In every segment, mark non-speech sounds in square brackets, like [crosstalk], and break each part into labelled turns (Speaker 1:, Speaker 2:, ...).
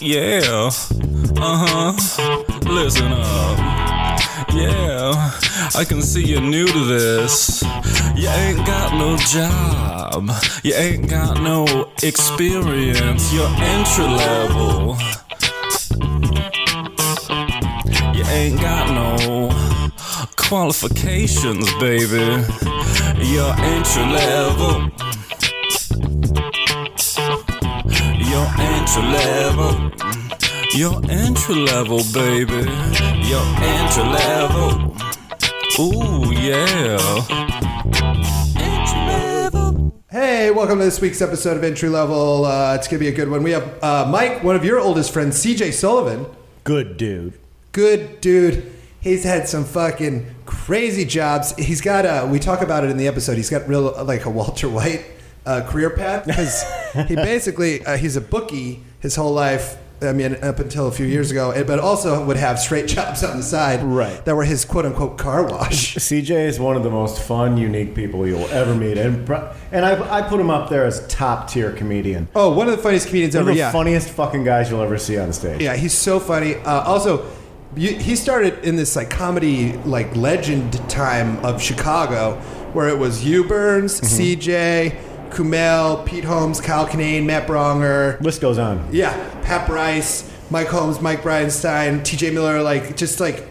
Speaker 1: Yeah. Uh huh. Listen up. Yeah, I can see you're new to this. You ain't got no job. You ain't got no experience. You're entry level. You ain't got no qualifications, baby. You're entry level. You're entry level. You're entry level, baby. You're entry level. Ooh, yeah. Entry level.
Speaker 2: Hey, welcome to this week's episode of Entry Level. Uh, it's going to be a good one. We have uh, Mike, one of your oldest friends, CJ Sullivan.
Speaker 3: Good dude.
Speaker 2: Good dude. He's had some fucking crazy jobs. He's got a, we talk about it in the episode, he's got real, uh, like a Walter White uh, career path
Speaker 3: [laughs]
Speaker 2: because he basically, uh, he's a bookie his whole life. I mean, up until a few years ago, and- but also would have straight [laughs] jobs on the side
Speaker 3: Right.
Speaker 2: that were his quote unquote car wash. [laughs]
Speaker 3: CJ is one of the most fun, unique people you'll ever meet, and pro- and I, I put him up there as top tier comedian.
Speaker 2: Oh, one of the funniest comedians
Speaker 3: One
Speaker 2: ever.
Speaker 3: of the
Speaker 2: yeah.
Speaker 3: funniest fucking guys you'll ever see on stage.
Speaker 2: Yeah, he's so funny. Uh, also, you, he started in this like comedy like legend time of Chicago, where it was you Burns,
Speaker 3: Mm-hmm.
Speaker 2: CJ, Kumail, Pete Holmes, Kyle Kinane, Matt Bronger,
Speaker 3: List goes on.
Speaker 2: yeah, Pat Bryce, Mike Holmes, Mike Bridenstine, T.J. Miller, like just like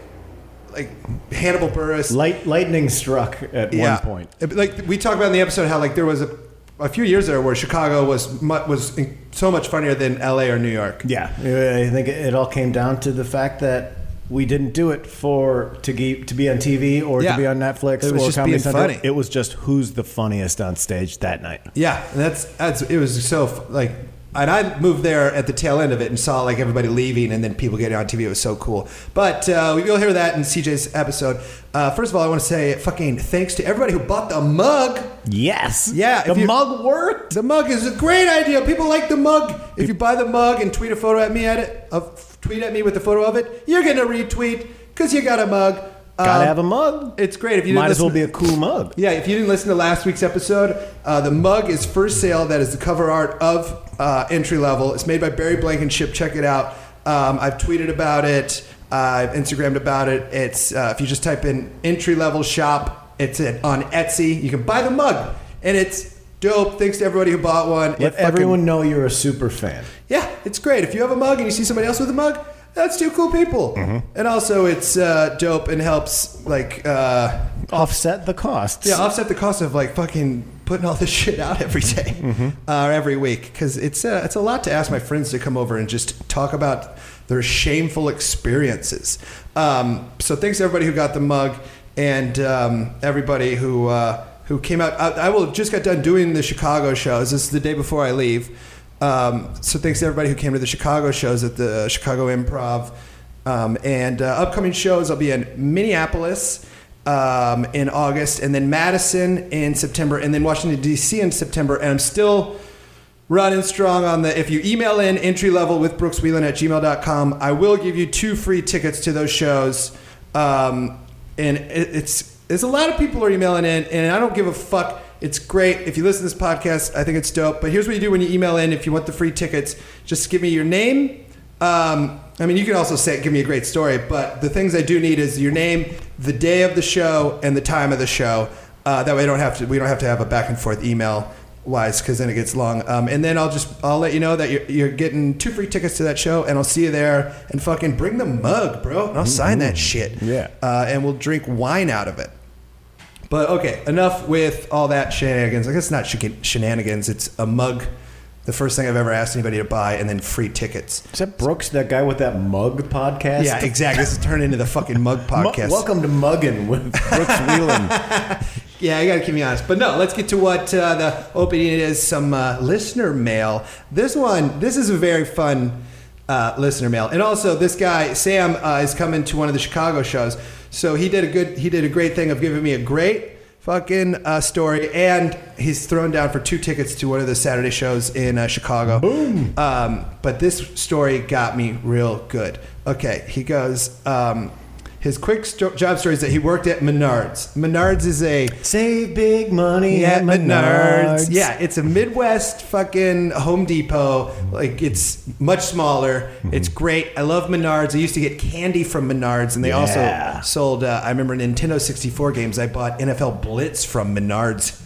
Speaker 2: like Hannibal Burris.
Speaker 3: Light lightning struck at one point.
Speaker 2: Like we talked about in the episode, how like there was a, a few years there where Chicago was mu- was in- so much funnier than L.A. or New York.
Speaker 3: Yeah, I think it all came down to the fact that we didn't do it for to ge- to be on TV or
Speaker 2: Yeah.
Speaker 3: to be on Netflix
Speaker 2: It was
Speaker 3: or
Speaker 2: just
Speaker 3: Comedy
Speaker 2: being
Speaker 3: Central.
Speaker 2: funny.
Speaker 3: It was just who's the funniest on stage that night.
Speaker 2: Yeah, and that's that's it was so f- like, and I moved there at the tail end of it and saw like everybody leaving and then people getting on TV. It was so cool. But uh, we will hear that in CJ's episode. Uh, first of all, I want to say fucking thanks to everybody who bought the mug.
Speaker 3: Yes.
Speaker 2: Yeah, if
Speaker 3: The
Speaker 2: you-
Speaker 3: mug worked.
Speaker 2: The mug is a great idea. People like the mug. If you buy the mug and tweet a photo at me at it, of tweet at me with a photo of it, you're gonna retweet because you got a mug.
Speaker 3: Gotta
Speaker 2: Um,
Speaker 3: have a mug.
Speaker 2: It's great if you
Speaker 3: Might
Speaker 2: didn't
Speaker 3: as well
Speaker 2: listen-
Speaker 3: be a cool mug.
Speaker 2: Yeah, if you didn't listen to last week's episode, uh, the mug is for sale. That is the cover art of uh, Entry Level. It's made by Barry Blankenship. Check it out. Um, I've tweeted about it. I've Instagrammed about it. It's uh, if you just type in Entry Level Shop, it's it, on Etsy. You can buy the mug, and it's dope. Thanks to everybody who bought one. It
Speaker 3: Let
Speaker 2: fucking-
Speaker 3: everyone know you're a super fan.
Speaker 2: yeah, it's great. If you have a mug and you see somebody else with a mug, that's two cool people. And also, it's uh, dope and helps like. Uh,
Speaker 3: Offset the costs.
Speaker 2: Yeah, offset the cost of like fucking putting all this [laughs] shit out every day, uh, or every week because it's a, it's a lot to ask my friends to come over and just talk about their shameful experiences. Um, so thanks to everybody who got the mug and um, everybody who uh, who came out. I, I will just got done doing the Chicago shows. This is the day before I leave. Um, so thanks to everybody who came to the Chicago shows at the Chicago Improv. Um, and uh, upcoming shows, I'll be in Minneapolis, um, in August, and then Madison in September, and then Washington D.C. in September. And I'm still running strong on the. If you email in entry level with Brooks Wheelan at gmail.com, I will give you two free tickets to those shows. Um, and it, it's there's a lot of people are emailing in, and I don't give a fuck. It's great if you listen to this podcast. I think it's dope. But here's what you do when you email in. If you want the free tickets, just give me your name. Um, I mean, you can also say, give me a great story, but the things I do need is your name, the day of the show, and the time of the show. Uh, that way, I don't have to. We don't have to have a back and forth email wise, because then it gets long. Um, and then I'll just I'll let you know that you're, you're getting two free tickets to that show, and I'll see you there. And fucking bring the mug, bro, and I'll sign that shit.
Speaker 3: Yeah.
Speaker 2: uh, and we'll drink wine out of it. But okay, enough with all that shenanigans. I guess it's not shen- shenanigans. It's a mug. The first thing I've ever asked anybody to buy, and then free tickets.
Speaker 3: Is that Brooks, that guy with that mug podcast?
Speaker 2: Yeah, exactly. This is turned into the fucking mug
Speaker 3: [laughs] Mu-
Speaker 2: podcast.
Speaker 3: welcome to Muggin with Brooks Wheelan.
Speaker 2: [laughs] Yeah, I gotta keep me honest. But no, let's get to what uh, the opening is. Some uh, listener mail. This one, this is a very fun uh, listener mail. And also, this guy Sam uh, is coming to one of the Chicago shows, so he did a good, he did a great thing of giving me a great fucking uh, story, and he's thrown down for two tickets to one of the Saturday shows in uh, Chicago. Boom. Um, but this story got me real good. Okay, he goes. Um, His quick sto- job story is that he worked at Menards. Menards is a
Speaker 3: Save big money
Speaker 2: yeah,
Speaker 3: at Menards.
Speaker 2: Yeah, it's a Midwest fucking Home Depot. Like it's much smaller.
Speaker 3: Mm-hmm.
Speaker 2: It's great. I love Menards. I used to get candy from Menards, and they
Speaker 3: Yeah.
Speaker 2: also sold. Uh, I remember Nintendo 64 games. I bought NFL Blitz from Menards.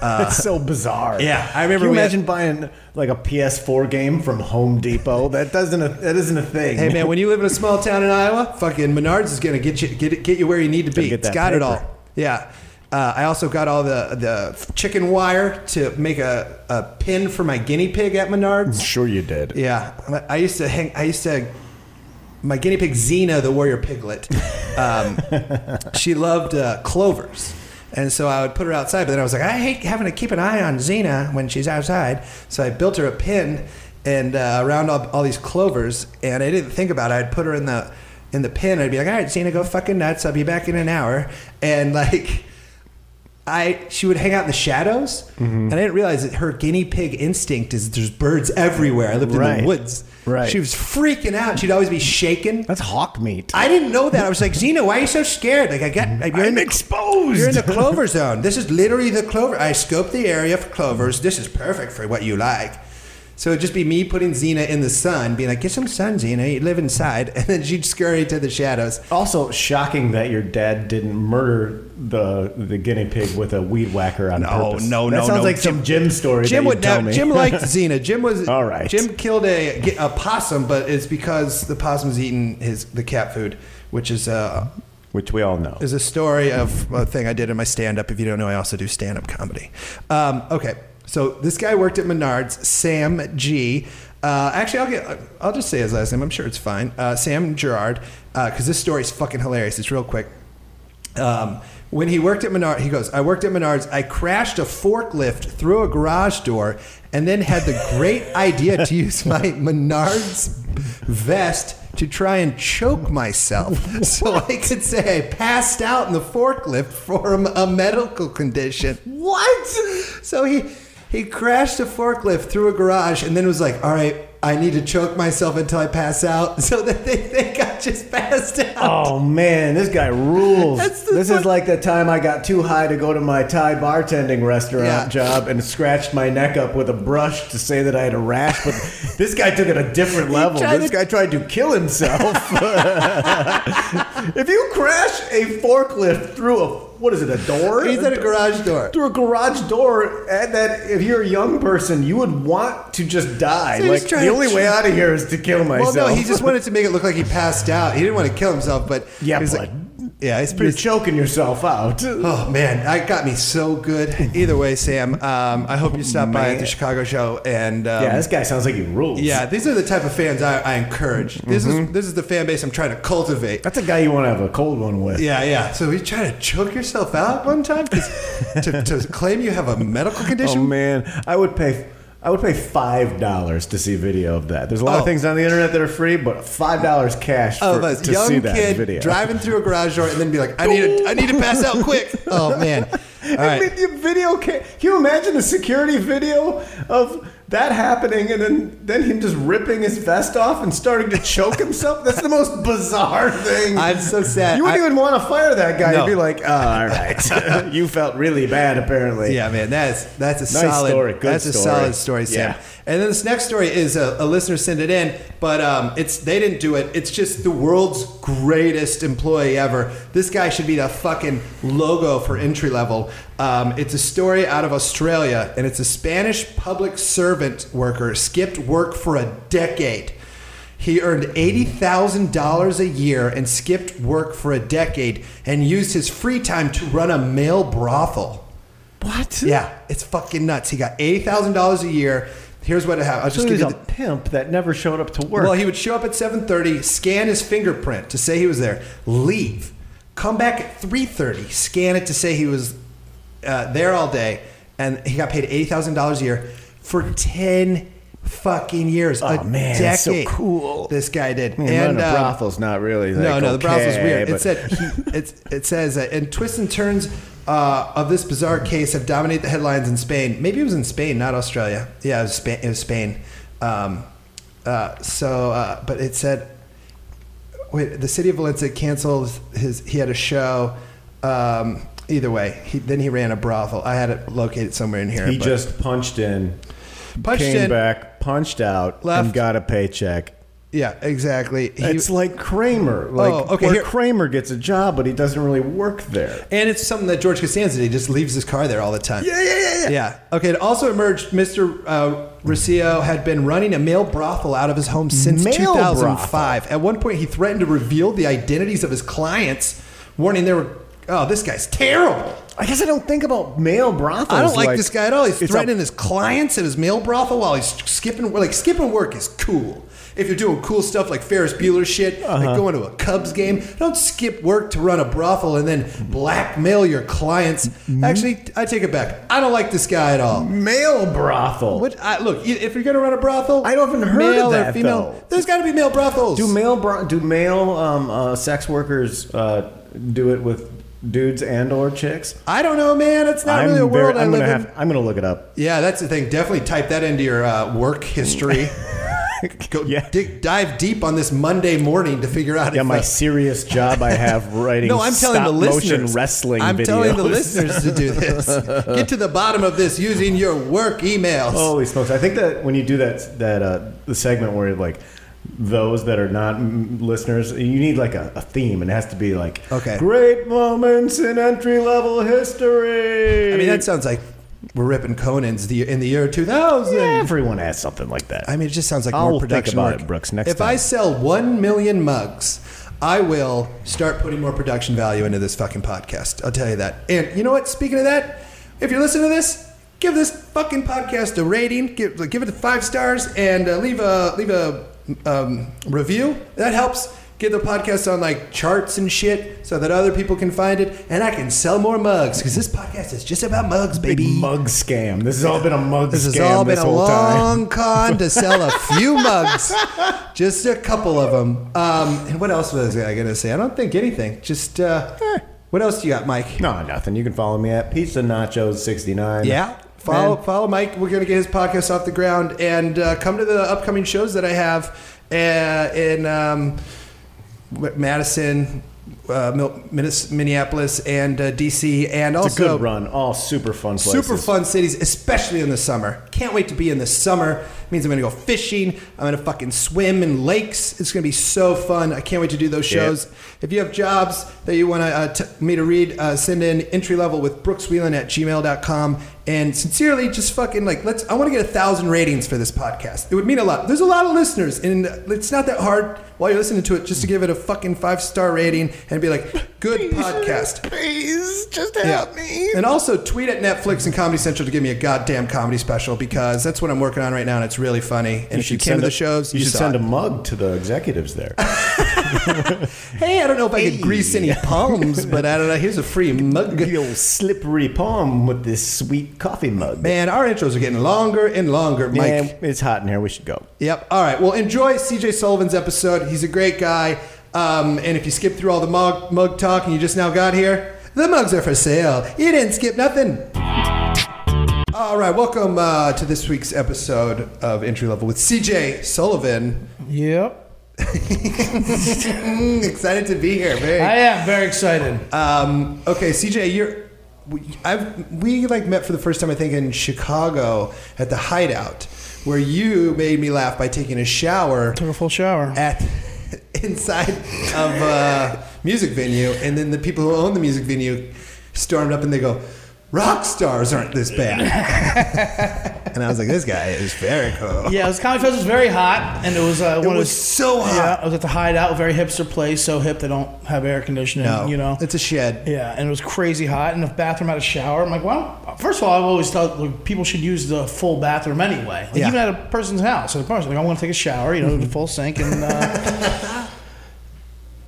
Speaker 3: That's so bizarre.
Speaker 2: yeah, I remember
Speaker 3: Can
Speaker 2: we
Speaker 3: you
Speaker 2: had-
Speaker 3: imagine buying like a PS4 game from Home Depot? That doesn't. A, that isn't a thing.
Speaker 2: Hey man, when you live in a small town in Iowa, fucking Menards is gonna get you get it, get you where you need to be.
Speaker 3: Gotta get
Speaker 2: It's
Speaker 3: that
Speaker 2: got it
Speaker 3: paper.
Speaker 2: all. Yeah. Uh, I also got all the the chicken wire to make a, a pin for my guinea pig at Menards.
Speaker 3: sure you did.
Speaker 2: Yeah, I- I used to hang. I used to. My guinea pig Xena, the warrior piglet, [laughs] um, she loved uh, clovers, and so I would put her outside. But then I was like, I hate having to keep an eye on Xena when she's outside. So I built her a pin and uh, around all, all these clovers, and I didn't think about it. I'd put her in the in the pin. I'd be like, All right, Xena, go fucking nuts. I'll be back in an hour, and like. I she would hang out in the shadows,
Speaker 3: Mm-hmm.
Speaker 2: and I didn't realize that her guinea pig instinct is there's birds everywhere. I lived in
Speaker 3: Right.
Speaker 2: the woods.
Speaker 3: Right.
Speaker 2: She was freaking out. She'd always be shaken.
Speaker 3: That's hawk meat.
Speaker 2: I didn't know that. I was like, Xena, why are you so scared? Like I got
Speaker 3: Mm-hmm.
Speaker 2: like, you're in the-
Speaker 3: exposed. [laughs]
Speaker 2: You're in the clover zone. This is literally the clover. I scoped the area for clovers. This is perfect for what you like. So it'd just be me putting Xena in the sun, being like, get some sun, Xena. You live inside. [laughs] And then she'd scurry to the shadows.
Speaker 3: also shocking that your dad didn't murder the the guinea pig with a weed whacker on
Speaker 2: No,
Speaker 3: purpose.
Speaker 2: no,
Speaker 3: that
Speaker 2: no,
Speaker 3: sounds
Speaker 2: no.
Speaker 3: like some Jim story.
Speaker 2: Jim
Speaker 3: that you
Speaker 2: would
Speaker 3: tell
Speaker 2: never.
Speaker 3: me.
Speaker 2: Jim
Speaker 3: [laughs]
Speaker 2: liked Xena. Jim was
Speaker 3: All right.
Speaker 2: Jim killed a, a possum, but it's because the possum's eating his the cat food, which is uh, a
Speaker 3: which we all know.
Speaker 2: is a story of a thing I did in my stand up. If you don't know, I also do stand up comedy. Um, okay, so this guy worked at Menards. Sam G. Uh, actually, I'll get. I'll just say his last name. I'm sure it's fine. Uh, Sam Gerard, because this story's fucking hilarious. It's real quick. Um, when he worked at Menards, he goes, I worked at Menards. I crashed a forklift through a garage door and then had the great idea to use my Menards vest to try and choke myself so I could say I passed out in the forklift for a, a medical condition. What? So he. He crashed a forklift through a garage and then was like, "All right, I need to choke myself until I pass out." [laughs] So that they think I just passed out.
Speaker 3: Oh man, this guy rules.
Speaker 2: That's the
Speaker 3: this
Speaker 2: fuck-
Speaker 3: is like the time I got too high to go to my Thai bartending restaurant
Speaker 2: Yeah.
Speaker 3: job and scratched my neck up with a brush to say that I had a rash. But this guy took it a different level.
Speaker 2: tried
Speaker 3: Oh, This
Speaker 2: to-
Speaker 3: guy tried to kill himself. [laughs] if you crash a forklift through a what is it, a door?
Speaker 2: He's at a garage door.
Speaker 3: through a garage door, and that if you're a young person, you would want to just die.
Speaker 2: So he's
Speaker 3: like
Speaker 2: trying
Speaker 3: the
Speaker 2: to
Speaker 3: only way
Speaker 2: tr-
Speaker 3: out of here is to kill myself.
Speaker 2: Well, no, he just wanted to make it look like he passed out. He didn't want to kill himself, but
Speaker 3: [laughs] Yeah,
Speaker 2: he was
Speaker 3: but
Speaker 2: like, yeah, it's
Speaker 3: you're
Speaker 2: pretty.
Speaker 3: choking yourself out.
Speaker 2: Oh man, that got me so good. Either way, Sam, um, I hope you stop by at the
Speaker 3: Man.
Speaker 2: Chicago show and um,
Speaker 3: Yeah, this guy sounds like he rules.
Speaker 2: yeah, these are the type of fans I, I encourage. This
Speaker 3: Mm-hmm.
Speaker 2: is this is the fan base I'm trying to cultivate.
Speaker 3: That's a guy you want to have a cold one with.
Speaker 2: Yeah, yeah. So you try to choke yourself out one time 'Cause
Speaker 3: [laughs]
Speaker 2: to, to claim you have a medical
Speaker 3: Oh
Speaker 2: condition.
Speaker 3: man, I would pay. I would pay five dollars to see video of that. There's a lot
Speaker 2: Oh.
Speaker 3: of things on the internet that are free, but five dollars cash
Speaker 2: of
Speaker 3: for,
Speaker 2: a
Speaker 3: to see
Speaker 2: young
Speaker 3: that
Speaker 2: kid
Speaker 3: video.
Speaker 2: driving through a garage door and then be like, I need to, I need to pass out
Speaker 3: [laughs]
Speaker 2: quick. Oh man! All
Speaker 3: I
Speaker 2: right.
Speaker 3: mean, the video ca- can you imagine the security video of that happening and then, then him just ripping his vest off and starting to choke himself? That's the most bizarre thing.
Speaker 2: I'm so sad.
Speaker 3: you wouldn't
Speaker 2: I-
Speaker 3: even want to fire that guy.
Speaker 2: No.
Speaker 3: You'd be like, oh,
Speaker 2: [laughs]
Speaker 3: all right. you felt really bad, apparently.
Speaker 2: Yeah, man, that's that's a
Speaker 3: Nice
Speaker 2: solid
Speaker 3: story. Good
Speaker 2: that's a
Speaker 3: story.
Speaker 2: solid story, Sam.
Speaker 3: Yeah.
Speaker 2: And then this next story is a, a listener sent it in, but um, it's they didn't do it. It's just the world's greatest employee ever. This guy should be the fucking logo for entry level. Um, it's a story out of Australia, and it's a Spanish public servant worker skipped work for a decade. He earned $80,000 a year and skipped work for a decade and used his free time to run a male brothel.
Speaker 3: What?
Speaker 2: Yeah, it's fucking nuts. He got eighty thousand dollars a year. Here's what happened. I'll
Speaker 3: So
Speaker 2: just
Speaker 3: he
Speaker 2: give
Speaker 3: was
Speaker 2: you.
Speaker 3: a
Speaker 2: The,
Speaker 3: pimp that never showed up to work.
Speaker 2: well, he would show up at seven thirty, scan his fingerprint to say he was there, leave, come back at three thirty, scan it to say he was uh, there all day, and he got paid eighty thousand dollars a year for ten fucking years.
Speaker 3: Oh,
Speaker 2: a
Speaker 3: man, that's so
Speaker 2: decade.
Speaker 3: cool.
Speaker 2: This guy did.
Speaker 3: Man, running a
Speaker 2: um,
Speaker 3: brothel's not really. Like,
Speaker 2: no, no, the browser's
Speaker 3: okay,
Speaker 2: weird. It
Speaker 3: but-
Speaker 2: said he, it, it says uh, and twists and turns uh, of this bizarre case have dominated the headlines in Spain. Maybe it was in Spain, not Australia. Yeah, it was Spain. It was Spain. Um, uh, so, uh, but it said wait, the city of Valencia canceled his. He had a show. Um, either way, he, then he ran a brothel. I had it located somewhere in here.
Speaker 3: He
Speaker 2: but-
Speaker 3: just punched in,
Speaker 2: Punched
Speaker 3: came
Speaker 2: in.
Speaker 3: back, punched out,
Speaker 2: Left.
Speaker 3: and got a paycheck.
Speaker 2: yeah, exactly. He-
Speaker 3: it's like Kramer, like
Speaker 2: Oh, okay,
Speaker 3: where
Speaker 2: here-
Speaker 3: Kramer gets a job, but he doesn't really work there.
Speaker 2: and it's something that George Costanza did. He just leaves his car there all the time.
Speaker 3: yeah, yeah,
Speaker 2: Yeah. Okay. It also emerged Mr. Uh, Riccio had been running a male brothel out of his home since
Speaker 3: Male
Speaker 2: 2005. At one point, he threatened to reveal the identities of his clients, warning they were, oh, this guy's terrible.
Speaker 3: I guess I don't think about male brothels.
Speaker 2: I don't like, this guy at all. He's
Speaker 3: it's a-
Speaker 2: threatening his clients at his male brothel while he's skipping work. Like, skipping work is cool. If you're doing cool stuff like Ferris Bueller shit, like going to a Cubs game, don't skip work to run a brothel and then blackmail your clients. Actually, I take it back. I don't like this guy at all.
Speaker 3: male brothel.
Speaker 2: What I, look, you- if you're gonna run a brothel,
Speaker 3: I haven't heard of
Speaker 2: male
Speaker 3: that,
Speaker 2: or female.
Speaker 3: though.
Speaker 2: There's got to be male brothels.
Speaker 3: Do male bro- do male um, uh, sex workers uh, do it with dudes and or chicks?
Speaker 2: I don't know, man. It's not
Speaker 3: I'm
Speaker 2: really a world
Speaker 3: very- I'm
Speaker 2: I live
Speaker 3: gonna
Speaker 2: in.
Speaker 3: have. I'm gonna look it up.
Speaker 2: Yeah, that's the thing. Definitely type that into your uh, work
Speaker 3: [laughs]
Speaker 2: history. Go
Speaker 3: Yeah.
Speaker 2: dig, dive deep on this Monday morning to figure out.
Speaker 3: Yeah,
Speaker 2: if
Speaker 3: my
Speaker 2: uh,
Speaker 3: serious job
Speaker 2: [laughs]
Speaker 3: I have writing.
Speaker 2: no, I'm telling the
Speaker 3: stop
Speaker 2: listeners.
Speaker 3: motion wrestling.
Speaker 2: I'm
Speaker 3: videos.
Speaker 2: telling
Speaker 3: [laughs]
Speaker 2: the listeners to do this. Get to the bottom of this using your work emails.
Speaker 3: Holy smokes! I think that when you do that, that uh, the segment where like those that are not m- listeners, you need like a, a theme, and it has to be like
Speaker 2: Okay.
Speaker 3: great moments in entry level history.
Speaker 2: I mean, that sounds like we're ripping Conan's the in the year 2000.
Speaker 3: Yeah, everyone has something like that.
Speaker 2: I mean, it just sounds like
Speaker 3: I'll
Speaker 2: more
Speaker 3: think
Speaker 2: production
Speaker 3: about
Speaker 2: work.
Speaker 3: it, Brooks, next
Speaker 2: if
Speaker 3: time.
Speaker 2: I sell one million mugs, I will start putting more production value into this fucking podcast. I'll tell you that. And you know what? Speaking of that, if you're listening to this, give this fucking podcast a rating. Give give it five stars and uh, leave a leave a um, review. That helps. Get the podcast on like charts and shit so that other people can find it and I can sell more mugs because this podcast is just about mugs,
Speaker 3: Big
Speaker 2: baby.
Speaker 3: mug scam. This has all been a mug
Speaker 2: This
Speaker 3: scam.
Speaker 2: has all been
Speaker 3: this
Speaker 2: a
Speaker 3: whole time. [laughs]
Speaker 2: long con to sell a few mugs, just a couple of them. Um, and what else was I going to say? I don't think anything. Just uh,
Speaker 3: Eh.
Speaker 2: what else you got, Mike?
Speaker 3: No, nothing. You can follow me at Pizza Nachos sixty nine.
Speaker 2: Yeah. Follow,
Speaker 3: Man.
Speaker 2: follow Mike. We're going to get his podcast off the ground and uh, come to the upcoming shows that I have uh, in um, w- Madison, uh, Mil- Minnes- Minneapolis, and uh, DC, and
Speaker 3: It's a
Speaker 2: also
Speaker 3: good run. All super fun places.
Speaker 2: Super fun cities, especially in the summer. Can't wait to be in the summer. It means I'm gonna go fishing. I'm gonna fucking swim in lakes. It's gonna be so fun. I can't wait to do those
Speaker 3: Yeah.
Speaker 2: shows. If you have jobs that you want uh, t- me to read, uh, send in entry level with brookswheelan at gmail.com. And sincerely, just fucking like, let's, I wanna get a thousand ratings for this podcast. It would mean a lot. There's a lot of listeners, and it's not that hard while you're listening to it just to give it a fucking five star rating and be like, good podcast.
Speaker 3: Please, just
Speaker 2: And also tweet at Netflix and Comedy Central to give me a goddamn comedy special because that's what I'm working on right now and it's really funny. And if you came
Speaker 3: should
Speaker 2: to
Speaker 3: send
Speaker 2: the
Speaker 3: a-
Speaker 2: shows,
Speaker 3: you, should
Speaker 2: saw
Speaker 3: send
Speaker 2: it.
Speaker 3: a mug to the executives there.
Speaker 2: Hey, I don't know if I could
Speaker 3: Hey.
Speaker 2: grease
Speaker 3: [laughs]
Speaker 2: any palms, but I don't know. Here's a free mug.
Speaker 3: Your slippery palm with this sweet coffee mug.
Speaker 2: Man, our intros are getting longer and longer, Mike.
Speaker 3: Man, it's hot in here. We should go.
Speaker 2: Yep. All right. Well, enjoy CJ Sullivan's episode. He's a great guy. Um, and if you skip through all the mug, mug talk and you just now got here, the mugs are for sale. You didn't skip nothing. All right. Welcome uh, to this week's episode of Entry Level with CJ Sullivan.
Speaker 4: Yep.
Speaker 2: [laughs] Excited to be here.
Speaker 4: I
Speaker 2: Very.
Speaker 4: am very excited.
Speaker 2: Um, okay, CJ, you're. we- I've, we like met for the first time I think in Chicago at the Hideout, where you made me laugh by taking a shower.
Speaker 4: Took a full shower.
Speaker 2: at [laughs] inside of a music venue, and then the people who own the music venue stormed up and they go, "Rock stars aren't this bad." [laughs] and I was like, "This guy is very cool."
Speaker 4: Yeah, it was Comedy Fest was very hot, and it was uh,
Speaker 2: It
Speaker 4: one
Speaker 2: was
Speaker 4: of
Speaker 2: so
Speaker 4: those, yeah,
Speaker 2: hot.
Speaker 4: it was at the hideout, very hipster place, so hip they don't have air conditioning.
Speaker 2: No,
Speaker 4: you know,
Speaker 2: it's a shed.
Speaker 4: yeah, and it was crazy hot, and the bathroom had a shower. I'm like, well, first of all, I've always thought like, people should use the full bathroom anyway, like,
Speaker 2: Yeah.
Speaker 4: even at a person's house. At a person, like, I want to take a shower, you know, the full sink, and uh,
Speaker 2: [laughs]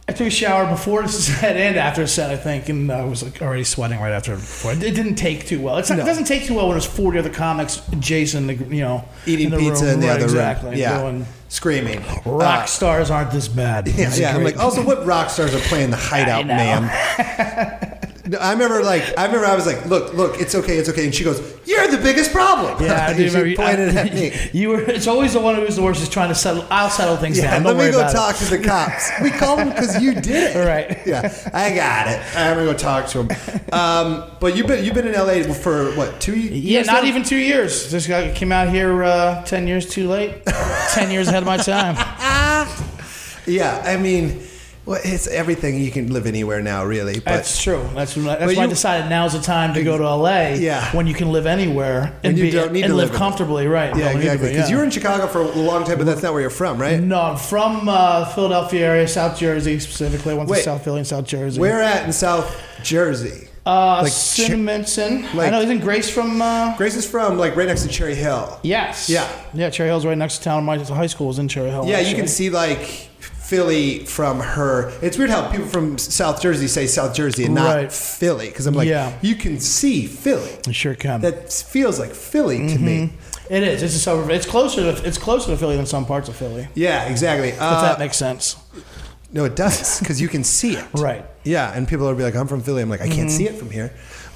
Speaker 4: I took a shower before the set and after the set, I think, and I was like already sweating right after. Before. It didn't take too well. It's not,
Speaker 2: No.
Speaker 4: It doesn't take too well when there's 40 other comics adjacent, like, you know,
Speaker 2: Eating
Speaker 4: in the
Speaker 2: pizza
Speaker 4: room.
Speaker 2: in the
Speaker 4: right,
Speaker 2: other
Speaker 4: exactly,
Speaker 2: room, yeah,
Speaker 4: Going,
Speaker 2: screaming.
Speaker 4: rock
Speaker 2: Uh,
Speaker 4: stars aren't this bad.
Speaker 2: yeah,
Speaker 4: It's a
Speaker 2: yeah. I'm oh,
Speaker 4: great- [laughs]
Speaker 2: like, also, what rock stars are playing the hideout,
Speaker 4: know.
Speaker 2: ma'am? No, I remember like I remember I was like, look, look, it's okay, it's okay, and she goes, "You're the biggest problem."
Speaker 4: [laughs] Yeah, I
Speaker 2: [laughs] And
Speaker 4: do
Speaker 2: she
Speaker 4: remember. you-
Speaker 2: pointed
Speaker 4: I-
Speaker 2: at me.
Speaker 4: [laughs] You were. It's always the one who's the worst is trying to settle. I'll settle things
Speaker 2: Yeah,
Speaker 4: down. Don't
Speaker 2: let me
Speaker 4: worry
Speaker 2: go
Speaker 4: about
Speaker 2: talk to the cops. We called them because you did it.
Speaker 4: All right.
Speaker 2: [laughs] Yeah, I got it. I'm gonna go talk to them. Um, but you've been you've been in LA for what two years?
Speaker 4: It. Yeah, not
Speaker 2: now?
Speaker 4: even two years. This guy came out here uh, ten years too
Speaker 2: [laughs]
Speaker 4: late. ten years ahead of my time.
Speaker 2: Ah. Yeah, I mean, well, it's everything. You can live anywhere now, really. But
Speaker 4: That's true. That's when I, that's
Speaker 2: But
Speaker 4: why I
Speaker 2: you-
Speaker 4: decided now's the time to go to LA.
Speaker 2: Yeah.
Speaker 4: When you can live anywhere and
Speaker 2: you
Speaker 4: be
Speaker 2: don't need
Speaker 4: and
Speaker 2: to
Speaker 4: live,
Speaker 2: live in-
Speaker 4: comfortably, right?
Speaker 2: yeah,
Speaker 4: Don't need to
Speaker 2: exactly.
Speaker 4: be-
Speaker 2: Because
Speaker 4: yeah.
Speaker 2: you were in Chicago for a long time, but that's not where you're from, right?
Speaker 4: No, I'm from uh, Philadelphia area, South Jersey specifically. I went
Speaker 2: Wait.
Speaker 4: to South Philly and South Jersey.
Speaker 2: Where at in South Jersey?
Speaker 4: Uh,
Speaker 2: like Ch-
Speaker 4: Cinnaminson. I
Speaker 2: like-
Speaker 4: know. Isn't Grace from? Uh,
Speaker 2: Grace is from like right next to Cherry Hill.
Speaker 4: yes.
Speaker 2: Yeah.
Speaker 4: Yeah. Cherry Hill's right next to town. My high school was in Cherry Hill.
Speaker 2: Yeah, you
Speaker 4: actually.
Speaker 2: can see like Philly from her. It's weird how people from South Jersey say South Jersey and not
Speaker 4: Right.
Speaker 2: Philly because I'm like,
Speaker 4: Yeah.
Speaker 2: you can see Philly.
Speaker 4: You sure can.
Speaker 2: That feels like Philly to
Speaker 4: Mm-hmm.
Speaker 2: me.
Speaker 4: it is. It's a suburb. It's closer to it's closer to Philly than some parts of Philly. If
Speaker 2: Yeah, exactly.
Speaker 4: that
Speaker 2: Uh,
Speaker 4: makes sense.
Speaker 2: no, it does because you can see it.
Speaker 4: Right. Mm-hmm.
Speaker 2: Yeah, and people are be like, I'm from Philly. I'm like, I can't see it from here.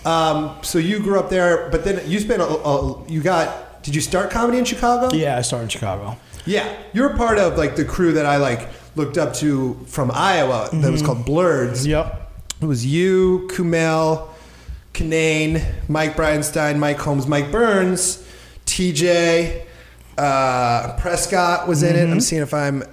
Speaker 2: Um, so you grew up there, but then you spent a, a you got. Did you start comedy in Chicago?
Speaker 4: Yeah, I started in Chicago.
Speaker 2: Yeah, you're part of like the crew that I like looked up to from Iowa that
Speaker 4: Mm-hmm.
Speaker 2: was called Blurreds.
Speaker 4: Yep.
Speaker 2: It was you, Kumail, Kanane, Mike Bridenstine, Mike Holmes, Mike Burns, TJ, uh, Prescott was in it. I'm seeing if I'm um,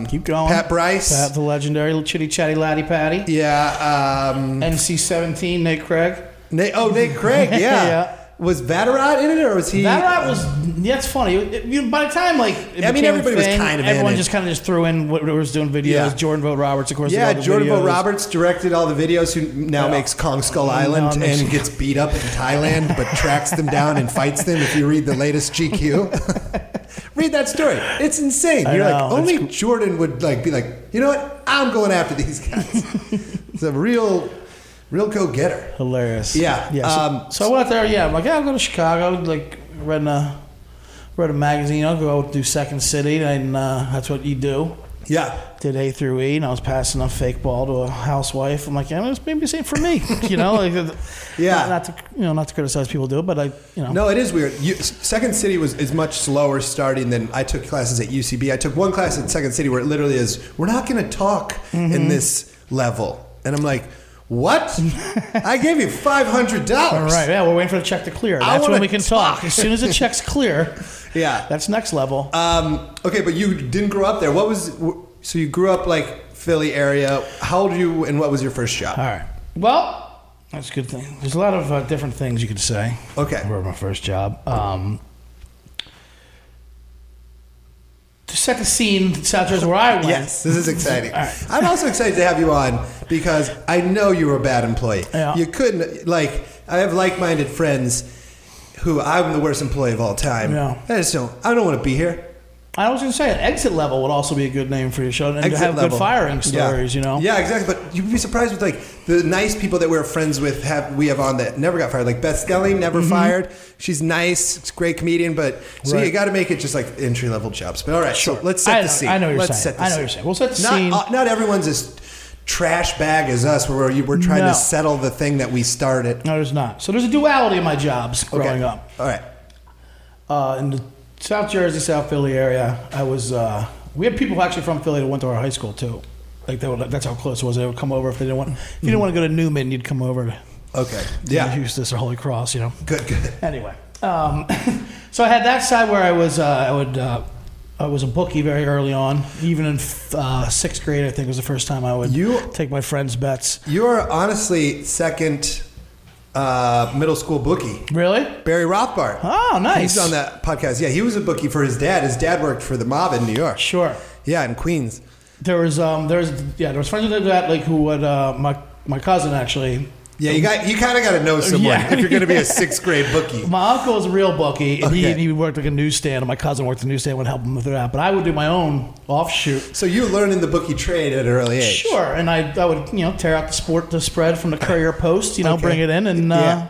Speaker 4: Mm-hmm. Keep going.
Speaker 2: Pat Bryce.
Speaker 4: Pat, the legendary little chitty chatty laddie patty.
Speaker 2: Yeah. Um,
Speaker 4: NC seventeen, Nate Craig.
Speaker 2: Nate, oh, Nate Craig. Yeah.
Speaker 4: [laughs] Yeah.
Speaker 2: Was Vatterott in it or was he?
Speaker 4: That rap was that's funny. It- it- you know, by the time like it
Speaker 2: I mean,
Speaker 4: became a
Speaker 2: everybody was
Speaker 4: thing,
Speaker 2: kind of in
Speaker 4: everyone
Speaker 2: it.
Speaker 4: just kind of just threw in what what was doing videos.
Speaker 2: Yeah.
Speaker 4: Jordan Vote Roberts, of course.
Speaker 2: yeah,
Speaker 4: did all the
Speaker 2: Jordan Bo
Speaker 4: videos.
Speaker 2: Roberts directed all the videos, who now
Speaker 4: Yeah.
Speaker 2: makes Kong Skull
Speaker 4: it
Speaker 2: Island
Speaker 4: makes-
Speaker 2: and gets beat up in Thailand, but tracks them down and fights them. If you read the latest
Speaker 4: [laughs]
Speaker 2: GQ, read that story. It's insane.
Speaker 4: I
Speaker 2: You're
Speaker 4: know,
Speaker 2: like,
Speaker 4: it's
Speaker 2: only Jordan would like be like, you know what? I'm going after these
Speaker 4: [laughs]
Speaker 2: guys. it's a real, real go getter.
Speaker 4: Hilarious.
Speaker 2: Yeah,
Speaker 4: Yeah. So,
Speaker 2: um,
Speaker 4: so I went out there. Yeah. I'm like, yeah, I'll go to Chicago. Like, read in a read a magazine. I'll go do Second City, and uh, that's what you do.
Speaker 2: Yeah,
Speaker 4: Did A through E, and I was passing a fake ball to a housewife. I'm like, yeah, this maybe this ain't for me. [laughs] you know, like,
Speaker 2: [laughs] Yeah.
Speaker 4: Not, not to you know, not to criticize people who do it, but I, you know,
Speaker 2: No, it is weird. You, Second City was is much slower starting than I took classes at UCB. I took one class at Second City where it literally is we're not going to talk in this level, and I'm like, what? I gave you five hundred
Speaker 4: All
Speaker 2: dollars.
Speaker 4: [laughs] right. Yeah, we're waiting for the check to clear.
Speaker 2: I
Speaker 4: That's when
Speaker 2: wanna
Speaker 4: we can talk. As soon
Speaker 2: [laughs]
Speaker 4: as the check's clear,
Speaker 2: Yeah.
Speaker 4: that's next level.
Speaker 2: Um, okay, but you didn't grow up there. What was so you grew up like Philly area? How old were you, and what was your first job?
Speaker 4: All right. Well, that's a good thing. There's a lot of uh, different things you could say.
Speaker 2: Okay.
Speaker 4: Were my first job. Um, to set the scene, South Jersey, where I went.
Speaker 2: Yes, this is exciting.
Speaker 4: right.
Speaker 2: I'm also excited to have you on because I know you were a bad employee.
Speaker 4: Yeah.
Speaker 2: You couldn't like I have like-minded friends who I'm the worst employee of all time.
Speaker 4: Yeah.
Speaker 2: I just don't. I don't want to be here.
Speaker 4: I was going to say, exit level would also be a good name for your show, and
Speaker 2: Exit
Speaker 4: to have
Speaker 2: level.
Speaker 4: good firing
Speaker 2: Yeah.
Speaker 4: stories. You know.
Speaker 2: Yeah, exactly. But you'd be surprised with like the nice people that we're friends with have we have on that never got fired. Like Beth Skelling never fired. She's nice, she's a great comedian, but so
Speaker 4: Mm-hmm. Right.
Speaker 2: you got to make it just like entry level jobs. But all right, so let's set
Speaker 4: I
Speaker 2: the
Speaker 4: know-
Speaker 2: scene.
Speaker 4: I know what you're
Speaker 2: let's Set
Speaker 4: saying.
Speaker 2: the
Speaker 4: I know what
Speaker 2: scene.
Speaker 4: you're saying. We'll set the
Speaker 2: not,
Speaker 4: scene.
Speaker 2: uh, not everyone's as trash bag as us, where you- we're trying
Speaker 4: No.
Speaker 2: to settle the thing that we started.
Speaker 4: no, there's not. So there's a duality in my jobs growing up.
Speaker 2: All right.
Speaker 4: uh, in the South Jersey, South Philly area. I was. Uh, we had people actually from Philly that went to our high school too. Like they would, that's how close it was. They would come over if they didn't want. If you
Speaker 2: Hmm.
Speaker 4: didn't want to go to Newman, you'd come over to
Speaker 2: Okay.
Speaker 4: to
Speaker 2: Yeah.
Speaker 4: Eustis or Holy Cross. You know.
Speaker 2: Good. Good.
Speaker 4: Anyway, um, [laughs] so I had that side where I was. Uh, I would. Uh, I was a bookie very early on. Even in uh, sixth grade, I think was the first time I would
Speaker 2: You-
Speaker 4: take my friends' bets.
Speaker 2: You are honestly second uh, middle school bookie,
Speaker 4: Really?
Speaker 2: Barry Rothbard.
Speaker 4: Oh, nice.
Speaker 2: He's on that podcast. Yeah, he was a bookie for his dad. His dad worked for the mob in New York.
Speaker 4: Sure.
Speaker 2: Yeah, in Queens.
Speaker 4: There was um there was yeah there was friends that did that like who would uh, my my cousin actually
Speaker 2: Yeah, you got you kind of got to know someone
Speaker 4: Yeah.
Speaker 2: if you're going to be a
Speaker 4: [laughs]
Speaker 2: sixth grade bookie.
Speaker 4: My uncle was a real bookie, and he,
Speaker 2: Okay.
Speaker 4: he worked like a newsstand, and my cousin worked the newsstand, would help him with that. But I would do my own offshoot.
Speaker 2: So you learned in the bookie trade at an early age.
Speaker 4: Sure, and I, I would you know tear out the sport the spread from the Courier Post, you know,
Speaker 2: Okay.
Speaker 4: bring it in, and uh,
Speaker 2: Yeah.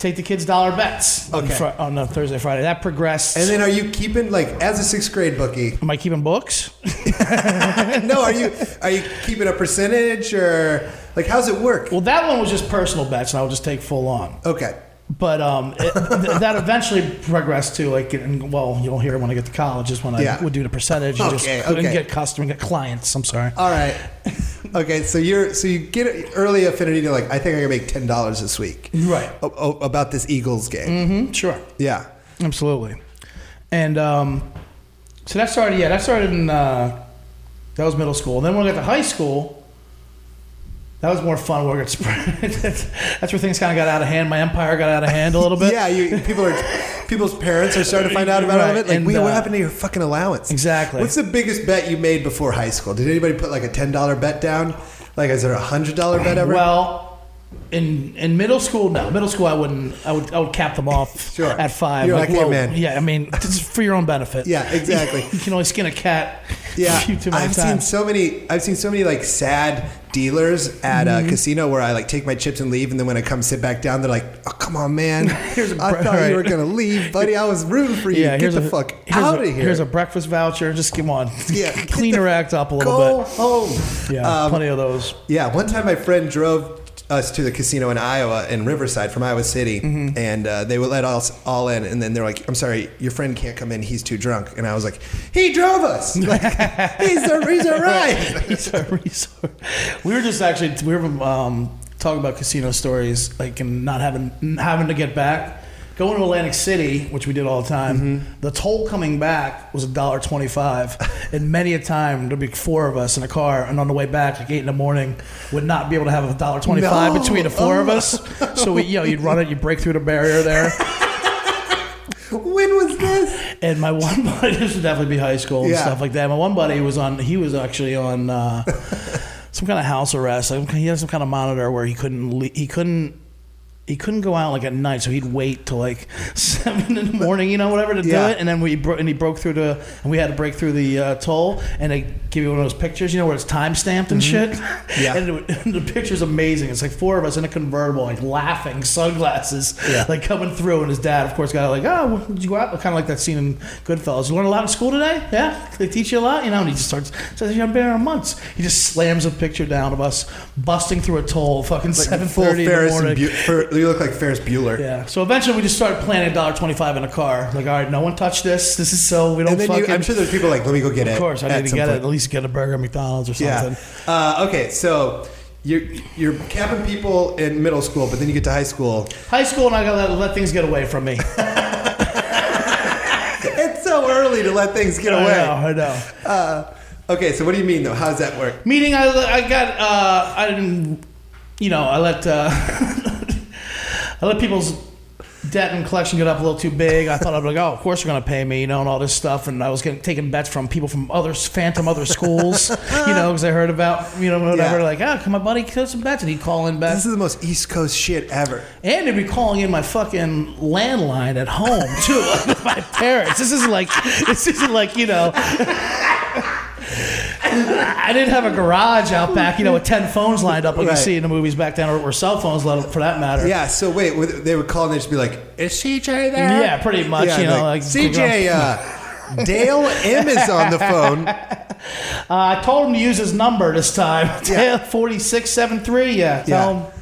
Speaker 4: take the kids dollar bets on
Speaker 2: Okay.
Speaker 4: Fri- on, uh, Thursday, Friday. That progressed.
Speaker 2: And then are you keeping like as a sixth grade bookie? [laughs]
Speaker 4: Am I keeping books?
Speaker 2: No, are you are you keeping a percentage or like how's it work?
Speaker 4: Well, that one was just personal bets, and I would just take full on.
Speaker 2: Okay.
Speaker 4: But um, it, th- that eventually progressed to like, and, well, you'll hear when I get to college is when I
Speaker 2: Yeah.
Speaker 4: would do the percentage and
Speaker 2: Okay,
Speaker 4: just couldn't
Speaker 2: okay.
Speaker 4: get customer, get clients. I'm sorry.
Speaker 2: All right. Okay, so you're so you get an early affinity to like I think I can make ten dollars this week.
Speaker 4: Right.
Speaker 2: Oh, oh, about this Eagles game.
Speaker 4: hmm Sure.
Speaker 2: Yeah.
Speaker 4: Absolutely. And um, so that started, yeah, that started in, uh, that was middle school. And then when I got to high school, that was more fun where it spread. [laughs] That's where things kind of got out of hand. My empire got out of hand a little
Speaker 2: [laughs]
Speaker 4: bit.
Speaker 2: yeah, you, people are
Speaker 4: [laughs]
Speaker 2: people's parents are starting to find out about all of
Speaker 4: Right,
Speaker 2: it. Like,
Speaker 4: and,
Speaker 2: "Wait, what
Speaker 4: uh,
Speaker 2: happened to your fucking allowance?
Speaker 4: Exactly.
Speaker 2: What's the biggest bet you made before high school? Did anybody put like a ten dollar bet down? Like, is there a hundred dollar bet ever?
Speaker 4: Well, in in middle school, no. Middle school, I wouldn't. I would I would cap them off
Speaker 2: [laughs] Sure.
Speaker 4: at five.
Speaker 2: You're like, "Hey,
Speaker 4: whoa."
Speaker 2: man.
Speaker 4: Yeah, I mean, this is for your own benefit.
Speaker 2: Yeah, exactly.
Speaker 4: [laughs] you can only skin a cat. [laughs]
Speaker 2: yeah,
Speaker 4: a few too many
Speaker 2: I've seen
Speaker 4: times.
Speaker 2: so many. I've seen so many like sad dealers at
Speaker 4: Mm-hmm.
Speaker 2: a casino where I like take my chips and leave, and then when I come sit back down, they're like, "Oh, come on, man!
Speaker 4: [laughs] Here's a
Speaker 2: I
Speaker 4: br-
Speaker 2: thought
Speaker 4: right.
Speaker 2: you were gonna leave, buddy. I was rooting for you.
Speaker 4: yeah,
Speaker 2: Get
Speaker 4: here's
Speaker 2: the
Speaker 4: a,
Speaker 2: fuck
Speaker 4: here's
Speaker 2: out
Speaker 4: a,
Speaker 2: of here.
Speaker 4: Here's a breakfast voucher. Just come on.
Speaker 2: [laughs]
Speaker 4: [laughs]
Speaker 2: Yeah, get
Speaker 4: clean
Speaker 2: the
Speaker 4: her act up a little
Speaker 2: Go
Speaker 4: bit.
Speaker 2: home.
Speaker 4: Yeah,
Speaker 2: Um,
Speaker 4: plenty of
Speaker 2: [laughs]
Speaker 4: those. [laughs]
Speaker 2: Yeah, one time my friend drove us to the casino in Iowa in Riverside from Iowa City,
Speaker 4: Mm-hmm.
Speaker 2: and uh, they would let us all in, and then they're like, "I'm sorry, your friend can't come in; he's too drunk." And I was like, "He drove
Speaker 4: [laughs]
Speaker 2: us. Like, he's a, he's a ride."
Speaker 4: He's a resource. We were just actually we were um, talking about casino stories, like and not having having to get back. Going to Atlantic City, which we did all the time,
Speaker 2: Mm-hmm.
Speaker 4: the toll coming back was a dollar twenty-five,
Speaker 2: [laughs]
Speaker 4: and many a time there'd be four of us in a car, and on the way back, like eight in the morning, would not be able to have a dollar twenty-five
Speaker 2: No.
Speaker 4: between the four of
Speaker 2: Oh. [laughs]
Speaker 4: us. So we, you know, you'd run it, you break through the barrier there,
Speaker 2: When was this?
Speaker 4: and my one [laughs] buddy, this would definitely be high school and
Speaker 2: Yeah.
Speaker 4: stuff like that. My one buddy was on, he was actually on uh, some kind of house arrest. Some- He had some kind of monitor where he couldn't, le- he couldn't, he couldn't go out like at night. So he'd wait till like [laughs] seven in the morning, you know, whatever to
Speaker 2: Yeah.
Speaker 4: do it. And then we bro- and he broke through the, and we had to break through the uh, toll. And they give you one of those pictures, you know, where it's time stamped and shit.
Speaker 2: Mm-hmm. [laughs] Yeah.
Speaker 4: And, it, [laughs] and the picture's amazing. It's like four of us in a convertible, like laughing, sunglasses,
Speaker 2: Yeah.
Speaker 4: like coming through. And his dad, of course, got like, oh, well, did you go out? Kind of like that scene in Goodfellas. You learn a lot in school today? Yeah. They teach you a lot? You know, and he just starts, says, you haven't been here in months. He just slams a picture down of us busting through a toll, fucking
Speaker 2: Like
Speaker 4: 7.30 in the morning.
Speaker 2: and Bu- Fer- you look like Ferris Bueller.
Speaker 4: yeah. So eventually we just started planning $1.25 in a car. Like, all right, no one touched this. This is so, we don't
Speaker 2: And then you,
Speaker 4: fucking.
Speaker 2: I'm sure there's people like, "Let me go get it."
Speaker 4: of course, I
Speaker 2: at
Speaker 4: need to
Speaker 2: some
Speaker 4: get
Speaker 2: point.
Speaker 4: it. At least get a burger at McDonald's or something.
Speaker 2: Yeah. Uh, okay, so you're you're capping people in middle school, but then you get to high school.
Speaker 4: High school, and I gotta let, let things get away
Speaker 2: [laughs]
Speaker 4: from me.
Speaker 2: It's so early to let things get
Speaker 4: I
Speaker 2: away.
Speaker 4: know, I know.
Speaker 2: Uh, okay, so what do you mean though? How does that work?
Speaker 4: Meaning, I, le- I got, uh, I didn't, you know, I let, uh, [laughs] I let people's debt and collection get up a little too big. I thought I'd be like, oh, of course they're gonna pay me, you know, and all this stuff. And I was getting taking bets from people from other s- phantom other schools, [laughs] you know, because I heard about, you know, whatever.
Speaker 2: Yeah.
Speaker 4: Like, oh, can my buddy kill some bets? And he'd call in bets.
Speaker 2: This is the most East Coast shit ever.
Speaker 4: And they'd be calling in my fucking landline at home too, [laughs] with my parents. This isn't like this isn't like you know. I didn't have a garage out back, you know, with ten phones lined up, like
Speaker 2: Right.
Speaker 4: you see in the movies back then, or, or cell phones, let- for that matter.
Speaker 2: Yeah. So wait, would- they would call and they'd just be like, "Is CJ there?"
Speaker 4: Yeah, pretty much, you know, like-
Speaker 2: CJ. Uh, Dale M is on the
Speaker 4: [laughs]
Speaker 2: phone.
Speaker 4: Uh, I told him to use his number this time. [laughs]
Speaker 2: Yeah.
Speaker 4: Forty six seven three. Yeah. Tell
Speaker 2: Yeah.
Speaker 4: him.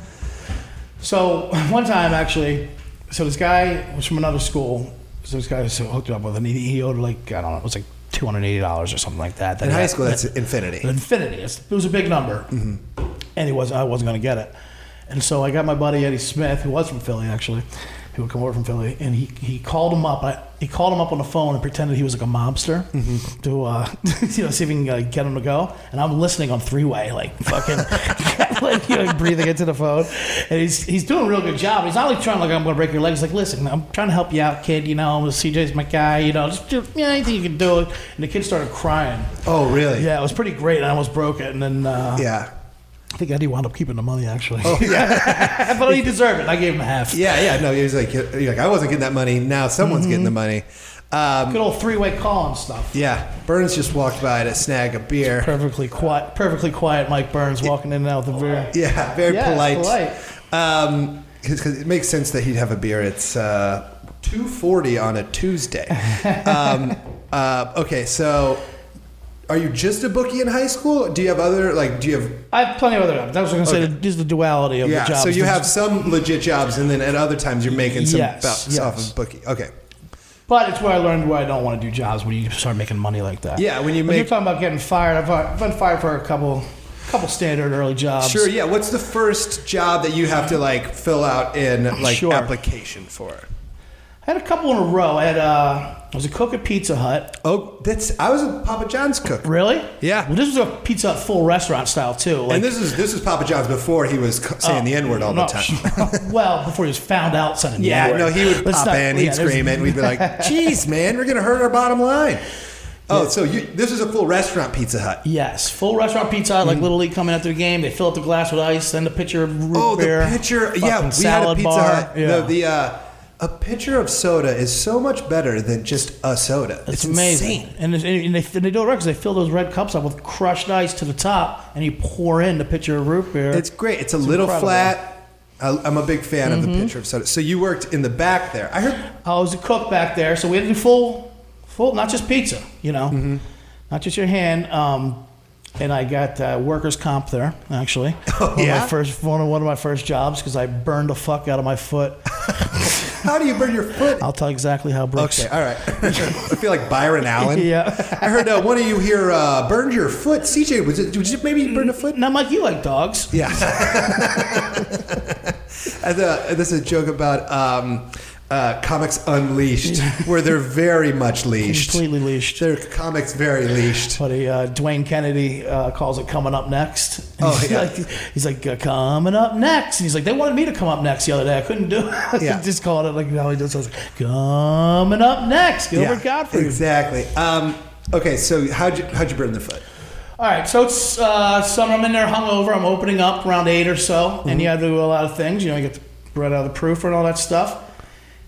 Speaker 4: So [laughs] one time actually, so this guy was from another school. So this guy was hooked up with, and he, he owed like I don't know, it was like two hundred eighty dollars or something like that.
Speaker 2: In high school,
Speaker 4: that's.
Speaker 2: that's infinity.
Speaker 4: Infinity. It's- It was a big number. And he was I wasn't going to get it. And so I got my buddy Eddie Smith, who was from Philly actually, who would come over from Philly, and he, he called him up. I, he called him up on the phone and pretended he was like a mobster to uh, [laughs] you know see if he can uh, get him to go. And I'm listening on three way, like fucking [laughs] like you know, breathing into the phone. And he's he's doing a real good job. He's not like trying like I'm going to break your legs. He's like listen, I'm trying to help you out, kid. You know, CJ's my guy. You know, just do yeah, anything you can do. And the kid started crying.
Speaker 2: Oh, really?
Speaker 4: Yeah, it was pretty great. I almost broke it, and then uh,
Speaker 2: Yeah. Oh,
Speaker 4: I think Eddie wound up keeping the money actually.
Speaker 2: Yeah.
Speaker 4: [laughs] but he deserved it. I gave him half.
Speaker 2: Yeah. Yeah. No, he was like, you're like, I wasn't getting that money. Now
Speaker 4: Mm-hmm.
Speaker 2: someone's getting the money. Um,
Speaker 4: Good old three-way call and stuff.
Speaker 2: yeah. Burns just walked by to snag a beer.
Speaker 4: Perfectly quiet, perfectly quiet. Mike Burns walking in and out with the beer.
Speaker 2: Yeah. Very
Speaker 4: Yeah,
Speaker 2: polite.
Speaker 4: polite.
Speaker 2: Um, because it makes sense that he'd have a beer. It's uh, two forty on a
Speaker 4: [laughs]
Speaker 2: Tuesday. um, uh, okay, so are you just a bookie in high school? Do you have other like? Do you have
Speaker 4: I have plenty of other jobs. I was going to say that this is the duality of
Speaker 2: yeah?
Speaker 4: the jobs.
Speaker 2: So you
Speaker 4: This-
Speaker 2: have some legit jobs, and then at other times you're making some
Speaker 4: Yes,
Speaker 2: bucks
Speaker 4: yes.
Speaker 2: off of bookie. Okay,
Speaker 4: But it's where I learned where I don't want to do jobs when you start making money like that.
Speaker 2: Yeah, when you
Speaker 4: you're
Speaker 2: make-
Speaker 4: talking about getting fired. I've, I've been fired for a couple, couple standard early jobs.
Speaker 2: sure. Yeah, what's the first job that you have to like fill out in like
Speaker 4: Sure.
Speaker 2: application for?
Speaker 4: I had a couple in a row. I had uh, I was a cook at Pizza Hut.
Speaker 2: Oh, that's I was a Papa John's cook.
Speaker 4: Really?
Speaker 2: Yeah.
Speaker 4: Well, this was a Pizza Hut full restaurant style too. Like,
Speaker 2: And this is this is Papa John's before he was c- saying the N word all
Speaker 4: Oh. no,
Speaker 2: the time. [laughs]
Speaker 4: [laughs] well, before he was found out saying the
Speaker 2: Yeah,
Speaker 4: N-word.
Speaker 2: no, he would
Speaker 4: Let's
Speaker 2: pop
Speaker 4: not-
Speaker 2: in, he'd
Speaker 4: yeah, there's-
Speaker 2: scream it, and we'd be
Speaker 4: [laughs]
Speaker 2: like, "Jeez, man, we're gonna hurt our bottom line." Oh, so you, this is a full restaurant Pizza Hut.
Speaker 4: Yes, full restaurant pizza,
Speaker 2: Mm.
Speaker 4: Hut, like Little League coming after the game. They fill up the glass with ice, then the pitcher of root
Speaker 2: Oh,
Speaker 4: beer.
Speaker 2: the pitcher, yeah,
Speaker 4: fucking
Speaker 2: we had a
Speaker 4: salad
Speaker 2: Pizza
Speaker 4: bar,
Speaker 2: Hut.
Speaker 4: Yeah.
Speaker 2: No, the uh, a pitcher of soda is so much better than just a soda. it's
Speaker 4: It's, amazing.
Speaker 2: Insane.
Speaker 4: And, it's- and, they, and they do it right because they fill those red cups up with crushed ice to the top, and you pour in the pitcher of root beer.
Speaker 2: It's great. It's a little
Speaker 4: incredible. Mm-hmm.
Speaker 2: flat. I, I'm a big fan of the pitcher of soda. So you worked in the back there. I heard
Speaker 4: I was a cook back there, so we had to do full, full, not just pizza, you know,
Speaker 2: Mm-hmm.
Speaker 4: not just your hand. Um, and I got uh, workers' comp there,
Speaker 2: [laughs]
Speaker 4: actually. Oh,
Speaker 2: yeah?
Speaker 4: my first one of one of my first jobs because I burned the fuck out of my foot.
Speaker 2: how do you burn your foot?
Speaker 4: [laughs] I'll tell you exactly how. Brooks.
Speaker 2: Okay, all right. [laughs] I feel like Byron Allen. [laughs]
Speaker 4: [laughs] Yeah.
Speaker 2: I heard uh, one of you here uh, burned your foot. CJ, was it? Did you maybe burn a foot?
Speaker 4: Not Mike, you like dogs.
Speaker 2: Yeah. And, uh, this is a joke about um, uh, comics
Speaker 4: [laughs]
Speaker 2: unleashed, where they're very much leashed.
Speaker 4: Completely leashed.
Speaker 2: They're comics very leashed.
Speaker 4: Buddy, uh, Dwayne Kennedy uh, calls it coming up next. [laughs] And
Speaker 2: Oh,
Speaker 4: he's
Speaker 2: yeah.
Speaker 4: like, he's like uh, coming up next. And he's like, they wanted me to come up next the other day. I couldn't do it. [laughs]
Speaker 2: Yeah.
Speaker 4: Just called it like how he does. I was like, coming up next, Gilbert Godfrey.
Speaker 2: Exactly. Um, okay, so how'd you, how'd you burn the foot?
Speaker 4: All right, so it's uh, summer. I'm in there hungover. I'm opening up around eight or so, and you have to do a lot of things. You know, you get the bread out of the proofer and all that stuff.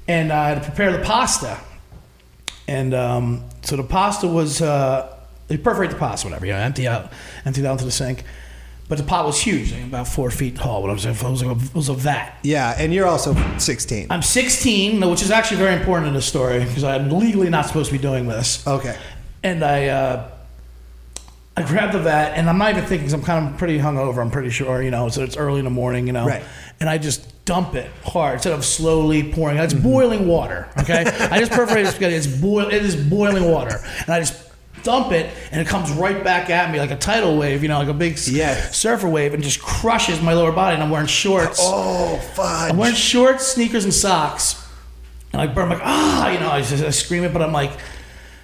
Speaker 4: And I had to prepare the pasta. And um, so the pasta was uh, they perforate the pasta, whatever. You know, empty out, empty down to the sink. But the pot was huge, like about four feet tall. What I was, it was, like a, it was a vat.
Speaker 2: Yeah, and you're also 16.
Speaker 4: I'm 16, which is actually very important in this story because I'm legally not supposed to be doing this
Speaker 2: Okay.
Speaker 4: and I uh, I grabbed the vat, and I'm not even thinking. 'cause I'm kind of pretty hungover. I'm pretty sure, you know. So it's early in the morning, you know.
Speaker 2: Right.
Speaker 4: And I just dump it hard instead of slowly pouring. It's
Speaker 2: Mm-hmm.
Speaker 4: boiling water. Okay. [laughs] I just perforated spaghetti. It's boil. It is boiling water, and I just dump it, and it comes right back at me like a tidal wave, you know, like a big s-
Speaker 2: Yes.
Speaker 4: surfer wave, and just crushes my lower body. And I'm wearing shorts.
Speaker 2: Oh, fudge.
Speaker 4: I'm wearing shorts, sneakers, and socks. And I burn, I'm like, ah, you know, I, just, I scream it, but I'm like,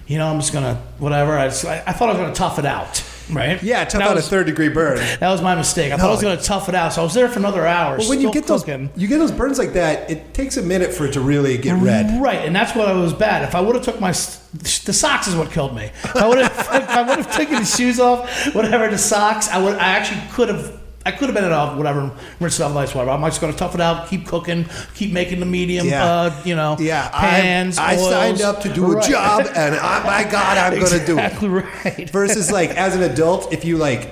Speaker 4: you know, I'm just gonna, whatever. I, just, I, I thought I was gonna tough it out, right?
Speaker 2: yeah, tough
Speaker 4: that
Speaker 2: out a
Speaker 4: was,
Speaker 2: third degree
Speaker 4: [laughs]
Speaker 2: burn.
Speaker 4: That was my mistake. I thought I was
Speaker 2: No.
Speaker 4: gonna tough it out. So I was there for another hour.
Speaker 2: But when you
Speaker 4: still
Speaker 2: get those,
Speaker 4: cooking.
Speaker 2: you get those burns like that. It takes a minute for it to really get red.
Speaker 4: Right, and that's what I was bad. If I would have took my s- the socks is what killed me. If I would have [laughs] if I would have taken the shoes off, whatever the socks, I would I actually could have I could have been it off whatever rinsed it off with ice water. I'm just going to tough it out, keep cooking, keep making the medium,
Speaker 2: Yeah.
Speaker 4: uh, you know,
Speaker 2: Yeah, I-
Speaker 4: pans.
Speaker 2: I,
Speaker 4: oils.
Speaker 2: signed up to do
Speaker 4: Right.
Speaker 2: a job, and I, my God, I'm going to do
Speaker 4: [laughs] Exactly
Speaker 2: it.
Speaker 4: right.
Speaker 2: Versus, like as an adult, if you like,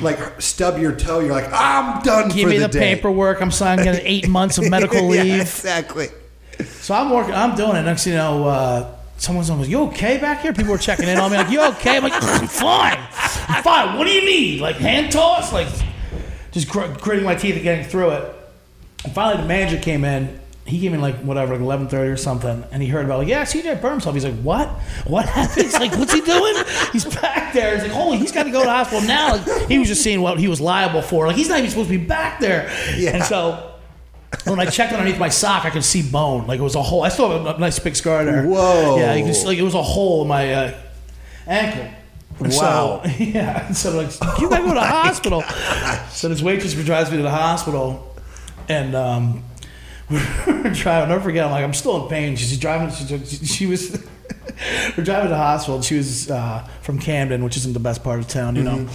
Speaker 2: like stub your toe, you're like, I'm done
Speaker 4: Give
Speaker 2: for
Speaker 4: me
Speaker 2: the,
Speaker 4: the,
Speaker 2: day. [laughs]
Speaker 4: paperwork. I'm signing an eight months of medical
Speaker 2: Yeah,
Speaker 4: leave.
Speaker 2: exactly.
Speaker 4: So I'm working. I'm doing it. Next, thing you know, uh, someone's almost, "You okay back here?" People are checking in on me, like, "You okay?" I'm like, "I'm fine. I'm fine. What do you need? Like hand toss? Like just gr- gritting my teeth and getting through it." And finally, the manager came in. He came in like whatever, like eleven thirty or something, and he heard about like, yeah, CJ burned himself. He's like, what? What happened? He's like, what's he doing? He's back there. He's like, holy, he's got to go to the hospital now. Like, he was just seeing what he was liable for. Like, he's not even supposed to be back there.
Speaker 2: Yeah.
Speaker 4: And so when I checked underneath my sock, I could see bone. Like it was a hole. I still have a nice big scar there.
Speaker 2: Whoa.
Speaker 4: Yeah, you can see, like it was a hole in my uh, ankle. And
Speaker 2: Wow.
Speaker 4: So, [laughs] yeah. And so like you gotta go to the hospital. So this waitress drives me to the hospital, and um, [laughs] we're driving. I'll never forget. I'm like I'm still in pain. She's driving. She, she was. [laughs] we're driving to the hospital. And she was uh, from Camden, which isn't the best part of town, you know,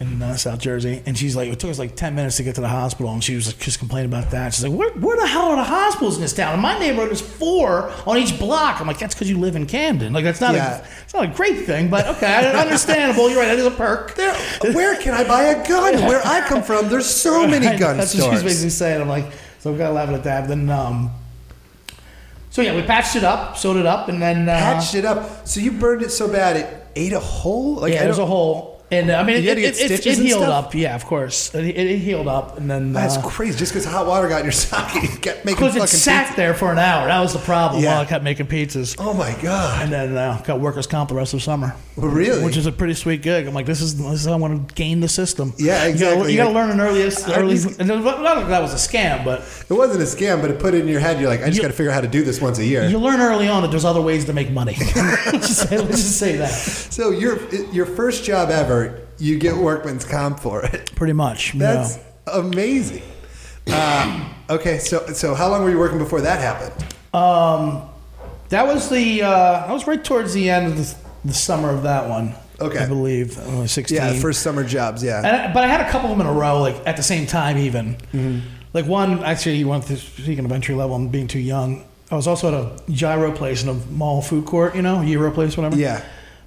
Speaker 4: in uh, South Jersey. And she's like, it took us like ten minutes to get to the hospital, and she was like, just complaining about that. She's like, where, where the hell are the hospitals in this town? In my neighborhood, there's four on each block. I'm like, that's because you live in Camden. Like that's not
Speaker 2: Yeah.
Speaker 4: a, it's not a great thing, but okay, understandable. You're right. That is a perk.
Speaker 2: There, where can I buy a gun? Where I come from, there's so many
Speaker 4: Right,
Speaker 2: gun
Speaker 4: [laughs] That's what she was
Speaker 2: stores.
Speaker 4: basically saying. I'm like, so So I've got to laugh at that. Then, um, so yeah, we patched it up, sewed it up, and then uh,
Speaker 2: Patched it up. So you burned it so bad it ate a hole. Like
Speaker 4: yeah,
Speaker 2: I
Speaker 4: it was
Speaker 2: don't-
Speaker 4: a hole, and uh, I mean,
Speaker 2: You had to
Speaker 4: it,
Speaker 2: get
Speaker 4: it, it,
Speaker 2: stitches
Speaker 4: it
Speaker 2: and
Speaker 4: healed
Speaker 2: stuff?
Speaker 4: up. Yeah, of course, it, it, it healed up, and then
Speaker 2: That's
Speaker 4: uh,
Speaker 2: crazy. Just because hot water got in your [laughs] socket, you kept making
Speaker 4: because
Speaker 2: fucking.
Speaker 4: it sat
Speaker 2: pizza.
Speaker 4: there for an hour. That was the problem.
Speaker 2: Yeah.
Speaker 4: While I kept making pizzas,
Speaker 2: Oh my god!
Speaker 4: and then uh, got workers' comp the rest of the summer.
Speaker 2: Really?
Speaker 4: Which is a pretty sweet gig. I'm like, this is this is how I want to gain the system.
Speaker 2: Yeah,
Speaker 4: You gotta-
Speaker 2: exactly.
Speaker 4: You got to
Speaker 2: Like,
Speaker 4: learn an earliest early.
Speaker 2: just-
Speaker 4: and then- Not that that was a scam, but
Speaker 2: It wasn't a scam, but it put it in your head. You're like, I just
Speaker 4: You-
Speaker 2: got to figure out how to do this once a year.
Speaker 4: you learn early on that there's other ways to
Speaker 2: [laughs]
Speaker 4: make money. [laughs] let's, just say, let's just say that.
Speaker 2: So your your first job ever, you get workman's comp for it.
Speaker 4: Pretty much. you know.
Speaker 2: That's amazing. Uh, okay, so so how long were you working before that happened?
Speaker 4: That was the. Uh, I was right towards the end of the, the summer of that one.
Speaker 2: Okay.
Speaker 4: I believe I was 16.
Speaker 2: Yeah, first summer jobs. Yeah.
Speaker 4: And I- but I had a couple of them in a row, like at the same time, even.
Speaker 2: Mm-hmm.
Speaker 4: Like one, actually, you went through, speaking of entry level and being too young. I was also at a gyro place in a mall food court, you know, gyro place, whatever.
Speaker 2: Yeah.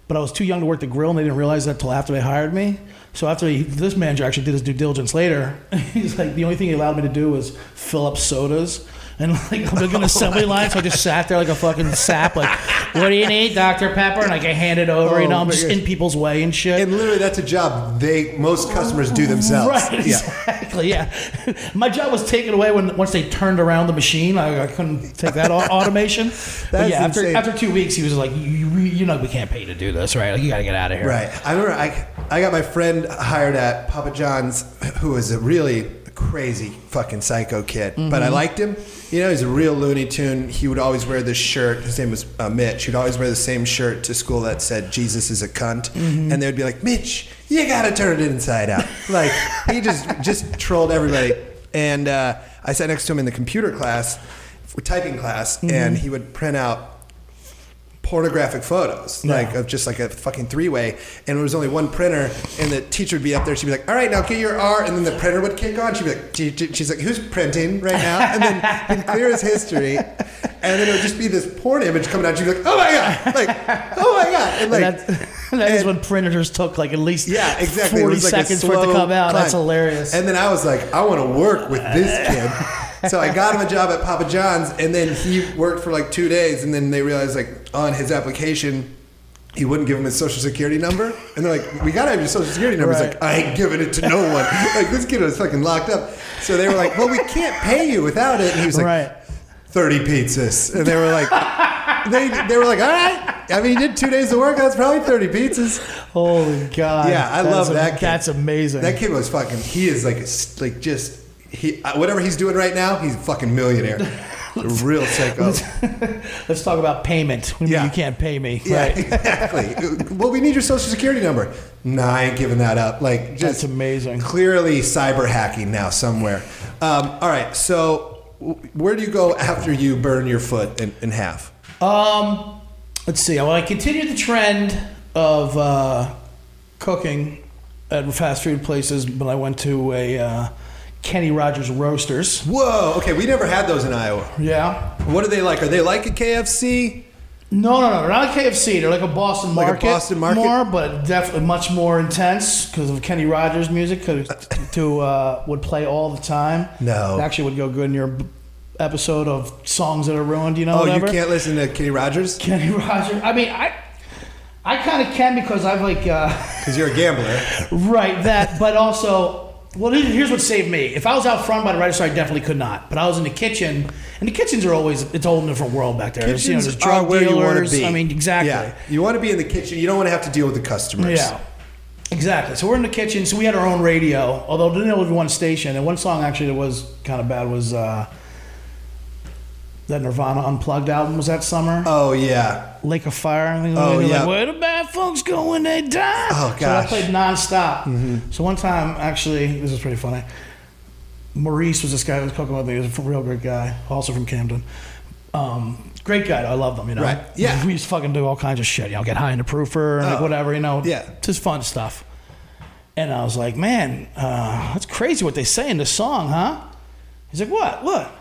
Speaker 4: But I was too young to work the grill, and they didn't realize that until after they hired me. So after he, this manager actually did his due diligence later, [laughs] he's like, the only thing he allowed me to do was fill up sodas. And like [laughs] I'm
Speaker 2: [laughs]
Speaker 4: an
Speaker 2: Oh
Speaker 4: assembly line, so I just sat there like a fucking sap. Like, what do you need, Dr. Pepper? And like I hand it over, you
Speaker 2: Oh,
Speaker 4: know, I'm
Speaker 2: my
Speaker 4: just
Speaker 2: gosh.
Speaker 4: in people's way and shit.
Speaker 2: And literally, that's a job they most customers do themselves.
Speaker 4: [laughs] Right,
Speaker 2: Yeah.
Speaker 4: exactly. Yeah, [laughs] my job was taken away when once they turned around the machine. I, I couldn't
Speaker 2: [laughs]
Speaker 4: take that au- automation. but
Speaker 2: That's
Speaker 4: yeah,
Speaker 2: insane.
Speaker 4: after after two weeks, he was like, "You- "You re- you know we can't pay you to do this, right? Like you got to get out of here."
Speaker 2: Right. I remember I, I got my friend hired at Papa John's, who was a really crazy fucking psycho kid, but I liked him. You know, he's a real Looney Tune. He would always wear this shirt. His name was uh, Mitch. He'd always wear the same shirt to school that said "Jesus is a cunt," and they would be like, "Mitch, you gotta turn it inside out." Like he just just trolled everybody. And uh, I sat next to him in the computer class, typing class, and he would print out pornographic photos, like of just like a fucking three way, and it was only one printer, and the teacher would be up there, she'd be like, "All right, now get your R," and then the printer would kick on. She'd be like, "Gee, gee," "She's like, who's printing right now?" And then he'd clear his history, and then it would just be this porn image coming out. She'd be like, "Oh my god!" Like, "Oh my god!" And like.
Speaker 4: That, [laughs] that is
Speaker 2: and-
Speaker 4: when printers took like at least
Speaker 2: yeah, exactly. It
Speaker 4: forty
Speaker 2: was like a
Speaker 4: seconds for it to
Speaker 2: slow
Speaker 4: come out. That's
Speaker 2: climb.
Speaker 4: hilarious.
Speaker 2: And then I was like, I want to work with this
Speaker 4: [laughs]
Speaker 2: kid. so I got him a job at Papa John's, and then he worked for like two days, and then they realized like on his application. He wouldn't give him his social security number, and they're like, "We gotta have your social security number." He's
Speaker 4: Right.
Speaker 2: like, "I ain't giving it to no one." [laughs] like this kid was fucking locked up, so they were like, "Well, we can't pay you without it." And he was like,
Speaker 4: right.
Speaker 2: 30 pizzas. And they were like, [laughs] they, they were like, all right. I mean, you did two days of work. That's probably 30 pizzas.
Speaker 4: Holy God.
Speaker 2: Yeah, I
Speaker 4: That's
Speaker 2: love
Speaker 4: am-
Speaker 2: that kid.
Speaker 4: That's amazing.
Speaker 2: That kid was fucking, he is like, a s- like just, he, uh, whatever he's doing right now, he's a fucking
Speaker 4: [laughs]
Speaker 2: millionaire. A real [laughs] psycho.
Speaker 4: Let's talk about payment. What do you mean
Speaker 2: Yeah.
Speaker 4: You can't pay me.
Speaker 2: Yeah,
Speaker 4: Right. [laughs]
Speaker 2: exactly. well, we need your social security number. Nah, I ain't giving that up. Like, just
Speaker 4: That's amazing.
Speaker 2: Clearly, cyber hacking now somewhere. Um, all right, so w- where do you go after you burn your foot in, in half?
Speaker 4: Um, let's see. I want to continue the trend of uh, cooking at fast food places, but I went to a uh, Kenny Rogers Roasters.
Speaker 2: Whoa. Okay, we never had those in Iowa.
Speaker 4: Yeah.
Speaker 2: What are they like? Are they like a KFC?
Speaker 4: No, no, no. They're not a KFC. They're like a Boston
Speaker 2: Like a
Speaker 4: market.
Speaker 2: Boston market?
Speaker 4: More, but definitely much more intense because of Kenny Rogers music. Cause
Speaker 2: [laughs]
Speaker 4: to uh, would play all the time.
Speaker 2: No.
Speaker 4: It actually would go good in your b- episode of songs that are ruined. You know.
Speaker 2: Oh,
Speaker 4: whatever.
Speaker 2: you can't listen to Kenny Rogers
Speaker 4: Kenny Rogers. I mean, I, I kind of can because I've like. Uh, [laughs]
Speaker 2: because you're a gambler.
Speaker 4: Right, that, but also, well, here- here's what saved me. If I was out front by the register, I definitely could not. But I was in the kitchen, and the kitchens are always, it's a whole different world back there. There's, you know,
Speaker 2: Kitchens
Speaker 4: there's
Speaker 2: are
Speaker 4: drug
Speaker 2: where you want
Speaker 4: dealers.
Speaker 2: to be.
Speaker 4: I mean, exactly.
Speaker 2: Yeah, you want to be in the kitchen. You don't want to have to deal with the customers.
Speaker 4: Yeah, exactly. So we're in the kitchen. So we had our own radio, although it didn't have one station. And one song actually that was kind of bad was uh, that Nirvana Unplugged album was that summer.
Speaker 2: Oh yeah.
Speaker 4: Lake of Fire. I think
Speaker 2: Oh,
Speaker 4: oh,
Speaker 2: yeah.
Speaker 4: Like, Where the bad folks go when they die.
Speaker 2: Oh,
Speaker 4: So I
Speaker 2: gosh. Mm-hmm.
Speaker 4: played nonstop. So one time, actually, this is pretty funny. Maurice was this guy who was cooking with me. He was a real great guy, also from Camden. Um, great guy. though. I love them. You know.
Speaker 2: Right. Yeah.
Speaker 4: [laughs] We used to fucking do all kinds of shit. You know, get high in the proofer and like
Speaker 2: Oh.
Speaker 4: whatever. You know.
Speaker 2: Yeah.
Speaker 4: Just fun stuff. And I was like, man, uh, that's crazy what they say in this song, huh? He's like, what? What?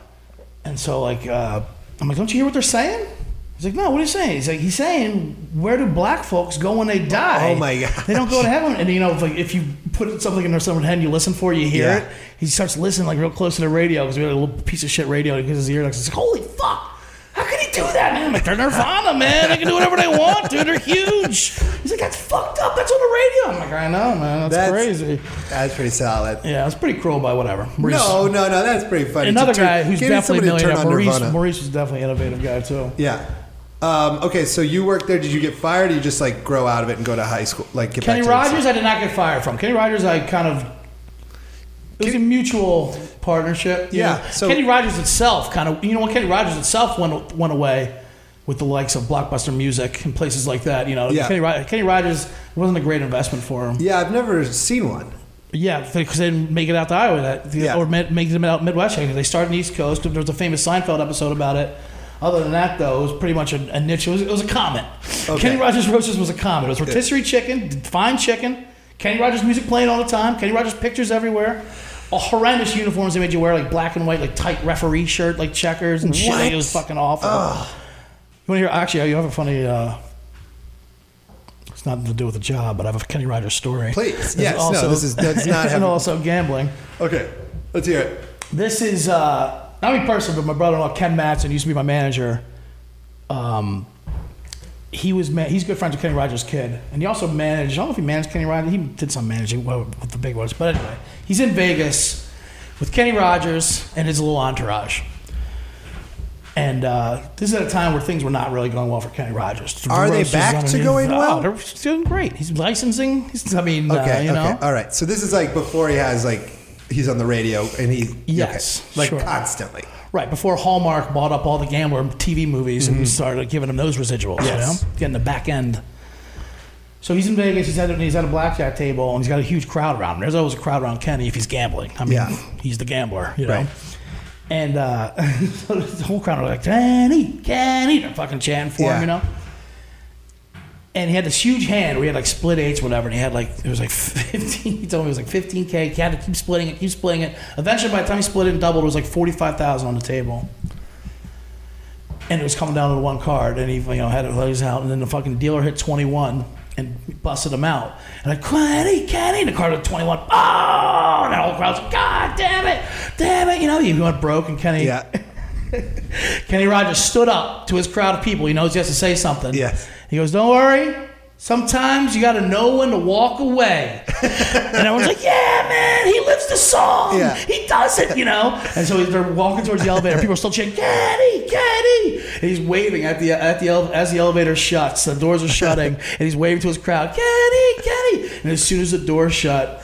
Speaker 4: And so like, uh, I'm like, don't you hear what they're saying? He's like, no, what are you saying? He's like, he's saying, where do black folks go when they die?
Speaker 2: Oh, my gosh.
Speaker 4: They don't go to heaven. And you know, if, like, if you put something in someone's head and you listen for it, you hear
Speaker 2: Yeah.
Speaker 4: it. He starts listening like real close to the radio because we had a little piece of shit radio. He gets his ear He's like, holy fuck. How can he do that, man? I'm like, they're Nirvana, man. They can do whatever they want, dude. They're huge. He's like, that's fucked up. That's on the radio. I'm like, I know, man. That's,
Speaker 2: That's-
Speaker 4: crazy.
Speaker 2: That's pretty solid.
Speaker 4: Yeah, it's pretty cruel, but whatever. Maurice-
Speaker 2: No, no, no. That's pretty funny.
Speaker 4: Another
Speaker 2: To turn-
Speaker 4: guy who's
Speaker 2: getting
Speaker 4: definitely
Speaker 2: somebody to turn
Speaker 4: millionaire.
Speaker 2: on
Speaker 4: Maurice,
Speaker 2: Nirvana.
Speaker 4: Maurice was definitely an innovative guy, too.
Speaker 2: Yeah. Um, okay, so you worked there. Did you get fired? Or you just like grow out of it and go to high school? Like get
Speaker 4: Kenny
Speaker 2: back to yourself?
Speaker 4: Rogers, I did not get fired from. Kenny Rogers, I kind of. It was a mutual partnership. you
Speaker 2: Yeah,
Speaker 4: know.
Speaker 2: so-
Speaker 4: Kenny Rogers itself kind of, you know, when Kenny Rogers itself went went away with the likes of Blockbuster Music and places like that, you know,
Speaker 2: Yeah.
Speaker 4: Kenny, Ro- Kenny Rogers wasn't a great investment for him.
Speaker 2: Yeah, I've never seen one.
Speaker 4: Yeah, because they didn't make it out to Iowa that,
Speaker 2: Yeah.
Speaker 4: or mid, make it out Midwest. They started in the East Coast. There was a famous Seinfeld episode about it. Other than that, though, it was pretty much a, a niche. It was, it was a comment.
Speaker 2: Okay.
Speaker 4: Kenny Rogers Roaches was a comment. It was rotisserie chicken, fine chicken. Kenny Rogers music playing all the time. Kenny Rogers pictures everywhere. A horrendous uniforms they made you wear, like black and white, like tight referee shirt, like checkers and shit. Like, it was fucking awful. You want to hear? Actually, you have a funny. Uh, it's nothing to do with the job, but I have a Kenny Rogers story.
Speaker 2: Please.
Speaker 4: It's
Speaker 2: Yes. No, this is-
Speaker 4: [laughs]
Speaker 2: that's not
Speaker 4: and
Speaker 2: having-
Speaker 4: also gambling.
Speaker 2: Okay, let's hear it.
Speaker 4: This is uh, not me personally, but my brother-in-law Ken Matson used to be my manager. Um, he was ma- he's good friends with Kenny Rogers' kid, and he also managed. I don't know if he managed Kenny Rogers. He did some managing well, with the big ones, but anyway, he's in Vegas with Kenny Rogers and his little entourage. And uh, this is at a time where things were not really going well for Kenny Rogers.
Speaker 2: Are they
Speaker 4: Roses
Speaker 2: back to
Speaker 4: underneath-
Speaker 2: going well?
Speaker 4: Oh, they're doing great. He's licensing. He's, I mean, uh,
Speaker 2: Okay.
Speaker 4: you know,
Speaker 2: okay. All right. So this is like before he has like he's on the radio and he
Speaker 4: Yes,
Speaker 2: okay. like
Speaker 4: sure.
Speaker 2: constantly.
Speaker 4: Right before Hallmark bought up all the Gambler TV movies and started giving him those residuals,
Speaker 2: Mm-hmm. Yes.
Speaker 4: you know, getting the back end. So he's in Vegas. He's at he's at a blackjack table and he's got a huge crowd around him. There's always a crowd around Kenny if he's gambling. I mean,
Speaker 2: Yeah.
Speaker 4: he's the gambler, you know.
Speaker 2: Right.
Speaker 4: And uh, [laughs] so the whole crowd are like Kenny, Kenny, they're fucking chanting for
Speaker 2: Yeah.
Speaker 4: him, you know. And he had this huge hand. where he had like split eights, whatever. And he had like it was like [laughs] fifteen. He told me it was like fifteen k. He had to keep splitting it, keep splitting it. Eventually, by the time he split it and doubled, it was like forty five thousand on the table and it was coming down to the one card, and he you know had it lays out, and then the fucking dealer hit 21 and busted him out, and I Kenny, Kenny, and the card at 21, oh, and the whole crowd's like, God damn it, damn it, you know, he went broke, and Kenny,
Speaker 2: Yeah. [laughs]
Speaker 4: Kenny Rogers stood up to his crowd of people. He knows he has to say something.
Speaker 2: Yes.
Speaker 4: He goes, Don't worry. Sometimes you got to know when to walk away. and everyone's like, Yeah, man, he lives the song.
Speaker 2: Yeah.
Speaker 4: He does it, you know? And so they're walking towards the elevator. People are still chanting, Kenny, Kenny. And he's waving at the, at the ele- as the elevator shuts. The doors are shutting. and he's waving to his crowd, Kenny, Kenny. And as soon as the door shut,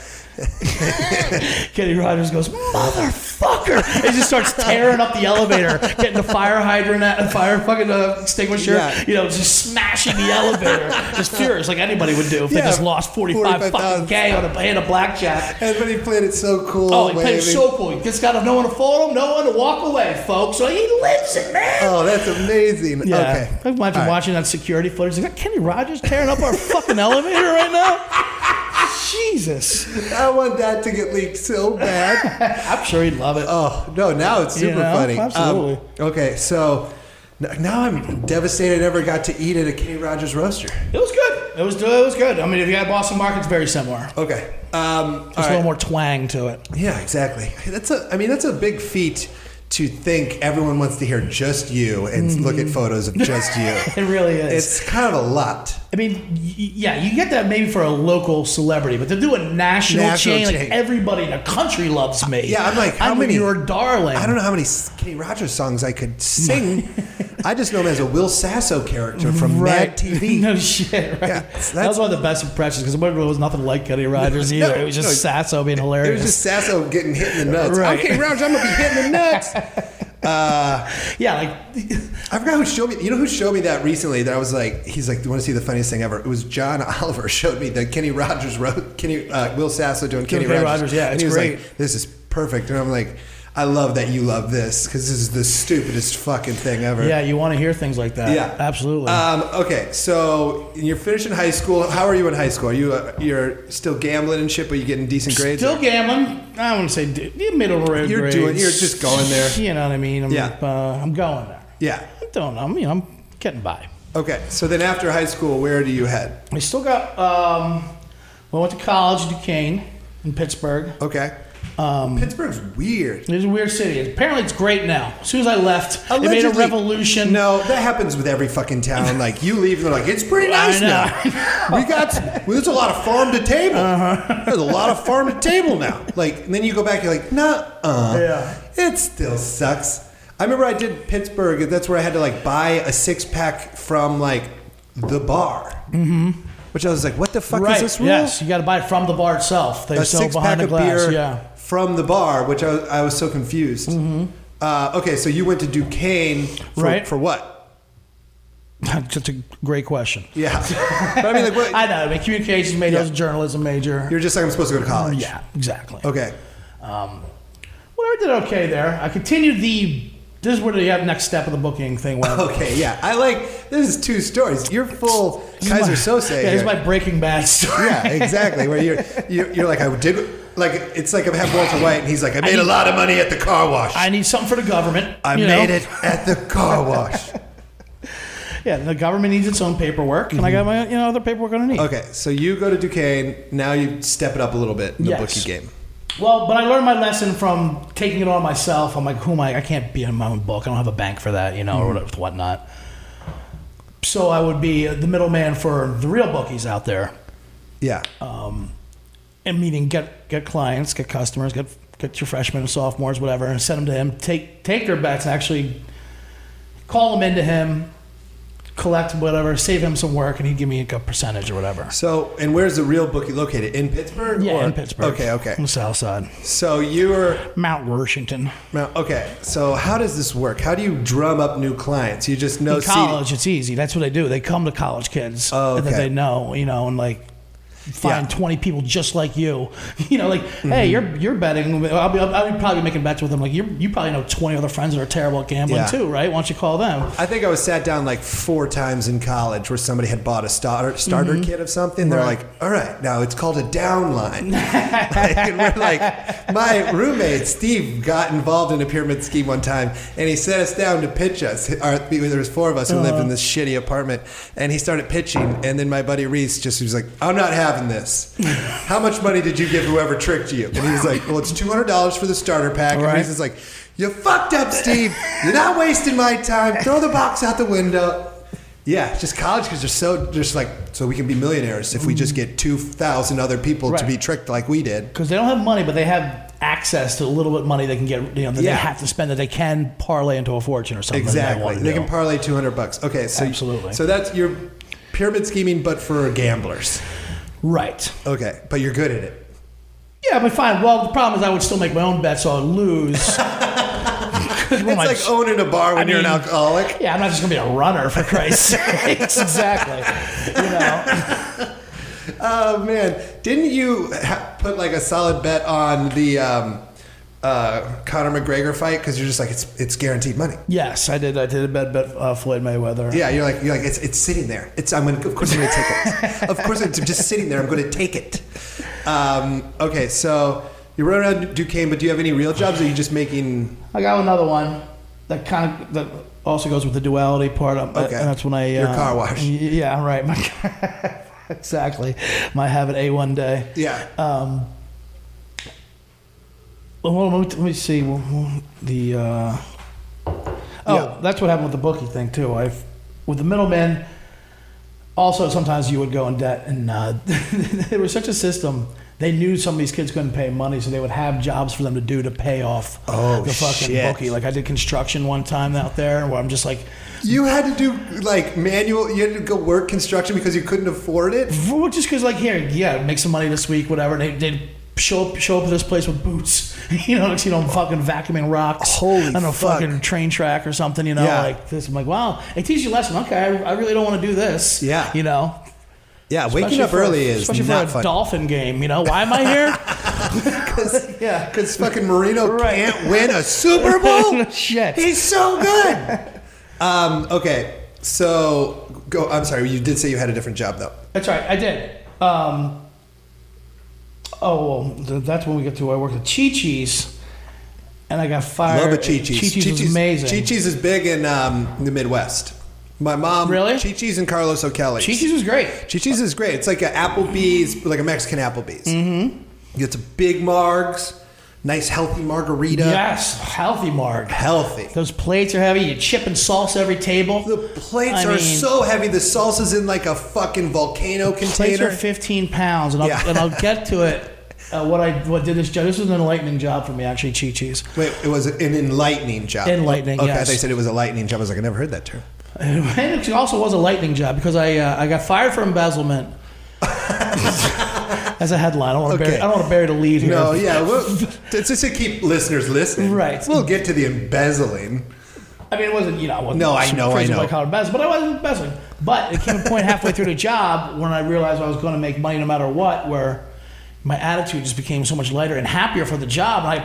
Speaker 4: [laughs] Kenny Rogers goes, motherfucker! And he just starts tearing up the elevator, getting the fire hydrant, at, fire fucking uh, extinguisher,
Speaker 2: Yeah.
Speaker 4: you know, just smashing the elevator, just furious, like anybody would do if
Speaker 2: Yeah.
Speaker 4: they just lost 45
Speaker 2: 45,000.
Speaker 4: fucking K on a hand of blackjack.
Speaker 2: Everybody played it so cool.
Speaker 4: Oh, he played
Speaker 2: waving.
Speaker 4: so cool. He just got to know when to follow him, no one to walk away, folks. So he lives it, man.
Speaker 2: Oh, that's amazing.
Speaker 4: Yeah.
Speaker 2: Okay.
Speaker 4: I can imagine
Speaker 2: All right.
Speaker 4: watching that security footage. Like, Kenny Rogers tearing up our fucking elevator right now? [laughs] Jesus. [laughs]
Speaker 2: I want that to get leaked so bad.
Speaker 4: I'm sure he'd love it.
Speaker 2: Oh no! Now it's super
Speaker 4: You know,
Speaker 2: funny. Um,
Speaker 4: absolutely.
Speaker 2: okay, so n- now I'm devastated. I never got to eat at a Kenny Rogers roaster.
Speaker 4: It was good. It was it was good. I mean, if you had Boston Market, it's very similar. There's
Speaker 2: Okay. Um, all
Speaker 4: a
Speaker 2: right.
Speaker 4: little more twang to it.
Speaker 2: Yeah, exactly. That's a. I mean, that's a big feat to think everyone wants to hear just you and look at photos of
Speaker 4: [laughs]
Speaker 2: just
Speaker 4: Mm-hmm. It
Speaker 2: you.
Speaker 4: really is.
Speaker 2: it's kind of a lot.
Speaker 4: I mean, y- yeah, you get that maybe for a local celebrity, but to do a national,
Speaker 2: National
Speaker 4: chain,
Speaker 2: chain.
Speaker 4: like everybody in the country loves me.
Speaker 2: Yeah, I'm like, how
Speaker 4: I'm
Speaker 2: many-
Speaker 4: your darling.
Speaker 2: I don't know how many s- Kenny Rogers songs I could
Speaker 4: [laughs]
Speaker 2: sing. I just know him as a Will Sasso character from
Speaker 4: [laughs]
Speaker 2: Mad TV.
Speaker 4: no shit, right?
Speaker 2: Yeah, so
Speaker 4: that
Speaker 2: that's-
Speaker 4: was one of the best impressions because there was nothing like Kenny Rogers
Speaker 2: No,
Speaker 4: either. it was just
Speaker 2: no,
Speaker 4: Sasso being hilarious.
Speaker 2: It was just Sasso getting hit in the nuts.
Speaker 4: Right.
Speaker 2: I'm Kenny Rogers. I'm gonna be hitting the
Speaker 4: [laughs]
Speaker 2: nuts.
Speaker 4: yeah, like [laughs]
Speaker 2: I forgot who showed me. You know who showed me that recently? That I was like, he's like, want to see the funniest thing ever? It was John [laughs] Oliver showed me that Kenny Rogers wrote Kenny uh, Will Sasso doing Kenny,
Speaker 4: Kenny
Speaker 2: Rogers.
Speaker 4: Rogers, yeah,
Speaker 2: and
Speaker 4: it's
Speaker 2: he was like,
Speaker 4: great.
Speaker 2: this is perfect. And I'm like, I love that you love this because this is the stupidest fucking thing ever.
Speaker 4: yeah, you want to hear things like that.
Speaker 2: Yeah.
Speaker 4: absolutely.
Speaker 2: Um, okay, so you're finishing high school. How are you in high school? Are you uh, you're still gambling and shit, but you getting decent grades?
Speaker 4: Still gambling. I want to say d- you're middle of the road.
Speaker 2: You're
Speaker 4: grades.
Speaker 2: doing- you're just going there.
Speaker 4: You know what I mean? I'm,
Speaker 2: Yeah.
Speaker 4: uh, I'm going there.
Speaker 2: yeah.
Speaker 4: I don't know. I mean, I'm getting by.
Speaker 2: Okay, so then after high school, where do you head?
Speaker 4: We still got. Um, well, I went to college, Duquesne, in Pittsburgh.
Speaker 2: Okay.
Speaker 4: Um,
Speaker 2: Pittsburgh's weird.
Speaker 4: It's a weird city. Apparently, it's great now. As soon as I left, it made a
Speaker 2: Allegedly-
Speaker 4: revolution.
Speaker 2: No, that happens with every fucking
Speaker 4: [laughs]
Speaker 2: town. Like you leave, they're like, it's pretty
Speaker 4: I
Speaker 2: nice
Speaker 4: know, [laughs] Uh-huh.
Speaker 2: now. We got well, there's a lot of farm to table. There's a lot of farm to table now. Like and then you go back, you're like, nah, uh,
Speaker 4: Yeah.
Speaker 2: it still sucks. I remember I did Pittsburgh. and That's where I had to like buy a six pack from like the bar, mm-hmm. which I was like, what the fuck
Speaker 4: right?
Speaker 2: is this rule?
Speaker 4: Yes, you got to buy it from the bar itself. They
Speaker 2: a
Speaker 4: sell
Speaker 2: six pack
Speaker 4: behind the
Speaker 2: of
Speaker 4: glass.
Speaker 2: beer
Speaker 4: Yeah. Mm-hmm.
Speaker 2: from the bar, which I was, I was so confused. Uh, okay, so you went to Duquesne for,
Speaker 4: Right.
Speaker 2: for what?
Speaker 4: [laughs] That's a great question.
Speaker 2: Yeah, [laughs] but I mean, like, what,
Speaker 4: I know. I mean, communications major, I was a
Speaker 2: Yeah.
Speaker 4: journalism major.
Speaker 2: you're just like I'm supposed to go to college.
Speaker 4: yeah, exactly.
Speaker 2: Okay.
Speaker 4: Well, I did okay there. I continued the. This is where the uh, next step of the booking thing went.
Speaker 2: Okay. Yeah, I like this is two stories. You're full Kaiser Sose.
Speaker 4: Yeah, this is
Speaker 2: here.
Speaker 4: my Breaking Bad [laughs]
Speaker 2: [laughs]
Speaker 4: story.
Speaker 2: yeah, exactly. Where you're, you're you're like I did like it's like I have Walter White and he's like I made a
Speaker 4: need-
Speaker 2: lot of money at the car wash. I,
Speaker 4: I need something for the government. you know?
Speaker 2: made it at the car
Speaker 4: [laughs]
Speaker 2: wash.
Speaker 4: Yeah, the government needs its own paperwork, and I got my you know other paperwork I need.
Speaker 2: Mm-hmm. okay, so you go to Duquesne. Now you step it up a little bit in the
Speaker 4: Yes.
Speaker 2: bookie game.
Speaker 4: Well, but I learned my lesson from taking it on myself. I'm like, who am I? I can't be in my own book. I don't have a bank for that, you know, or
Speaker 2: Mm-hmm.
Speaker 4: whatever- whatnot. So I would be the middleman for the real bookies out there,
Speaker 2: Yeah.
Speaker 4: and meaning get get clients, get customers, get get your freshmen and sophomores, whatever, and send them to him. Take take their bets and actually call them into him, collect whatever, save him some work, and he'd give me like a percentage or whatever.
Speaker 2: So, and where's the real bookie located? In Pittsburgh?
Speaker 4: Yeah,
Speaker 2: or-
Speaker 4: in Pittsburgh.
Speaker 2: Okay, okay.
Speaker 4: On the south side,
Speaker 2: So you're
Speaker 4: Mount Washington.
Speaker 2: now, okay. So how does this work? How do you drum up new clients? You just know
Speaker 4: in college, it's easy. That's what they do. They come to college kids
Speaker 2: Oh,
Speaker 4: that
Speaker 2: okay.
Speaker 4: they know, you know, and like find
Speaker 2: Yeah. Mm-hmm.
Speaker 4: 20 people just like you. [laughs] You know, like, hey, you're you're betting. I'll be, I'll be probably making bets with them. Like, you you probably know 20 other friends that are terrible at gambling
Speaker 2: Yeah.
Speaker 4: too, right? Why don't you call them?
Speaker 2: I think I was sat down like four times in college where somebody had bought a starter, starter kit of something. They're
Speaker 4: Mm-hmm. Right.
Speaker 2: like, all right, now it's called a
Speaker 4: [laughs]
Speaker 2: downline. like, [laughs] and we're like, my roommate, Steve, got involved in a pyramid scheme one time and he set us down to pitch us. Our, there was four of us who lived in this
Speaker 4: Oh.
Speaker 2: shitty apartment and he started pitching. And then my buddy Reese just was like, I'm not having
Speaker 4: [laughs]
Speaker 2: this. How much money did you give whoever tricked you? And he was like, well, it's $200 for the starter pack.
Speaker 4: Right.
Speaker 2: And Reese is like, you fucked up, Steve. You're not wasting my time. Throw the box out the window. Yeah, it's just college because they're so just like so we can be millionaires if we just get two thousand other people to
Speaker 4: Right.
Speaker 2: be tricked like we did.
Speaker 4: Because they don't have money, but they have access to a little bit of money they can get, you know, that
Speaker 2: Yeah.
Speaker 4: they have to spend that they can parlay into a fortune or something. that
Speaker 2: Exactly,
Speaker 4: want to
Speaker 2: they
Speaker 4: do.
Speaker 2: can parlay two hundred bucks. Okay, so
Speaker 4: Absolutely.
Speaker 2: So that's your pyramid scheming, but for gamblers.
Speaker 4: right.
Speaker 2: Okay, but you're good at it.
Speaker 4: Oh Yeah, but fine. Well, the problem is I would still make my own bets, so I'd
Speaker 2: [laughs]
Speaker 4: lose. 'Cause what am
Speaker 2: It's
Speaker 4: I-
Speaker 2: like owning a bar when
Speaker 4: I
Speaker 2: you're an
Speaker 4: mean-
Speaker 2: alcoholic.
Speaker 4: Yeah, I'm not just gonna be a runner for Christ's [laughs] sakes. exactly. You know.
Speaker 2: Oh man, didn't you ha- put like a solid bet on the um, uh, Conor McGregor fight because you're just like it's it's guaranteed money.
Speaker 4: Yes, I did. I did a bet bet uh, Floyd Mayweather.
Speaker 2: Yeah, you're like you're like it's it's sitting there. It's I'm gonna of course I'm gonna take
Speaker 4: [laughs]
Speaker 2: it. of course it's just sitting there. I'm gonna take it. Um, okay, so you run around Duquesne, but do you have any real jobs? Or are you just making?
Speaker 4: I got another one that kind of that also goes with the duality part. Um,
Speaker 2: Okay.
Speaker 4: and that's when I uh,
Speaker 2: Your car wash.
Speaker 4: [laughs] Yeah, right. My [laughs] exactly. My habit a one day.
Speaker 2: Yeah,
Speaker 4: Um, well, hold on, let me, let me see. Well, well, The uh, oh,
Speaker 2: Yeah.
Speaker 4: that's what happened with the bookie thing too. I have with the middleman. Also, sometimes you would go in debt, and uh, [laughs] there was such a system. They knew some of these kids couldn't pay money, so they would have jobs for them to do to pay off
Speaker 2: Oh,
Speaker 4: the fucking
Speaker 2: shit.
Speaker 4: bookie. Like I did construction one time out there, where I'm just like,
Speaker 2: you had to do like manual. You had to go work construction because you couldn't afford it.
Speaker 4: Well, just because, like, here, yeah, make some money this week, whatever. They they show up show up at this place with boots, [laughs] you know, 'cause, you know, I'm fucking vacuuming rocks
Speaker 2: Holy
Speaker 4: on a
Speaker 2: fuck.
Speaker 4: fucking train track or something, you know,
Speaker 2: Yeah.
Speaker 4: like this. I'm like, wow, it teaches you a lesson. Okay, I, I really don't want to do this.
Speaker 2: Yeah.
Speaker 4: you know.
Speaker 2: Yeah,
Speaker 4: Especially for- especially for a dolphin game. You know, why am I
Speaker 2: [laughs]
Speaker 4: here? [laughs] yeah.
Speaker 2: Because fucking Marino
Speaker 4: Right.
Speaker 2: can't win a
Speaker 4: [laughs]
Speaker 2: Super Bowl.
Speaker 4: Shit.
Speaker 2: he's so
Speaker 4: [laughs]
Speaker 2: good. um, okay, so go. I'm sorry, you did say you had a different job though.
Speaker 4: That's right, I did. Um, oh, well, th- that's when we get to where I worked at Chi Chi's. And I got fired.
Speaker 2: Love a Chi-Chi's.
Speaker 4: Chi-Chi's was amazing.
Speaker 2: Chi-Chi's is big in um, the Midwest. My mom,
Speaker 4: Really?
Speaker 2: Chi-Chi's and Carlos O'Kelly.
Speaker 4: Chi-Chi's was great.
Speaker 2: Chi-Chi's is great. It's like an Applebee's, like a Mexican Applebee's. Mm-hmm. You get some big margs, nice healthy margarita.
Speaker 4: Yes, healthy marg.
Speaker 2: Healthy.
Speaker 4: Those plates are heavy. You chip and salsa every table.
Speaker 2: The plates
Speaker 4: I
Speaker 2: are
Speaker 4: mean,
Speaker 2: so heavy. The salsa's in like a fucking volcano
Speaker 4: plates
Speaker 2: container.
Speaker 4: are 15 pounds, and I'll,
Speaker 2: Yeah. [laughs]
Speaker 4: and I'll get to it. Uh, what I what did this job? This was an enlightening job for me, actually. Chi Chi's.
Speaker 2: Wait, it was an enlightening job.
Speaker 4: Enlightening,
Speaker 2: Okay,
Speaker 4: yes.
Speaker 2: they said it was a lightning job. I was like, I never heard that term.
Speaker 4: And it also was a lightning job because I uh, I got fired for embezzlement.
Speaker 2: [laughs]
Speaker 4: As a headline, I don't want to
Speaker 2: Okay.
Speaker 4: bury I don't want to bury the lead here.
Speaker 2: No, yeah, well, it's just to keep listeners listening.
Speaker 4: Right.
Speaker 2: We'll get to the embezzling.
Speaker 4: I mean, it wasn't, you know, I wasn't
Speaker 2: No, I know, I
Speaker 4: crazy
Speaker 2: know.
Speaker 4: white collar embezzling, but I wasn't embezzling. But it came a point halfway
Speaker 2: [laughs]
Speaker 4: through the job when I realized I was going to make money no matter what, where my attitude just became so much lighter and happier for the job. And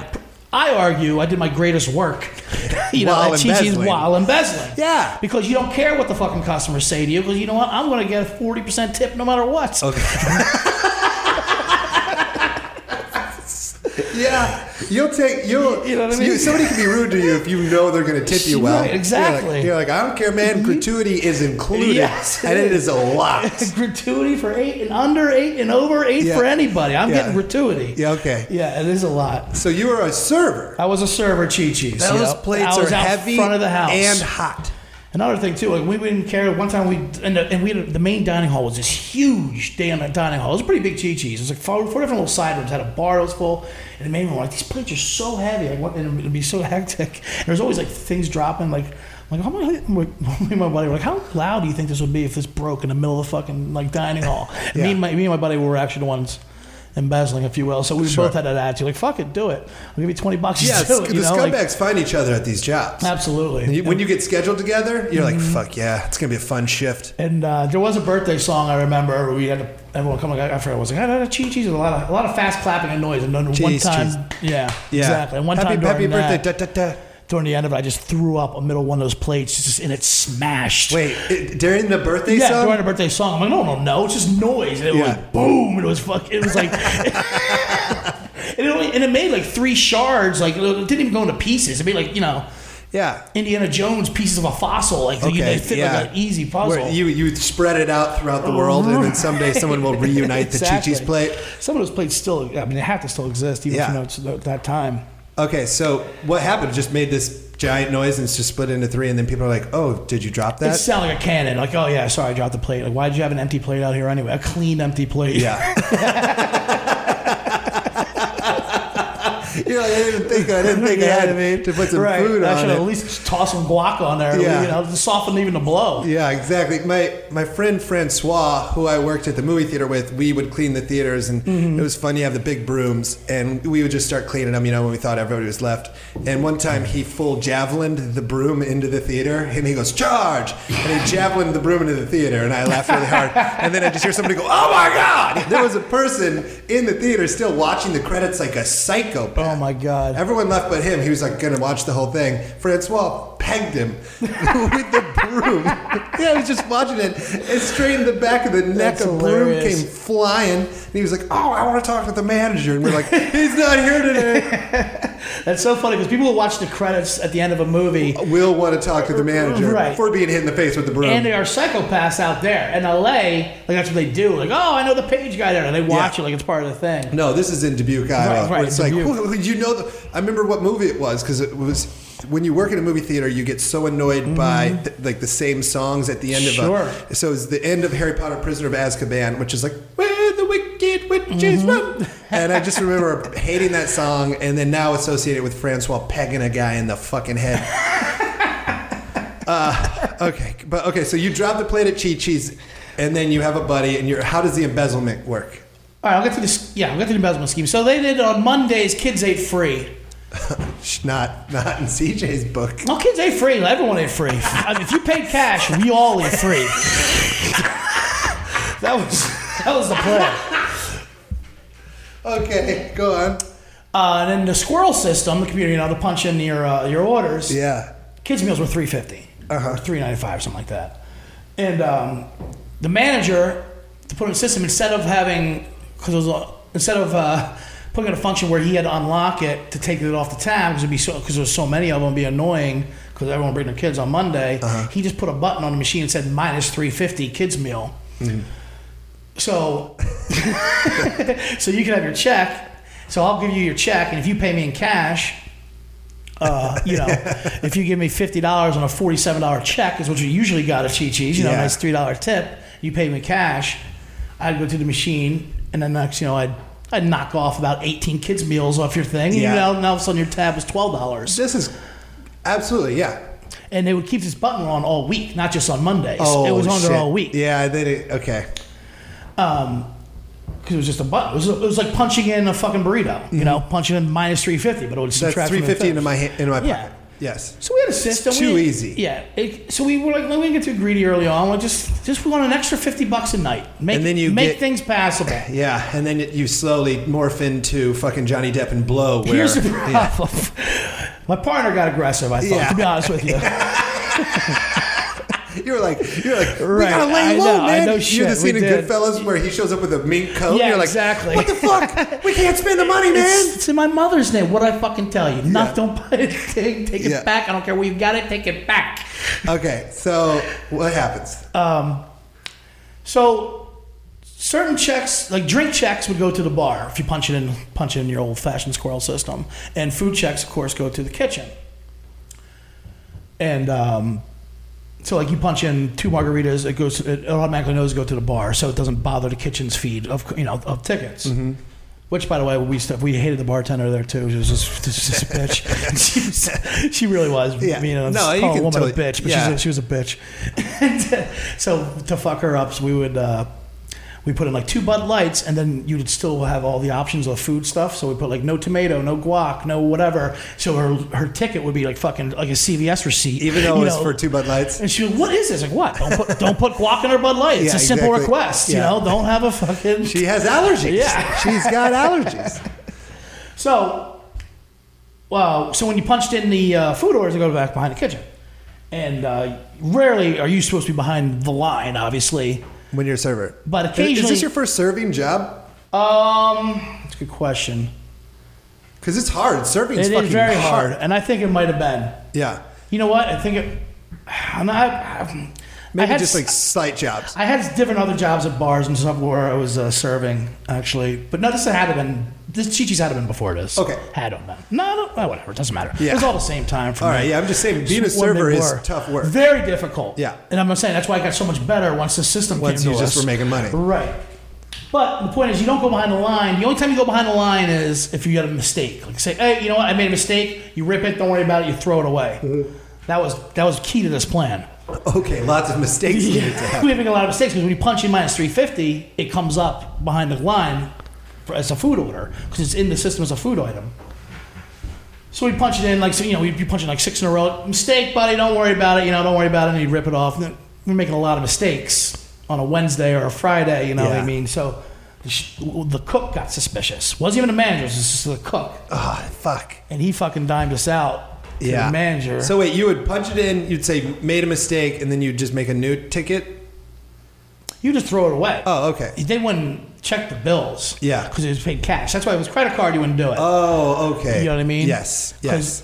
Speaker 4: I, I argue I did my greatest work, [laughs] you know,
Speaker 2: While
Speaker 4: at Chi-Chi's
Speaker 2: embezzling.
Speaker 4: while embezzling.
Speaker 2: Yeah.
Speaker 4: Because you don't care what the fucking customers say to you because you know what? I'm going to get a 40% tip no matter what.
Speaker 2: Oh. Yeah, you'll take you'll.
Speaker 4: You know what I mean?
Speaker 2: somebody can be rude to you if you know they're going to tip you well.
Speaker 4: Right,
Speaker 2: You're
Speaker 4: exactly. Mm-hmm.
Speaker 2: like, you're like, I don't care, man. Gratuity is included,
Speaker 4: Yes.
Speaker 2: and it is a
Speaker 4: [laughs]
Speaker 2: lot.
Speaker 4: [laughs] gratuity for eight and under, eight and over, eight
Speaker 2: Yeah.
Speaker 4: for anybody. I'm
Speaker 2: Yeah.
Speaker 4: getting gratuity.
Speaker 2: yeah. Okay.
Speaker 4: Yeah, it is a lot.
Speaker 2: So you were a server.
Speaker 4: I was a server at Chi Chi's.
Speaker 2: Those
Speaker 4: you know.
Speaker 2: plates
Speaker 4: I was
Speaker 2: are
Speaker 4: out
Speaker 2: heavy
Speaker 4: front of the house.
Speaker 2: and
Speaker 4: [laughs]
Speaker 2: hot.
Speaker 4: Another thing too, like we didn't care. One time we and, the, and we had a, the main dining hall was this huge damn dining hall. It was a pretty big Chi Chi's. It was like four, four different little side rooms. Had a bar that was full, and the main room. Like these plates are so heavy, like what, and it'd be so [laughs] hectic. And there's always like things dropping. Like like [laughs] how many, my, my buddy were like, how loud do you think this would be if this broke in the middle of the fucking like dining
Speaker 2: [laughs]
Speaker 4: hall? And
Speaker 2: Yeah.
Speaker 4: Me and my me and my buddy were actually the ones. Embezzling, if you will. So we both had that attitude, like "fuck it, do it." I'll give you twenty bucks. [laughs]
Speaker 2: Yeah,
Speaker 4: just do it,
Speaker 2: the
Speaker 4: you know? like-
Speaker 2: scumbags find each other at these jobs.
Speaker 4: Absolutely.
Speaker 2: And you- when you get scheduled together, you're
Speaker 4: Mm-hmm.
Speaker 2: like, fuck yeah, it's gonna be a fun shift.
Speaker 4: And uh, there was a birthday song I remember. We had everyone come. I forgot. It was like I had a cheese, cheese, a lot of a lot of fast clapping and noise. And then one
Speaker 2: Cheese,
Speaker 4: time,
Speaker 2: cheese.
Speaker 4: yeah, exactly. And one
Speaker 2: happy,
Speaker 4: time
Speaker 2: happy
Speaker 4: during
Speaker 2: birthday.
Speaker 4: that,
Speaker 2: Da, da, da.
Speaker 4: during the end of it, I just threw up a middle one of those plates, just and it smashed.
Speaker 2: Wait, it, during the birthday
Speaker 4: Yeah,
Speaker 2: song?
Speaker 4: during the birthday song, I'm like, no, no, no, it's just noise. And it
Speaker 2: Yeah.
Speaker 4: was boom. and It was fuck. It was like, [laughs] and, it only, and it made like three shards. Like it didn't even go into pieces. It made like you know
Speaker 2: yeah.
Speaker 4: Indiana Jones pieces of a fossil. Like you, they fit
Speaker 2: yeah.
Speaker 4: like an easy puzzle.
Speaker 2: Where you you spread it out throughout the world, and then
Speaker 4: [laughs]
Speaker 2: someday someone will reunite
Speaker 4: Exactly.
Speaker 2: the Chi-Chi's plate.
Speaker 4: Some of those plates still, I mean, they have to still exist, even
Speaker 2: Yeah.
Speaker 4: if you know it's th- that time.
Speaker 2: Okay, so what happened? It just made this giant noise, and it's just split into three, and then people are like, "Oh, did you drop
Speaker 4: It
Speaker 2: that?"
Speaker 4: sounded like a cannon. Like, oh yeah, sorry, I dropped the plate. Like, why did you have an empty plate out here anyway? A clean empty plate. [laughs]
Speaker 2: yeah. [laughs] You're like, I didn't think I didn't think I had to put some
Speaker 4: [laughs] right.
Speaker 2: food
Speaker 4: I
Speaker 2: on
Speaker 4: should
Speaker 2: it.
Speaker 4: at least just toss some guac on there.
Speaker 2: Yeah.
Speaker 4: You know, to soften even the blow.
Speaker 2: Yeah, exactly. My my friend Francois, who I worked at the movie theater with, we would clean the theaters, and
Speaker 4: Mm-hmm.
Speaker 2: it was fun. You have the big brooms, and we would just start cleaning them. You know, when we thought everybody was left. And one time, he full javelined the broom into the theater, and he goes charge, and he javelined the broom into the theater, and I laughed really
Speaker 4: [laughs]
Speaker 2: hard. And then I just hear somebody go, "Oh my god!" There was a person in the theater still watching the credits like a psychopath.
Speaker 4: Oh my god.
Speaker 2: Everyone left but him. He was like going to watch the whole thing. Francois pegged him [laughs] with the broom. [laughs] yeah, he was just watching it. And straight in the back of the neck,
Speaker 4: That's
Speaker 2: a broom
Speaker 4: hilarious.
Speaker 2: came flying. And he was like, "Oh, I want to talk with the manager." And we're like, [laughs] "He's not here
Speaker 4: [laughs]
Speaker 2: today."
Speaker 4: That's so funny because people will watch the credits at the end of a movie.
Speaker 2: we'll want to talk to the manager
Speaker 4: Right.
Speaker 2: for being hit in the face with the broom.
Speaker 4: And they are psychopaths out there in LA. Like that's what they do. Like, oh, I know the page guy there, and they watch
Speaker 2: Yeah.
Speaker 4: it like it's part of the thing.
Speaker 2: No, this is in Dubuque, Iowa.
Speaker 4: Right,
Speaker 2: where
Speaker 4: right,
Speaker 2: it's like,
Speaker 4: Dubuque.
Speaker 2: "Whoa, [laughs] you know, the, I remember what movie it was because it was when you work in a movie theater, you get so annoyed by th- like the same songs at the end
Speaker 4: Mm-hmm. Sure.
Speaker 2: of a. So it's the end of Harry Potter, Prisoner of Azkaban, which is like, where the wicked
Speaker 4: Mm-hmm.
Speaker 2: witches run. And I just remember hating that song and then now associated with Francois pegging a guy in the fucking
Speaker 4: [laughs]
Speaker 2: head. Uh, okay, but okay, so you drop the plate at Chi Chi's, and then you have a buddy, and you're. How does the embezzlement work?
Speaker 4: All right, I'll get to this. Yeah, I'll get to the embezzlement scheme. So they did on Mondays. Kids ate free.
Speaker 2: Sh- Not not in CJ's book.
Speaker 4: Well, kids ate free. Everyone ate [laughs] free. I mean, if you paid cash, we all ate free. [laughs] that was that was the plan.
Speaker 2: Okay, go on.
Speaker 4: Uh, and then the squirrel system, the computer, you know, to punch in your uh, your orders.
Speaker 2: Yeah.
Speaker 4: Kids meals were three fifty, uh three ninety five, something like that. And um, the manager to put in a system instead of having because it was a, instead of uh, putting in a function where he had to unlock it to take it off the tab because it'd be so because there was so many of them it'd be annoying. because everyone bring their kids on Monday. He just put a button on the machine and said minus three fifty kids meal. So, [laughs] so you can have your check. So I'll give you your check, and if you pay me in cash, uh,
Speaker 2: [laughs]
Speaker 4: you know, if you give me fifty dollars on a forty-seven dollar check, is what you usually got at Chi Chi's. You know,
Speaker 2: Yeah.
Speaker 4: a nice three dollar tip. You pay me cash. I'd go to the machine, and then next, you know, I'd I'd knock off about eighteen kids meals off your thing.
Speaker 2: Yeah.
Speaker 4: You know, and all of a sudden your tab was twelve dollars,
Speaker 2: This is absolutely yeah.
Speaker 4: and they would keep this button on all week, not just on Mondays. it was on
Speaker 2: Oh, shit.
Speaker 4: there all week.
Speaker 2: Yeah, they did. Okay.
Speaker 4: Because it was just a button. It was, it was like punching in a fucking burrito, you know, punching in minus 350, but it
Speaker 2: Mm-hmm.
Speaker 4: would
Speaker 2: That's
Speaker 4: subtract from
Speaker 2: three
Speaker 4: the
Speaker 2: fifty
Speaker 4: thing.
Speaker 2: into my ha- into my
Speaker 4: Yeah.
Speaker 2: pocket. Yes.
Speaker 4: So we had a system.
Speaker 2: too
Speaker 4: we,
Speaker 2: easy.
Speaker 4: Yeah. It, so we were like, we didn't get too greedy early on. We just, just we want an extra 50 bucks a night. Make,
Speaker 2: And then you
Speaker 4: make
Speaker 2: get-
Speaker 4: things
Speaker 2: [laughs]
Speaker 4: passable. [laughs]
Speaker 2: Yeah, and then you slowly morph into fucking Johnny Depp and Blow. Where,
Speaker 4: Here's the
Speaker 2: [laughs]
Speaker 4: problem.
Speaker 2: yeah.
Speaker 4: My partner got aggressive, I
Speaker 2: [laughs]
Speaker 4: thought,
Speaker 2: Yeah.
Speaker 4: to be honest with you.
Speaker 2: You were like, you were like,
Speaker 4: Right,
Speaker 2: we gotta lay
Speaker 4: I
Speaker 2: low,
Speaker 4: know, I
Speaker 2: man.
Speaker 4: know
Speaker 2: You're
Speaker 4: shit,
Speaker 2: the scene
Speaker 4: we
Speaker 2: in
Speaker 4: did.
Speaker 2: Goodfellas where he shows up with a mink coat.
Speaker 4: Yeah,
Speaker 2: and you're like,
Speaker 4: exactly.
Speaker 2: What the fuck? we can't spend the money, man.
Speaker 4: [laughs] It's, it's in my mother's name. What I fucking tell you? Not don't buy it. [laughs] Take, take it
Speaker 2: Yeah.
Speaker 4: back. I don't care where you got it. Take it back.
Speaker 2: okay, so what happens?
Speaker 4: Uh, So certain checks, like drink checks, would go to the bar if you punch it in, punch it in your old-fashioned squirrel system, and food checks, of course, go to the kitchen. And um, so, like, you punch in two margaritas, it goes, it automatically knows to go to the bar, so it doesn't bother the kitchen's feed of you know of tickets.
Speaker 2: Mm-hmm.
Speaker 4: Which, by the way, we used to, we hated the bartender there too. She was just, [laughs] just a bitch. she,
Speaker 2: [laughs]
Speaker 4: was, she really was.
Speaker 2: Yeah.
Speaker 4: Yeah. You know,
Speaker 2: No,
Speaker 4: no,
Speaker 2: you
Speaker 4: call a
Speaker 2: can
Speaker 4: woman
Speaker 2: totally-
Speaker 4: a bitch, but
Speaker 2: yeah.
Speaker 4: she's a, she was a bitch. [laughs] and, uh, so to fuck her up, so we would uh, we put in like two Bud Lights, and then you would still have all the options of food stuff. So we put like no tomato, no guac, no whatever. So her her ticket would be like fucking like a CVS receipt,
Speaker 2: Even though
Speaker 4: you
Speaker 2: it was
Speaker 4: know.
Speaker 2: for two Bud Lights.
Speaker 4: And she was, what is this? Like, what? Don't put, don't put guac in her Bud Light. It's
Speaker 2: Yeah,
Speaker 4: a simple
Speaker 2: exactly.
Speaker 4: request. You
Speaker 2: Yeah.
Speaker 4: know, don't have a fucking.
Speaker 2: She has allergies.
Speaker 4: Yeah.
Speaker 2: she's
Speaker 4: [laughs]
Speaker 2: got allergies.
Speaker 4: So, well, so when you punched in the uh, food orders, they go back behind the kitchen, and uh, rarely are you supposed to be behind the line, obviously.
Speaker 2: When you're a server,
Speaker 4: But
Speaker 2: Is- is
Speaker 4: occasionally-
Speaker 2: this your first serving job?
Speaker 4: Um, that's a good question.
Speaker 2: Because it's hard. Serving's
Speaker 4: it
Speaker 2: fucking
Speaker 4: is very hard. and I think it might have been.
Speaker 2: Yeah,
Speaker 4: You know what? I think it. [sighs] I'm not. I, I
Speaker 2: maybe
Speaker 4: had
Speaker 2: just
Speaker 4: s-
Speaker 2: like slight jobs.
Speaker 4: I had different other jobs at bars and stuff where I was uh, serving, actually. But no, this had to have been, this Chi Chi's had to have been before this.
Speaker 2: Okay.
Speaker 4: Had to have been. No, no, oh, whatever. It doesn't matter.
Speaker 2: Yeah.
Speaker 4: It was all the same time for
Speaker 2: All
Speaker 4: me.
Speaker 2: right, yeah, I'm just saying, being a
Speaker 4: It's what
Speaker 2: server
Speaker 4: they
Speaker 2: is
Speaker 4: were.
Speaker 2: tough work.
Speaker 4: Very difficult.
Speaker 2: Yeah.
Speaker 4: And I'm not saying that's why I got so much better once the system
Speaker 2: Once
Speaker 4: came
Speaker 2: you
Speaker 4: to
Speaker 2: just
Speaker 4: us.
Speaker 2: were making money.
Speaker 4: Right. But the point is, you don't go behind the line. The only time you go behind the line is if you got a mistake. Like say, hey, you know what? I made a mistake. You rip it. Don't worry about it. You throw it away.
Speaker 2: Mm-hmm.
Speaker 4: That was that was key to this plan.
Speaker 2: Okay, lots of mistakes needed to
Speaker 4: We
Speaker 2: happen.
Speaker 4: make a lot of mistakes because when you punch in minus 350, it comes up behind the line for, as a food order because it's in the system as a food item. So we punch it in like so, you know we'd be punching like six in a row. Mistake, buddy. Don't worry about it. You know, don't worry about it. And you rip it off. And then we're making a lot of mistakes on a Wednesday or a Friday. You know what
Speaker 2: Yeah.
Speaker 4: I mean? So the sh- the cook got suspicious. Wasn't even the manager. It was just the cook,
Speaker 2: Ah, fuck.
Speaker 4: and he fucking dimed us out. to the manager.
Speaker 2: So wait, you would punch it in, you'd say made a mistake, and then you'd just make a new ticket.
Speaker 4: you just throw it away.
Speaker 2: Oh, okay.
Speaker 4: They wouldn't check the bills.
Speaker 2: Yeah.
Speaker 4: Because it was paid cash. That's why it was credit card, you wouldn't do it.
Speaker 2: Oh, okay.
Speaker 4: you know what I mean?
Speaker 2: Yes, yes.
Speaker 4: 'Cause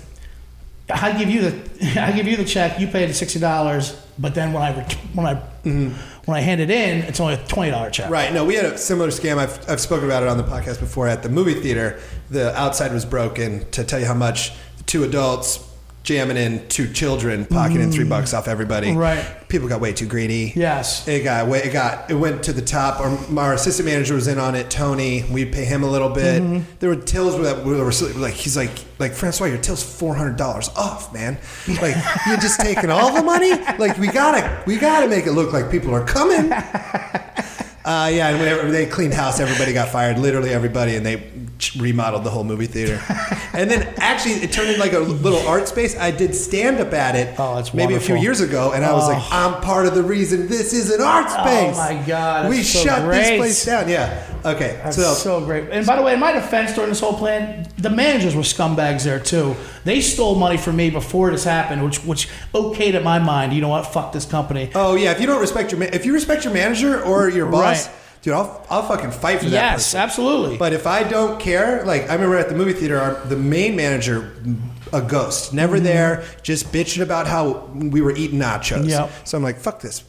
Speaker 4: I give you the [laughs] I give you the check. You pay the sixty dollars, but then when I ret- when I when I hand it in, it's only a twenty dollar check.
Speaker 2: Mm-hmm. Right. No, we had a similar scam. I've, I've spoken about it on the podcast before. At the movie theater, the outside was broken. To tell you how much, two adults jamming in two children, pocketing three bucks off everybody.
Speaker 4: Mm. Right.
Speaker 2: People got way too greedy.
Speaker 4: Yes.
Speaker 2: It got way. It got. It went to the top. Our, our assistant manager was in on it. Tony. We pay him a little bit.
Speaker 4: Mm-hmm.
Speaker 2: There were tills where that we were so- like he's like like Francois, your till's four hundred dollars off, man. Like you're just taking all the money. Like we gotta we gotta make it look like people are coming. Uh, yeah, and whenever they cleaned house, everybody got fired. Literally everybody, and they remodeled the whole movie theater. and then actually, it turned into like a little art space. I did stand up at it.
Speaker 4: Oh, that's
Speaker 2: maybe a few
Speaker 4: wonderful. Oh.
Speaker 2: years ago, and I was like, I'm part of the reason this is an art space.
Speaker 4: my God,
Speaker 2: we
Speaker 4: that's so
Speaker 2: shut this
Speaker 4: great.
Speaker 2: place down. Yeah. Okay.
Speaker 4: That's
Speaker 2: so,
Speaker 4: so, great. And by the way, in my defense during this whole plan, the managers were scumbags there too. They stole money from me before this happened, which which okayed in my mind. You know what? Fuck this company.
Speaker 2: oh yeah, if you don't respect your ma- if you respect your manager or your boss.
Speaker 4: Right.
Speaker 2: dude, I'll, I'll fucking fight for that.
Speaker 4: Yes,
Speaker 2: person.
Speaker 4: absolutely.
Speaker 2: But if I don't care, like I remember at the movie theater, our, the main manager, a ghost, never
Speaker 4: Mm-hmm.
Speaker 2: there, just bitching about how we were eating nachos.
Speaker 4: Yep.
Speaker 2: So I'm like, fuck this.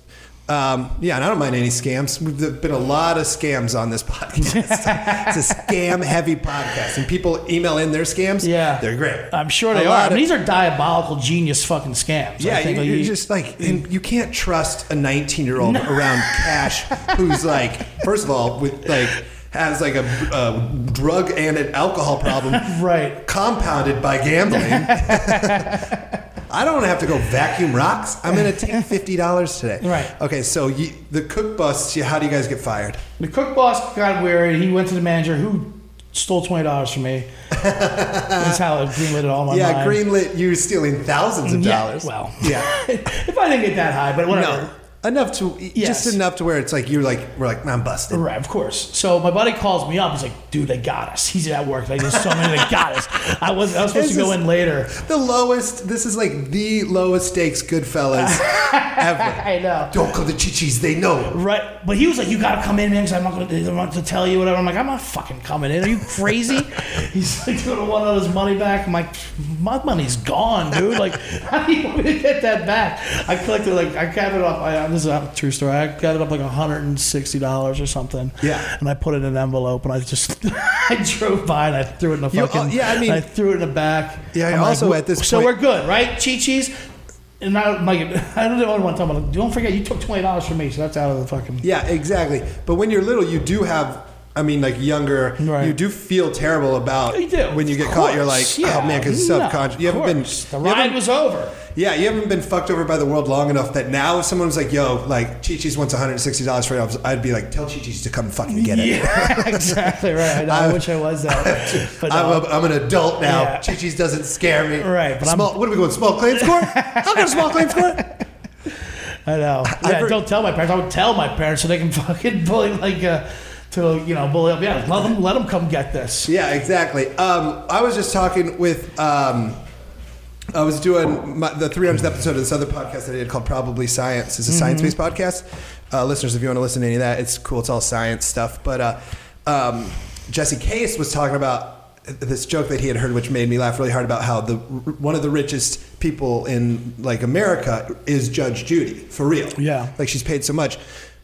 Speaker 2: Um, yeah, and I don't mind any scams. We've- There've been a lot of scams on this [laughs] podcast. it's a scam-heavy podcast, and people email in their scams.
Speaker 4: yeah,
Speaker 2: they're great.
Speaker 4: I'm sure
Speaker 2: A
Speaker 4: they are.
Speaker 2: lot
Speaker 4: I mean,
Speaker 2: of-
Speaker 4: these are diabolical genius fucking scams.
Speaker 2: yeah,
Speaker 4: I think,
Speaker 2: you,
Speaker 4: like,
Speaker 2: you're
Speaker 4: you-
Speaker 2: just like and you can't trust a 19 year old around cash who's like, first of all, with like has like a, a drug and an alcohol problem,
Speaker 4: [laughs] Right.
Speaker 2: Compounded by gambling.
Speaker 4: [laughs]
Speaker 2: I don't want to have to go vacuum rocks. I'm gonna
Speaker 4: [laughs]
Speaker 2: take fifty dollars today.
Speaker 4: Right.
Speaker 2: Okay, so you, the cook busts you. How do you guys get fired?
Speaker 4: The cook boss got weary. He went to the manager who stole twenty dollars
Speaker 2: [laughs]
Speaker 4: from me. That's how it greenlit it all in my
Speaker 2: yeah,
Speaker 4: mind.
Speaker 2: greenlit. You stealing thousands of
Speaker 4: Yeah,
Speaker 2: dollars.
Speaker 4: well.
Speaker 2: yeah.
Speaker 4: [laughs] if I didn't get that high, but [laughs] whatever.
Speaker 2: No, enough to
Speaker 4: Yes.
Speaker 2: just enough to where it's like you're like we're like I'm busted.
Speaker 4: Right, of course. So my buddy calls me up. He's like, "Dude, they got us." He's at work. Like, there's so many they got us. I was I was supposed to
Speaker 2: This
Speaker 4: go
Speaker 2: is-
Speaker 4: in later.
Speaker 2: The lowest. This is like the lowest stakes Goodfellas
Speaker 4: [laughs]
Speaker 2: ever.
Speaker 4: I know.
Speaker 2: Don't call the chichis. They know.
Speaker 4: Right, but he was like, "You gotta come in, man, because I'm not gonna, I'm not gonna tell you whatever." I'm like, "I'm not fucking coming in. Are you
Speaker 2: [laughs]
Speaker 4: crazy?" He's like, "You gonna want all his money back?" I'm like, "My money's gone, dude. Like, [laughs] how do you want me to get that back?" I collected like I counted up. I, uh, this is not a true story. I counted up like 160 dollars or something.
Speaker 2: Yeah.
Speaker 4: and I put it in an envelope, and I just [laughs] I drove by and I threw it in a
Speaker 2: You- uh,
Speaker 4: fucking.
Speaker 2: yeah, I mean-
Speaker 4: I threw it in the back.
Speaker 2: Yeah,
Speaker 4: I'm
Speaker 2: also
Speaker 4: "Wh-
Speaker 2: at this
Speaker 4: so
Speaker 2: point-
Speaker 4: we're good, right? Chi-Chi's? And I, like, [laughs] I don't know what I'm talking about. Don't forget, you took twenty dollars from me, so that's out of the fucking.
Speaker 2: Yeah, exactly. But when you're little, you do have. I mean, like younger,
Speaker 4: Right.
Speaker 2: you do feel terrible about
Speaker 4: You do.
Speaker 2: when you
Speaker 4: Of
Speaker 2: get caught. You're like,
Speaker 4: course,
Speaker 2: oh man, because
Speaker 4: No,
Speaker 2: subconscious. You
Speaker 4: of
Speaker 2: haven't been.
Speaker 4: course. The
Speaker 2: you
Speaker 4: ride
Speaker 2: haven't-
Speaker 4: was over.
Speaker 2: Yeah, you haven't been fucked over by the world long enough that now if someone was like, yo, like, Chi-Chi's wants $160 for it, I'd be like, tell Chi-Chi's to come fucking get it.
Speaker 4: Yeah, [laughs] exactly right. I, know. I
Speaker 2: I'm-
Speaker 4: wish I
Speaker 2: [laughs]
Speaker 4: was that. But no.
Speaker 2: I'm, a, I'm an adult now.
Speaker 4: Yeah.
Speaker 2: Chi-Chi's doesn't scare me.
Speaker 4: Right, but I'm-
Speaker 2: small, What are we going, small claims
Speaker 4: [laughs]
Speaker 2: court? I'll go to small claims court.
Speaker 4: I know.
Speaker 2: I-
Speaker 4: Yeah,
Speaker 2: I've-
Speaker 4: don't tell my parents. I would tell my parents so they can [laughs] fucking bully like uh, to you know bully up. Yeah, let them let them come get this.
Speaker 2: Yeah, exactly. Um, I was just talking with. Um, I was doing my, the 300th episode of this other podcast that I did called Probably Science. It's a science based podcast. Uh, listeners, if you want to listen to any of that, it's cool. It's all science stuff. But uh, um, Jesse Case was talking about this joke that he had heard, which made me laugh really hard about how the one of the richest people in like America is Judge Judy for real.
Speaker 4: Yeah.
Speaker 2: like she's paid so much.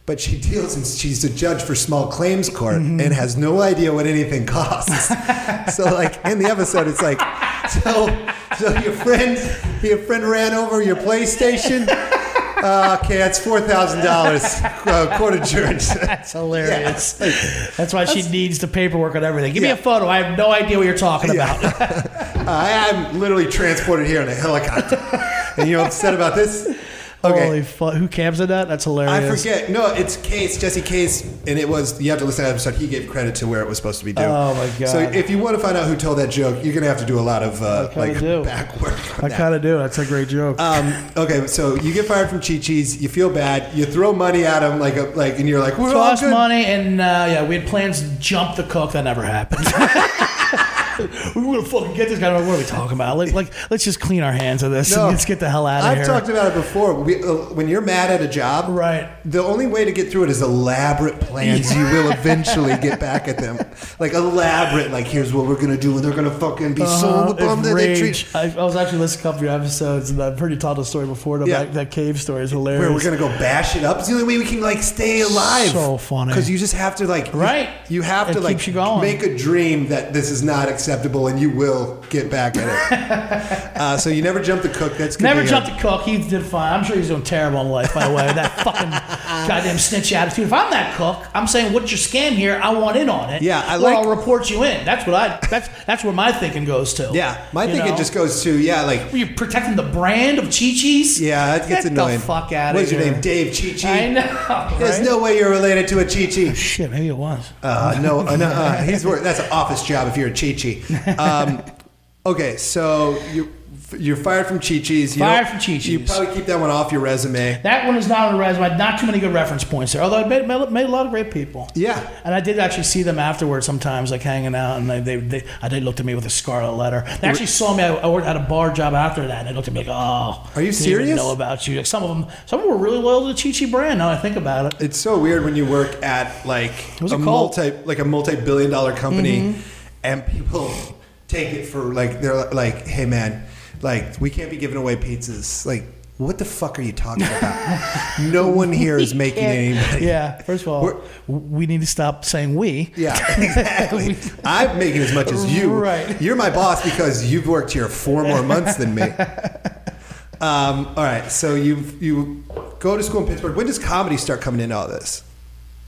Speaker 2: But she deals and she's a judge for small claims court and has no idea what anything costs. so like in the episode, it's like, so so your friend your friend ran over your PlayStation. Uh, okay, that's four thousand dollars. uh, Court adjourned. [laughs]
Speaker 4: That's hilarious.
Speaker 2: Yeah, like-
Speaker 4: That's why she needs the paperwork and everything. Give
Speaker 2: Yeah.
Speaker 4: me a photo. I have no idea what you're talking
Speaker 2: Yeah.
Speaker 4: about.
Speaker 2: I, uh, I'm literally transported here in a helicopter, and you're upset about this. Okay,
Speaker 4: Holy fuck! Who cabs at that? That's hilarious.
Speaker 2: I forget. No, it's Case, Jesse Case, and it was. You have to listen to that episode. He gave credit to where it was supposed to be due.
Speaker 4: Oh, my God.
Speaker 2: So if you want to find out who told that joke, you're gonna have to do a lot of uh,
Speaker 4: kinda
Speaker 2: like
Speaker 4: do.
Speaker 2: back work. On
Speaker 4: I
Speaker 2: that.
Speaker 4: kind of do. That's a great joke.
Speaker 2: Um, okay, so you get fired from Chi Chi's, you feel bad, you throw money at him like a, like, and you're like, we're all
Speaker 4: Lost
Speaker 2: good.
Speaker 4: money, and uh, yeah, we had plans to jump the cook. That never happened. [laughs] we were gonna fucking get this guy. Like, what are we talking about? Like, like, let's just clean our hands of this.
Speaker 2: No.
Speaker 4: and let's get the hell out of
Speaker 2: I've
Speaker 4: here.
Speaker 2: talked about it before. We, uh, when you're mad at a job,
Speaker 4: Right.
Speaker 2: The only way to get through it is elaborate plans. You will eventually get back at them, like elaborate. Like here's what we're gonna do, and they're gonna fucking be
Speaker 4: Uh,
Speaker 2: so bummed that they treat.
Speaker 4: rage. I, I was actually listening to a couple of your episodes, and I've heard you tell the story before. About
Speaker 2: Yeah.
Speaker 4: That cave story is hilarious.
Speaker 2: Where we're gonna go bash it up. It's the only way we can like stay alive.
Speaker 4: So funny.
Speaker 2: Because you just have to like you-
Speaker 4: Right.
Speaker 2: You, have
Speaker 4: It
Speaker 2: to like
Speaker 4: keeps you going.
Speaker 2: make a dream that this is not acceptable and you will get back at
Speaker 4: [laughs]
Speaker 2: it. uh, so you never jump the cook. That's gonna
Speaker 4: Never
Speaker 2: be
Speaker 4: jumped
Speaker 2: a-
Speaker 4: the cook. He did fine. I'm sure he's doing terrible in life, by the way.
Speaker 2: [laughs]
Speaker 4: That fucking goddamn snitch attitude. If I'm that cook, I'm saying, "What's your scam here? I want in on it.
Speaker 2: Yeah, I
Speaker 4: or
Speaker 2: like-
Speaker 4: I'll report you in." That's what I. That's that's where my thinking goes to.
Speaker 2: Yeah, my
Speaker 4: You
Speaker 2: thinking
Speaker 4: know?
Speaker 2: just goes to yeah, like
Speaker 4: Were you protecting the brand of Chi Chi's?
Speaker 2: yeah, that gets
Speaker 4: Get
Speaker 2: annoying.
Speaker 4: the fuck out
Speaker 2: What's
Speaker 4: of here.
Speaker 2: your name, Dave Chichi?
Speaker 4: I know.
Speaker 2: [laughs] There's
Speaker 4: right?
Speaker 2: no way you're related to a Chichi.
Speaker 4: Shit, maybe it was.
Speaker 2: Uh, no, uh, no,
Speaker 4: [laughs]
Speaker 2: uh, he's wor- that's an office job if you're a Chi Chi. Um, okay, so you. You're fired from Chi Chi's. You
Speaker 4: Fired
Speaker 2: don't-
Speaker 4: from Chi-Chi's.
Speaker 2: You probably keep that one off your resume.
Speaker 4: That one is not on the resume. Not too many good reference points there. Although I met, met, met a lot of great people.
Speaker 2: Yeah.
Speaker 4: And I did actually see them afterwards sometimes, like hanging out, and they, they, they I did looked at me with a scarlet letter. They actually saw me. I, I worked at a bar job after that, and they looked at me like, "Oh,
Speaker 2: Are you
Speaker 4: didn't even
Speaker 2: serious?
Speaker 4: Know about you? Like some of them, some of them were really loyal to the Chi Chi brand. Now I think about it.
Speaker 2: It's so weird when you work at like
Speaker 4: was Mm-hmm.
Speaker 2: a
Speaker 4: a cult.
Speaker 2: multi like a multi billion dollar company, and people take it for like they're like, hey man, like we can't be giving away pizzas. Like, what the fuck are you talking
Speaker 4: [laughs]
Speaker 2: about? no one here is making any money.
Speaker 4: Yeah. First of all,
Speaker 2: We're-
Speaker 4: we need to stop saying we. [laughs]
Speaker 2: Yeah, exactly. I'm making as much as you.
Speaker 4: Right.
Speaker 2: You're my boss because you've worked here four more months
Speaker 4: [laughs]
Speaker 2: than me. Um, all right. So you you go to school in Pittsburgh. When does comedy start coming into all this?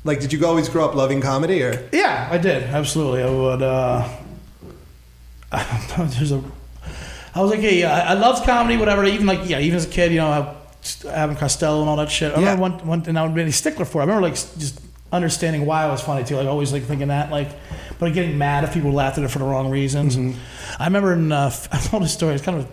Speaker 2: Like, did you always grow up loving comedy, or
Speaker 4: Yeah, I did absolutely. I would. Uh, [laughs] there's a. I was like, yeah, yeah, I I loved comedy, whatever. Even like, yeah, even as a kid, you know, I, having Costello and all that shit. I
Speaker 2: Yeah.
Speaker 4: remember one, one, and I would be a stickler for. it. I remember like s- just understanding why I was funny too. Like always like thinking that like, but getting mad if people laughed at it for the wrong reasons. I remember in uh, [laughs] f- I told this story. It's kind of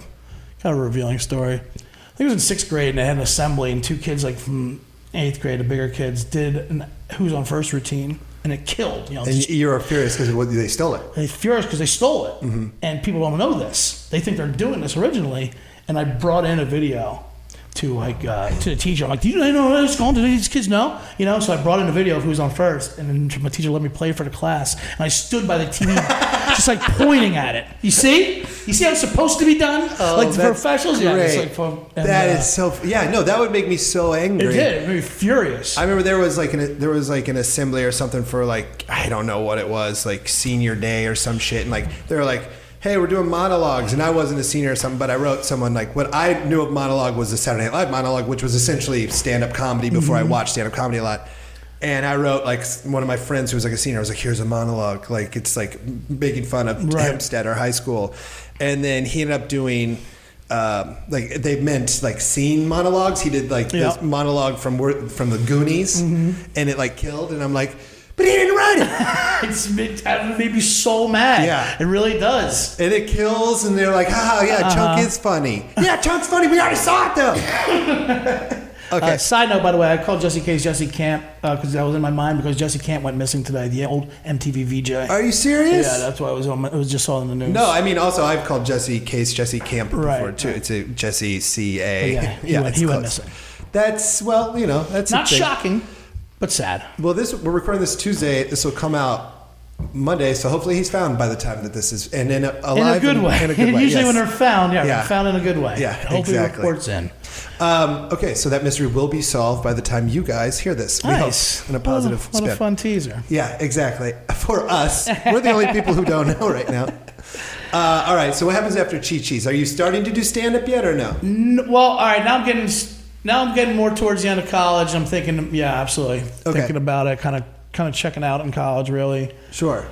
Speaker 4: kind of a revealing story. I think it was in sixth grade, and they had an assembly, and two kids like from eighth grade, the bigger kids, did an who's on first routine, and it killed. You know,
Speaker 2: and you were furious because they stole it?
Speaker 4: they're furious because they stole it,
Speaker 2: Mm-hmm.
Speaker 4: and people don't know this. They think they're doing this originally. And I brought in a video to like uh, to the teacher. I'm like, "Do you know what's going? on? Do these kids know? You know?" So I brought in a video of who was on first, and then my teacher let me play for the class. And I stood by
Speaker 2: [laughs]
Speaker 4: the TV, just like pointing at it. You see? You see how it's supposed to be done? like the
Speaker 2: Oh, that's
Speaker 4: professionals. Yeah, it's like, fun.
Speaker 2: That is
Speaker 4: and, uh,
Speaker 2: so. Yeah, no, that would make me so angry.
Speaker 4: It did. It made me furious.
Speaker 2: I remember there was like an there was like an assembly or something for like I don't know what it was like senior day or some shit and like they were like hey we're doing monologues and I wasn't a senior or something but I wrote someone like what I knew of monologue was the Saturday Night Live monologue which was essentially stand up comedy before I watched stand up comedy a lot and I wrote like s- one of my friends who was like a senior I was like here's a monologue like it's like making fun of
Speaker 4: Right.
Speaker 2: Hempstead or high school and then he ended up doing. Um, like they meant like scene monologues. He did like
Speaker 4: Yeah.
Speaker 2: this
Speaker 4: Mm-hmm.
Speaker 2: monologue from Wor- from the Goonies, and it like killed. And I'm like, but he didn't write it,
Speaker 4: [laughs] it's [laughs] it made me so mad.
Speaker 2: Yeah.
Speaker 4: it really does.
Speaker 2: and it kills. And they're like, ah, yeah,
Speaker 4: Uh-huh.
Speaker 2: Chunk is funny. Yeah, Chunk's funny. We already saw it
Speaker 4: [laughs]
Speaker 2: though. okay,
Speaker 4: Uh, side note, by the way, I called Jesse Case Jesse Camp because that was in my mind because Jesse Camp went missing today, the old MTV VJ.
Speaker 2: are you serious?
Speaker 4: yeah, that's why I was on. My, it was just all in the news.
Speaker 2: no, I mean also I've called Jesse Case Jesse Camp
Speaker 4: Right,
Speaker 2: before too.
Speaker 4: right.
Speaker 2: It's a Jesse C A. [laughs]
Speaker 4: Yeah, he went-
Speaker 2: it's
Speaker 4: he went
Speaker 2: close.
Speaker 4: missing.
Speaker 2: That's well, you know, that's a
Speaker 4: not
Speaker 2: thing.
Speaker 4: shocking, but sad.
Speaker 2: Well, this we're recording this Tuesday. This will come out Monday, so hopefully he's found by the time that this is and in a,
Speaker 4: In
Speaker 2: alive
Speaker 4: a good
Speaker 2: and,
Speaker 4: way.
Speaker 2: In
Speaker 4: [laughs]
Speaker 2: a good way.
Speaker 4: Usually
Speaker 2: yes.
Speaker 4: when they're found, yeah,
Speaker 2: Yeah.
Speaker 4: they're found in a good way.
Speaker 2: Yeah,
Speaker 4: Hopefully
Speaker 2: exactly.
Speaker 4: reports in.
Speaker 2: um, okay, so that mystery will be solved by the time you guys hear this. We hope,
Speaker 4: Nice. Oh,
Speaker 2: in a positive
Speaker 4: What a, what
Speaker 2: spin.
Speaker 4: a fun teaser.
Speaker 2: Yeah, exactly. [laughs] For us, we're the only people who don't know right now. Uh, all right, so what happens after Chi Chi's? Are you starting to do stand up yet or no?
Speaker 4: N- Well, all right. Now I'm getting now I'm getting more towards the end of college. I'm thinking, yeah, absolutely
Speaker 2: Okay.
Speaker 4: thinking about it. Kind of kind of checking out in college, really.
Speaker 2: Sure.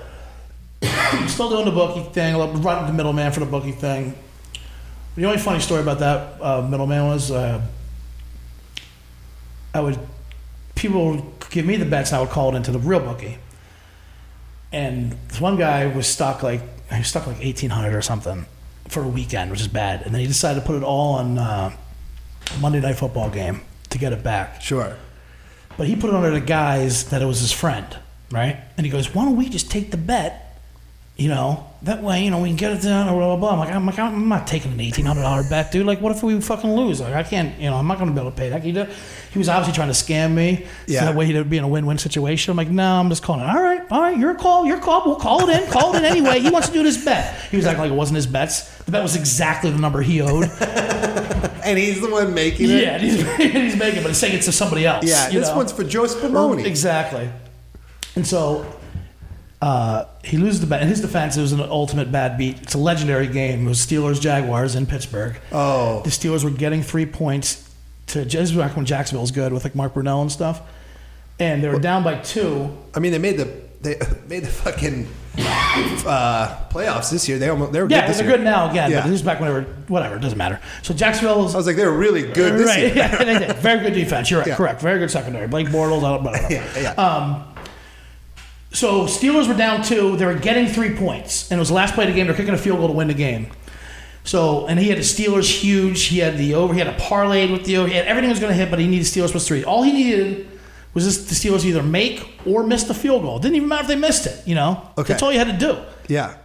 Speaker 4: still doing the bookie thing, running the middleman for the bookie thing. The only funny story about that uh, middleman was uh, I would people would give me the bets and I would call it into the real bookie. And this one guy was stuck like he was stuck like eighteen hundred or something for a weekend, which is bad. And then he decided to put it all on uh, Monday night football game to get it back.
Speaker 2: Sure.
Speaker 4: But he put it under the guise that it was his friend, right? And he goes, "Why don't we just take the bet? You know, that way, you know, we can get it done or blah blah." blah. I'm like, I'm like, I'm not taking an eighteen hundred dollar bet, dude. Like, what if we fucking lose? Like, I can't, you know, I'm not gonna be able to pay that. He, did- he was obviously trying to scam me,
Speaker 2: Yeah.
Speaker 4: so that way he'd be in a win-win situation. I'm like, no, I'm just calling it. All right, all right, your call, your call. We'll call it in, call it in anyway. He wants to do this bet. He was acting like it wasn't his bets. The bet was exactly the number
Speaker 2: [laughs]
Speaker 4: he owed.
Speaker 2: And he's the one making it?
Speaker 4: [laughs] yeah, and he's, [laughs] and he's making, it, but he's saying it's to somebody else.
Speaker 2: Yeah,
Speaker 4: you
Speaker 2: this
Speaker 4: know?
Speaker 2: one's for Joe Spumoni.
Speaker 4: Exactly. And so uh, he loses the bet. In his defense, it was an ultimate bad beat. It's a legendary game. It was Steelers Jaguars in Pittsburgh.
Speaker 2: Oh.
Speaker 4: The Steelers were getting three points to this is back when Jacksonville was good with like Mark Brunell and stuff. And they were down by two.
Speaker 2: I mean, they made the they [laughs] made the fucking uh, playoffs this year. They almost they were
Speaker 4: Yeah,
Speaker 2: good this
Speaker 4: they're
Speaker 2: year.
Speaker 4: good now again.
Speaker 2: Yeah.
Speaker 4: But this is back when they were whatever. It doesn't matter. So Jacksonville was
Speaker 2: I was like, they were really good this
Speaker 4: right.
Speaker 2: year.
Speaker 4: [laughs]
Speaker 2: [laughs]
Speaker 4: Yeah, they did. Very good defense. You're right.
Speaker 2: Yeah.
Speaker 4: Correct. Very good secondary. Blake Bortles. Blah, blah, blah.
Speaker 2: [laughs] Yeah, yeah.
Speaker 4: Um, So Steelers were down two. They were getting three points, and it was the last play of the game. They're kicking a field goal to win the game. So, and he had the Steelers huge. He had the over. He had a parlay with the over. He had everything was going to hit, but he needed Steelers plus three. All he needed was this, the Steelers either make or miss the field goal. Didn't even matter if they missed it. You know,
Speaker 2: Okay.
Speaker 4: that's all you had to do.
Speaker 2: Yeah.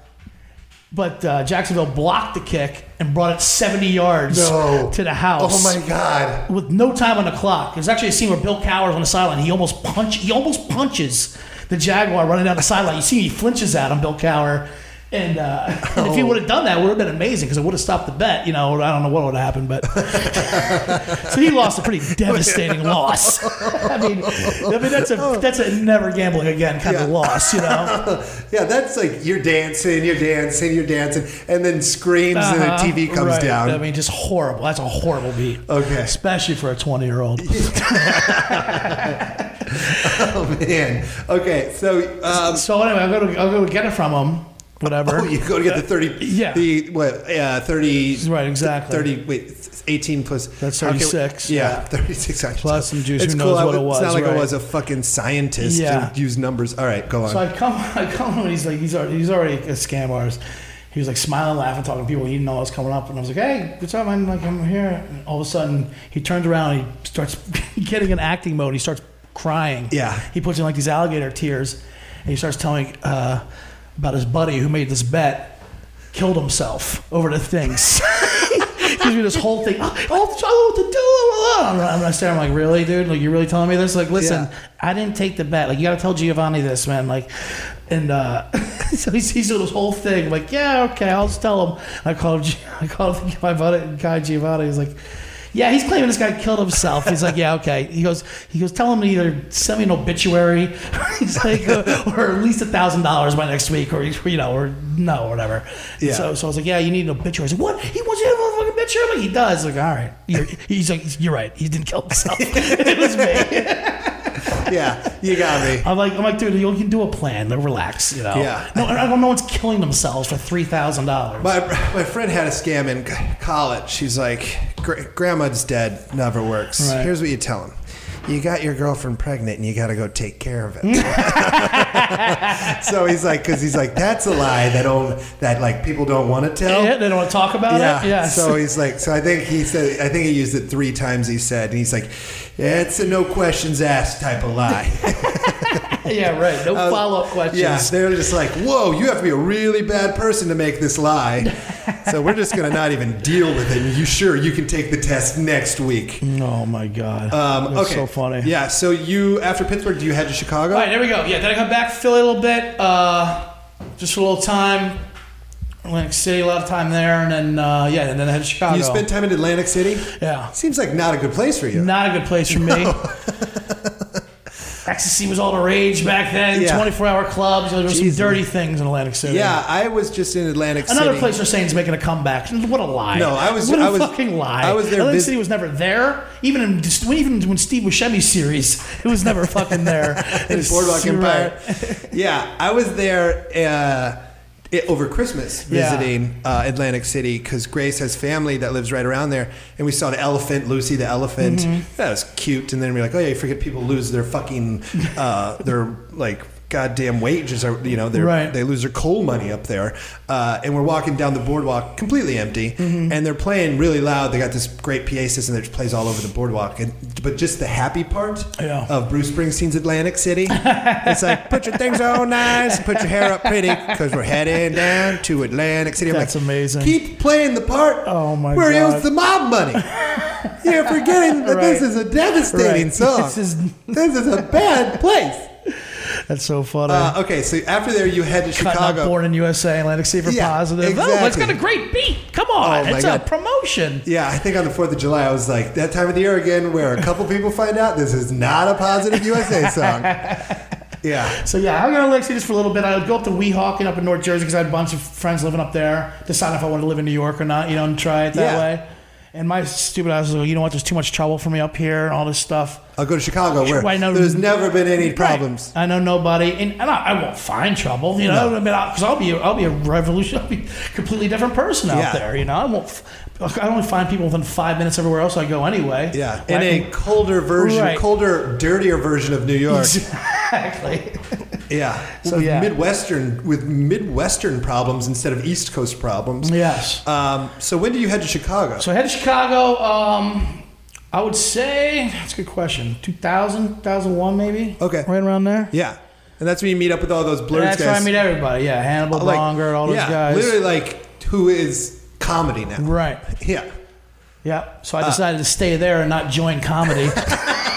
Speaker 4: But uh, Jacksonville blocked the kick and brought it 70 yards
Speaker 2: No.
Speaker 4: to the house.
Speaker 2: Oh my God.
Speaker 4: With no time on the clock. There's actually a scene where Bill Cowher's on the sideline. He almost punch. He almost punches the Jaguar running down the sideline. You see, he flinches at him, Bill Cowher. And, uh, and if
Speaker 2: Oh.
Speaker 4: he would have done that, it would have been amazing because it would have stopped the bet. You know, I don't know what would have happened, but [laughs] so he lost a pretty
Speaker 2: [laughs]
Speaker 4: devastating loss. I mean, I mean that's a that's a never gambling again kind of
Speaker 2: Yeah.
Speaker 4: loss. You know.
Speaker 2: [laughs] Yeah, that's like you're dancing, you're dancing, you're dancing, and then screams
Speaker 4: Uh-huh,
Speaker 2: and the TV comes
Speaker 4: right.
Speaker 2: down.
Speaker 4: I mean, just horrible. That's a horrible beat.
Speaker 2: Okay.
Speaker 4: Especially for a 20
Speaker 2: [laughs]
Speaker 4: year old.
Speaker 2: [laughs] oh man. Okay, so um,
Speaker 4: so, anyway, I'll go, to, I'll go get it from him, whatever.
Speaker 2: oh, you go to get the thirty.
Speaker 4: yeah.
Speaker 2: The what? Uh, thirty.
Speaker 4: Right, exactly.
Speaker 2: Thirty. Wait, eighteen plus.
Speaker 4: That's
Speaker 2: how can we-
Speaker 4: 36.
Speaker 2: yeah, thirty-six. I-
Speaker 4: Plus some juice,
Speaker 2: It's
Speaker 4: who
Speaker 2: cool.
Speaker 4: knows
Speaker 2: I
Speaker 4: what it
Speaker 2: It's not
Speaker 4: was,
Speaker 2: like
Speaker 4: right?
Speaker 2: I was a fucking scientist
Speaker 4: Yeah.
Speaker 2: to use numbers. All right, go on.
Speaker 4: So I come, [laughs] I come home, and he's like, he's already, he's already a scam artist. He was like smiling, laughing, talking to people. He didn't know I was coming up, and I was like, "Hey, what's up?" I'm like, "I'm here." And all of a sudden, he turns around, and he starts [laughs] getting in acting mode. He starts crying.
Speaker 2: Yeah.
Speaker 4: He puts in like these alligator tears, and he starts telling uh, about his buddy who made this bet, killed himself over the things. [laughs] gives me this whole thing. Oh, I don't know what to do. blah, blah, blah." I'm, I'm staring. I'm like, really, dude? Like, you're really telling me this? Like, listen,
Speaker 2: Yeah.
Speaker 4: I didn't take the bet. Like, you got to tell Giovanni this, man. Like, and uh, [laughs] so he's, he's doing this whole thing. I'm like, yeah, okay, I'll just tell him. I called. [laughs] G- I called my buddy, guy Giovanni. He's like. Yeah, he's claiming this guy killed himself. He's like, yeah, okay. He goes, he goes, tell him to either send me an obituary, [laughs] he's like, or, or at least a thousand dollars by next week, or you know, or no, or whatever.
Speaker 2: Yeah.
Speaker 4: So so I was like, yeah, you need an obituary. He's like, what? He wants you to have a fucking obituary? I'm like, he does. Like, all right. You're, he's like, you're right. He didn't
Speaker 2: [laughs]
Speaker 4: kill himself. [laughs] it was me.
Speaker 2: yeah, you got me.
Speaker 4: I'm like, I'm like, dude, you can do a plan. Like, relax, you know.
Speaker 2: Yeah.
Speaker 4: No, I don't. No one's killing themselves for three thousand dollars.
Speaker 2: My, my friend had a scam in c- college. She's like, "Gra- Grandma's dead, never works.
Speaker 4: Right.
Speaker 2: Here's what you tell him You got your girlfriend pregnant and you got to go take care of it. [laughs] so he's like, because he's like, that's a lie that don't, that like people don't want to tell.
Speaker 4: Yeah, they don't want to talk about
Speaker 2: Yeah.
Speaker 4: it. Yeah.
Speaker 2: So he's like, so I think he said, I think he used it three times. He said, and he's like, yeah, it's a no questions asked type of lie.
Speaker 4: [laughs] yeah, right. No
Speaker 2: Uh,
Speaker 4: follow up questions.
Speaker 2: Yeah, they're just like, whoa, you have to be a really bad person to make this lie.
Speaker 4: [laughs]
Speaker 2: so we're just going to not even deal with it. And you sure you can take the test next week?
Speaker 4: Oh my god.
Speaker 2: Um,
Speaker 4: That's
Speaker 2: okay.
Speaker 4: So funny.
Speaker 2: Yeah. So you after Pittsburgh, do you head to Chicago?
Speaker 4: All right, there we go. Yeah, then I come back to Philly a little bit, uh, just for a little time. Atlantic City, a lot of time there, and then uh, yeah, and then I had Chicago.
Speaker 2: You spent time in Atlantic City.
Speaker 4: yeah.
Speaker 2: Seems like not a good place for you.
Speaker 4: Not a good place
Speaker 2: [laughs]
Speaker 4: for me. Ecstasy was all the rage back then.
Speaker 2: Yeah.
Speaker 4: 24 hour clubs. There were
Speaker 2: Jesus.
Speaker 4: some dirty things in Atlantic City.
Speaker 2: Yeah, I was just in Atlantic
Speaker 4: Another
Speaker 2: City.
Speaker 4: place they're saying is making a comeback. What a lie!
Speaker 2: No, I was-
Speaker 4: What a
Speaker 2: I was-
Speaker 4: fucking lie!
Speaker 2: I was there
Speaker 4: Atlantic
Speaker 2: vis-
Speaker 4: City was never there. Even in when even when Steve Buscemi's series, it was never fucking there.
Speaker 2: [laughs] in
Speaker 4: It's-
Speaker 2: Boardwalk
Speaker 4: you're right.
Speaker 2: Empire. yeah, I was there uh, it, over Christmas
Speaker 4: Yeah.
Speaker 2: visiting uh, Atlantic City because Grace has family that lives right around there, and we saw the elephant, Lucy the elephant.
Speaker 4: Mm-hmm.
Speaker 2: That was cute. And then we are like, oh yeah, you forget people lose their fucking uh, their like. Goddamn wages are you know they
Speaker 4: Right.
Speaker 2: they lose their coal money up there, uh, and we're walking down the boardwalk completely empty,
Speaker 4: Mm-hmm.
Speaker 2: and they're playing really loud. They got this great PA system that plays all over the boardwalk, and but just the happy part
Speaker 4: Yeah.
Speaker 2: of Bruce Springsteen's Atlantic
Speaker 4: [laughs]
Speaker 2: City. it's like put your things on nice, put your hair up pretty, because we're heading down to Atlantic City. I'm
Speaker 4: That's
Speaker 2: like,
Speaker 4: amazing.
Speaker 2: Keep playing the part.
Speaker 4: Oh, my
Speaker 2: Where
Speaker 4: God.
Speaker 2: is the mob
Speaker 4: [laughs]
Speaker 2: money? You're forgetting that this
Speaker 4: Right.
Speaker 2: is a devastating
Speaker 4: Right. [laughs]
Speaker 2: song.
Speaker 4: This is-
Speaker 2: This is a bad place.
Speaker 4: That's so funny.
Speaker 2: Uh, okay, so after there, you head to
Speaker 4: Cutting up
Speaker 2: Chicago.
Speaker 4: Born in USA, Atlantic City for
Speaker 2: Yeah,
Speaker 4: positive. Oh, it's got a
Speaker 2: exactly.
Speaker 4: great beat. Come on,
Speaker 2: Oh, my
Speaker 4: it's a
Speaker 2: God.
Speaker 4: promotion.
Speaker 2: Yeah, I think on the 4th of July, I was like, that time of the year again where a couple people find out this is not a positive
Speaker 4: [laughs]
Speaker 2: USA song. Yeah.
Speaker 4: So yeah, I hung out in Atlantic City just for a little bit. I would go up to Weehawken up in North Jersey because I had a bunch of friends living up there. Decide if I wanted to live in New York or not, you know, and try it that
Speaker 2: Yeah.
Speaker 4: way. And my stupid ass was like, you know what? There's too much trouble for me up here and all this stuff.
Speaker 2: I'll go to Chicago where
Speaker 4: Why no-
Speaker 2: there's never been any problems.
Speaker 4: Right. I know nobody, and, and I, I won't find trouble. You know,
Speaker 2: No.
Speaker 4: I mean, because I'll be I'll be a revolution, I'll be a completely different person out
Speaker 2: Yeah.
Speaker 4: there. You know, I won't. f- I only find people within five minutes everywhere else I go anyway.
Speaker 2: Yeah,
Speaker 4: Right?
Speaker 2: in a colder version,
Speaker 4: Right.
Speaker 2: colder, dirtier version of New York.
Speaker 4: [laughs] Exactly.
Speaker 2: Yeah.
Speaker 4: So,
Speaker 2: with
Speaker 4: yeah.
Speaker 2: Midwestern with Midwestern problems instead of East Coast problems.
Speaker 4: [laughs] Yes.
Speaker 2: Um, so when do you head to Chicago?
Speaker 4: So I headed to Chicago. Um, I would say that's a good question. 2000, 2001 maybe.
Speaker 2: Okay.
Speaker 4: right around there.
Speaker 2: yeah, and that's when you meet up with all those
Speaker 4: And
Speaker 2: blurred
Speaker 4: that's
Speaker 2: guys.
Speaker 4: where I meet everybody. Yeah, Hannibal
Speaker 2: Like,
Speaker 4: Bonger, all those
Speaker 2: yeah,
Speaker 4: guys.
Speaker 2: Literally, like who is comedy now?
Speaker 4: Right.
Speaker 2: Yeah.
Speaker 4: Yeah. So I
Speaker 2: Uh,
Speaker 4: decided to stay there and not
Speaker 2: [laughs]
Speaker 4: join comedy.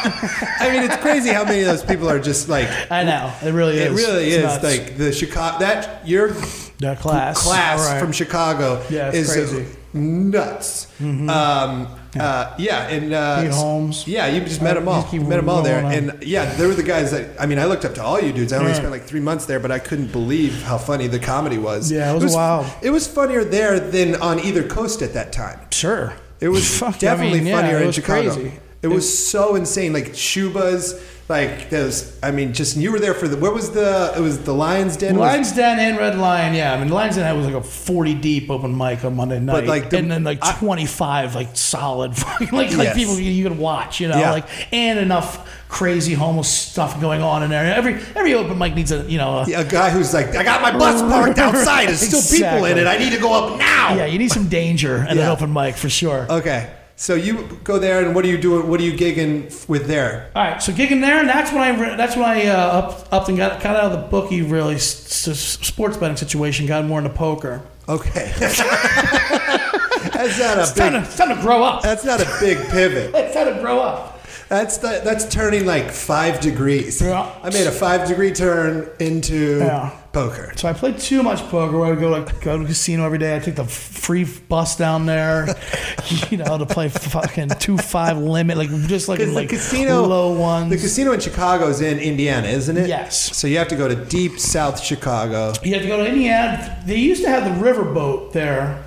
Speaker 2: I mean, it's crazy how many of those people are just like.
Speaker 4: I know it really
Speaker 2: It
Speaker 4: is.
Speaker 2: really
Speaker 4: It's
Speaker 2: is
Speaker 4: nuts.
Speaker 2: like the Chicago that your
Speaker 4: the class
Speaker 2: class
Speaker 4: Right.
Speaker 2: from Chicago
Speaker 4: Yeah, it's
Speaker 2: is
Speaker 4: crazy. Mm-hmm.
Speaker 2: nuts. Um, uh, yeah, and uh,
Speaker 4: Pete Holmes. Uh,
Speaker 2: Yeah, you just met them all.
Speaker 4: Just keep
Speaker 2: Met them all there,
Speaker 4: rolling on.
Speaker 2: and yeah, there were the guys that I mean, I looked up to all you dudes. I only
Speaker 4: Yeah.
Speaker 2: spent like three months there, but I couldn't believe how funny the comedy was.
Speaker 4: Yeah, it was wild.
Speaker 2: It was funnier there than on either coast at that time.
Speaker 4: Sure.
Speaker 2: It was
Speaker 4: Fuck, I
Speaker 2: definitely
Speaker 4: mean, yeah,
Speaker 2: funnier
Speaker 4: it
Speaker 2: in
Speaker 4: was
Speaker 2: Chicago.
Speaker 4: crazy.
Speaker 2: It was so insane. Like Shubas, like those. I mean, just you were there for the. What was the? It was the Lions Den. was-
Speaker 4: Lions Den and Red Lion, yeah. I mean, Lions Den was like a forty deep open mic on Monday night,
Speaker 2: like, the-
Speaker 4: and then like
Speaker 2: I-
Speaker 4: twenty five like solid, [laughs] fucking, like like
Speaker 2: Yes.
Speaker 4: people you, you could watch, you know,
Speaker 2: Yeah.
Speaker 4: like and enough crazy homeless stuff going on in there. Every every open mic needs a you know, a, yeah.
Speaker 2: a guy who's like, I got my
Speaker 4: [laughs]
Speaker 2: bus parked outside. There's still people in
Speaker 4: Exactly.
Speaker 2: it. I need to go up now.
Speaker 4: you need some danger at an
Speaker 2: Yeah. Uh,
Speaker 4: open mic for sure.
Speaker 2: Okay. So you go there, and what are you doing? What are you gigging f- with there?
Speaker 4: All right, so gigging there, and that's when I re- that's when I uh, up up and got got out of the bookie really s- s- sports betting situation, got more into poker.
Speaker 2: Okay. [laughs] that's not a
Speaker 4: It's
Speaker 2: big.
Speaker 4: time to, it's time to grow up.
Speaker 2: that's not a big pivot.
Speaker 4: It's time to grow up.
Speaker 2: That's the, that's turning like five degrees.
Speaker 4: Yeah.
Speaker 2: I made a five degree turn into
Speaker 4: Yeah.
Speaker 2: poker.
Speaker 4: So I played too much poker. Where I would go like go to the casino every day. I take the free bus down there, [laughs] you know, to play fucking two five limit, like just like
Speaker 2: Because
Speaker 4: in, like
Speaker 2: the casino,
Speaker 4: low ones.
Speaker 2: the casino in Chicago is in Indiana, isn't it?
Speaker 4: Yes.
Speaker 2: So you have to go to deep South Chicago.
Speaker 4: you have to go to Indiana. They used to have the river boat there,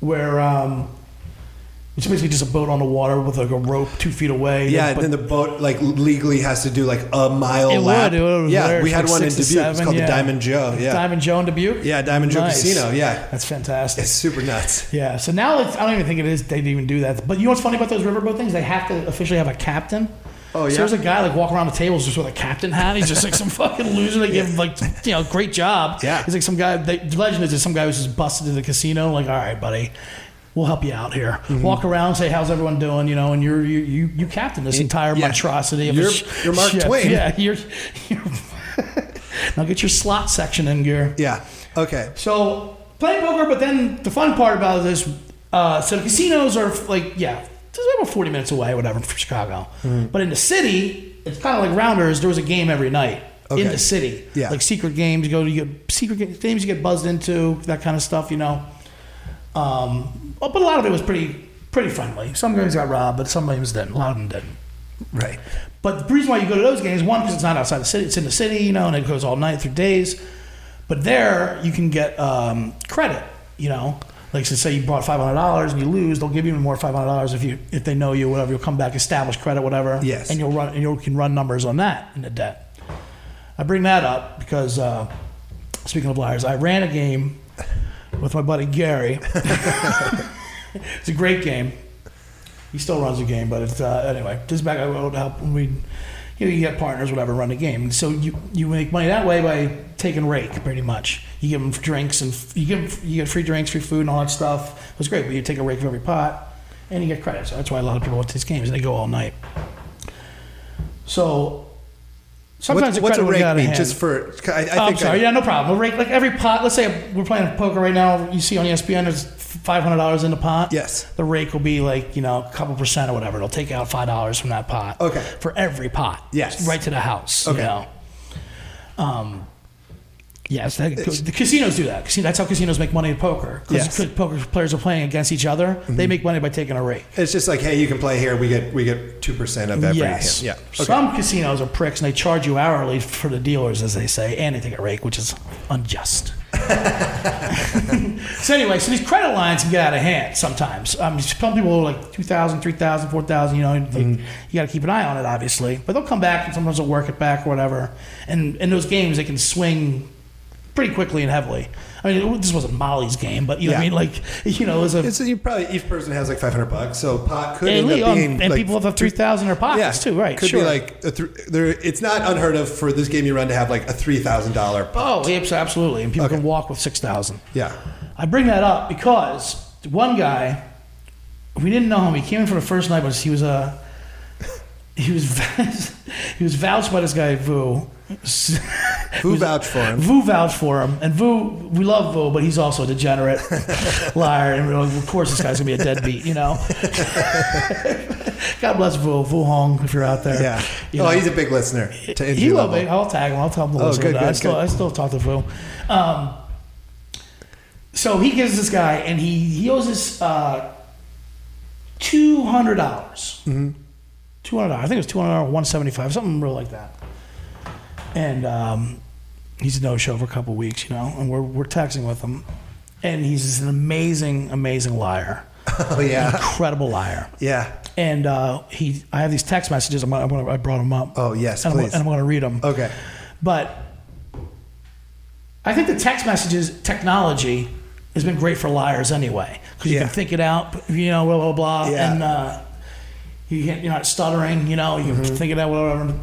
Speaker 4: where um, it's basically just a boat on the water with like a rope two feet away.
Speaker 2: Yeah, and
Speaker 4: but
Speaker 2: then the boat like legally has to do like a mile
Speaker 4: It would,
Speaker 2: lap.
Speaker 4: it would, it was
Speaker 2: yeah,
Speaker 4: hilarious,
Speaker 2: we had
Speaker 4: like
Speaker 2: one in Dubuque.
Speaker 4: six to
Speaker 2: it's
Speaker 4: seven,
Speaker 2: called
Speaker 4: yeah.
Speaker 2: the Diamond Joe. Yeah,
Speaker 4: Diamond Joe in Dubuque.
Speaker 2: yeah, Diamond Joe
Speaker 4: Nice.
Speaker 2: Casino. Yeah,
Speaker 4: That's fantastic.
Speaker 2: it's super nuts.
Speaker 4: Yeah, so now it's, I don't even think it is they didn't even do that. But you know what's funny about those riverboat things? They have to officially have a captain.
Speaker 2: Oh, yeah?
Speaker 4: So there's a guy like walking around the tables just with a captain hat. He's just like some [laughs] fucking loser. They give him like you know great job.
Speaker 2: Yeah.
Speaker 4: He's like some guy. The legend is just some guy who's just busted to the casino. Like all right, buddy. We'll help you out here.
Speaker 2: Mm-hmm.
Speaker 4: Walk around, say how's everyone doing, you know, and you're you you, you captain this entire
Speaker 2: yeah.
Speaker 4: monstrosity of a
Speaker 2: You're-
Speaker 4: sh-
Speaker 2: you're Mark
Speaker 4: ship.
Speaker 2: Twain.
Speaker 4: Yeah, you're. [laughs] you're now get your slot section in gear.
Speaker 2: Yeah. Okay.
Speaker 4: So playing poker, but then the fun part about this, uh, so the casinos are like yeah, just about forty minutes away, whatever, from Chicago.
Speaker 2: Mm-hmm.
Speaker 4: But in the city, it's kind of like Rounders. There was a game every night
Speaker 2: Okay.
Speaker 4: in the city,
Speaker 2: Yeah.
Speaker 4: like secret games. You go to you get secret ga- games, you get buzzed into that kind of stuff, you know. Um, but a lot of it was pretty pretty friendly. Some games got robbed, but some games didn't. A lot of them didn't.
Speaker 2: Right.
Speaker 4: But the reason why you go to those games, one, because it's not outside the city, it's in the city, you know, and it goes all night through days. But there, you can get um, credit, you know. Like, so say you brought five hundred dollars and you lose, they'll give you more five hundred dollars if you if they know you, whatever. You'll come back, establish credit, whatever.
Speaker 2: Yes.
Speaker 4: And you'll run and you can run numbers on that in the debt. I bring that up because uh, speaking of liars, I ran a game with my buddy Gary. [laughs] it's a great game. He still runs the game, but it's uh, anyway. This is back I would help when we, you know, you get partners, whatever, run the game. And so you you make money that way by taking rake, pretty much. You give them drinks and f- you give 'em- you get free drinks, free food, and all that stuff. It was great, but you take a rake of every pot, and you get credit. So that's why a lot of people watch these games. They go all night. So sometimes
Speaker 2: What's- what's
Speaker 4: the credit
Speaker 2: a
Speaker 4: would get
Speaker 2: rake
Speaker 4: out of
Speaker 2: mean?
Speaker 4: hand.
Speaker 2: Just for I, I think
Speaker 4: Oh, I'm sorry.
Speaker 2: I,
Speaker 4: yeah, no problem. A rake, like every pot. Let's say we're playing poker right now. You see on E ESPN, there's five hundred dollars in the pot.
Speaker 2: Yes.
Speaker 4: The rake will be like you know a couple percent or whatever. It'll take out five dollars from that pot.
Speaker 2: Okay.
Speaker 4: For every pot.
Speaker 2: Yes.
Speaker 4: Right to the house.
Speaker 2: Okay.
Speaker 4: You know? Um. Yes, that, the casinos do that. Casino, that's how casinos make money in poker.
Speaker 2: Yes. Mm-hmm.
Speaker 4: Because poker players are playing against each other. They make money by taking a rake.
Speaker 2: It's just like, hey, you can play here. We get we get two percent of every.
Speaker 4: Yes.
Speaker 2: hand. Yeah. Okay.
Speaker 4: Some casinos are pricks and they charge you hourly for the dealers, as they say, and they take a rake, which is unjust. [laughs] so anyway, so these credit lines can get out of hand sometimes. Um, some people are like 2,000, 3,000, 4,000, you know, like,
Speaker 2: Mm-hmm.
Speaker 4: you got to keep an eye on it, obviously. But they'll come back and sometimes they'll work it back or whatever. And in those games, they can swing pretty quickly and heavily. I mean, this wasn't Molly's game, but you know, what I mean,
Speaker 2: Yeah.
Speaker 4: like you know, it was a
Speaker 2: It's you probably each person has like 500 bucks, so pot could
Speaker 4: Yeah,
Speaker 2: end
Speaker 4: Lee,
Speaker 2: up
Speaker 4: um,
Speaker 2: being
Speaker 4: and
Speaker 2: like,
Speaker 4: people have three thousand in their pockets too, right?
Speaker 2: Could
Speaker 4: sure.
Speaker 2: be like a th- there. It's not unheard of for this game you run to have like a three thousand dollar pot.
Speaker 4: oh, yes, absolutely, and people
Speaker 2: Okay.
Speaker 4: can walk with six thousand.
Speaker 2: Yeah,
Speaker 4: I bring that up because one guy, we didn't know him. He came in for the first night, but he was Uh, [laughs] he was he was vouched by this guy Vu. [laughs]
Speaker 2: who vouched for him?
Speaker 4: Vu vouched for him, and Vu, we love Vu, but he's also a
Speaker 2: [laughs]
Speaker 4: degenerate liar, and we're like, of course this guy's gonna be a deadbeat, you
Speaker 2: [laughs]
Speaker 4: know. God bless Vu, Vu Hong, if you're out there.
Speaker 2: Yeah.
Speaker 4: You
Speaker 2: oh,
Speaker 4: know.
Speaker 2: he's a big listener. To
Speaker 4: He
Speaker 2: entry
Speaker 4: will
Speaker 2: level.
Speaker 4: be. I'll tag him. I'll tell him to
Speaker 2: Oh,
Speaker 4: listen.
Speaker 2: good,
Speaker 4: to that. I
Speaker 2: good,
Speaker 4: still,
Speaker 2: good.
Speaker 4: I still talk to Phil. Um, so he gives this guy, and he he owes us uh, two hundred dollars.
Speaker 2: Mm-hmm.
Speaker 4: Two hundred dollars. I think it was two hundred or one seventy five, something real like that. And um, he's no show for a couple weeks, you know. And we're we're texting with him, and he's just an amazing, amazing liar,
Speaker 2: [laughs] Oh [laughs] yeah,
Speaker 4: incredible liar.
Speaker 2: yeah.
Speaker 4: And uh, he, I have these text messages. I'm, gonna- I'm gonna, I brought them up.
Speaker 2: Oh, yes,
Speaker 4: and I'm,
Speaker 2: please.
Speaker 4: and I'm going to read them.
Speaker 2: Okay.
Speaker 4: But I think the text messages technology has been great for liars anyway, because you
Speaker 2: Yeah.
Speaker 4: can think it out, you know, blah blah blah,
Speaker 2: Yeah.
Speaker 4: and uh, you can, you're not stuttering, you know, you
Speaker 2: Mm-hmm.
Speaker 4: can think it out, whatever.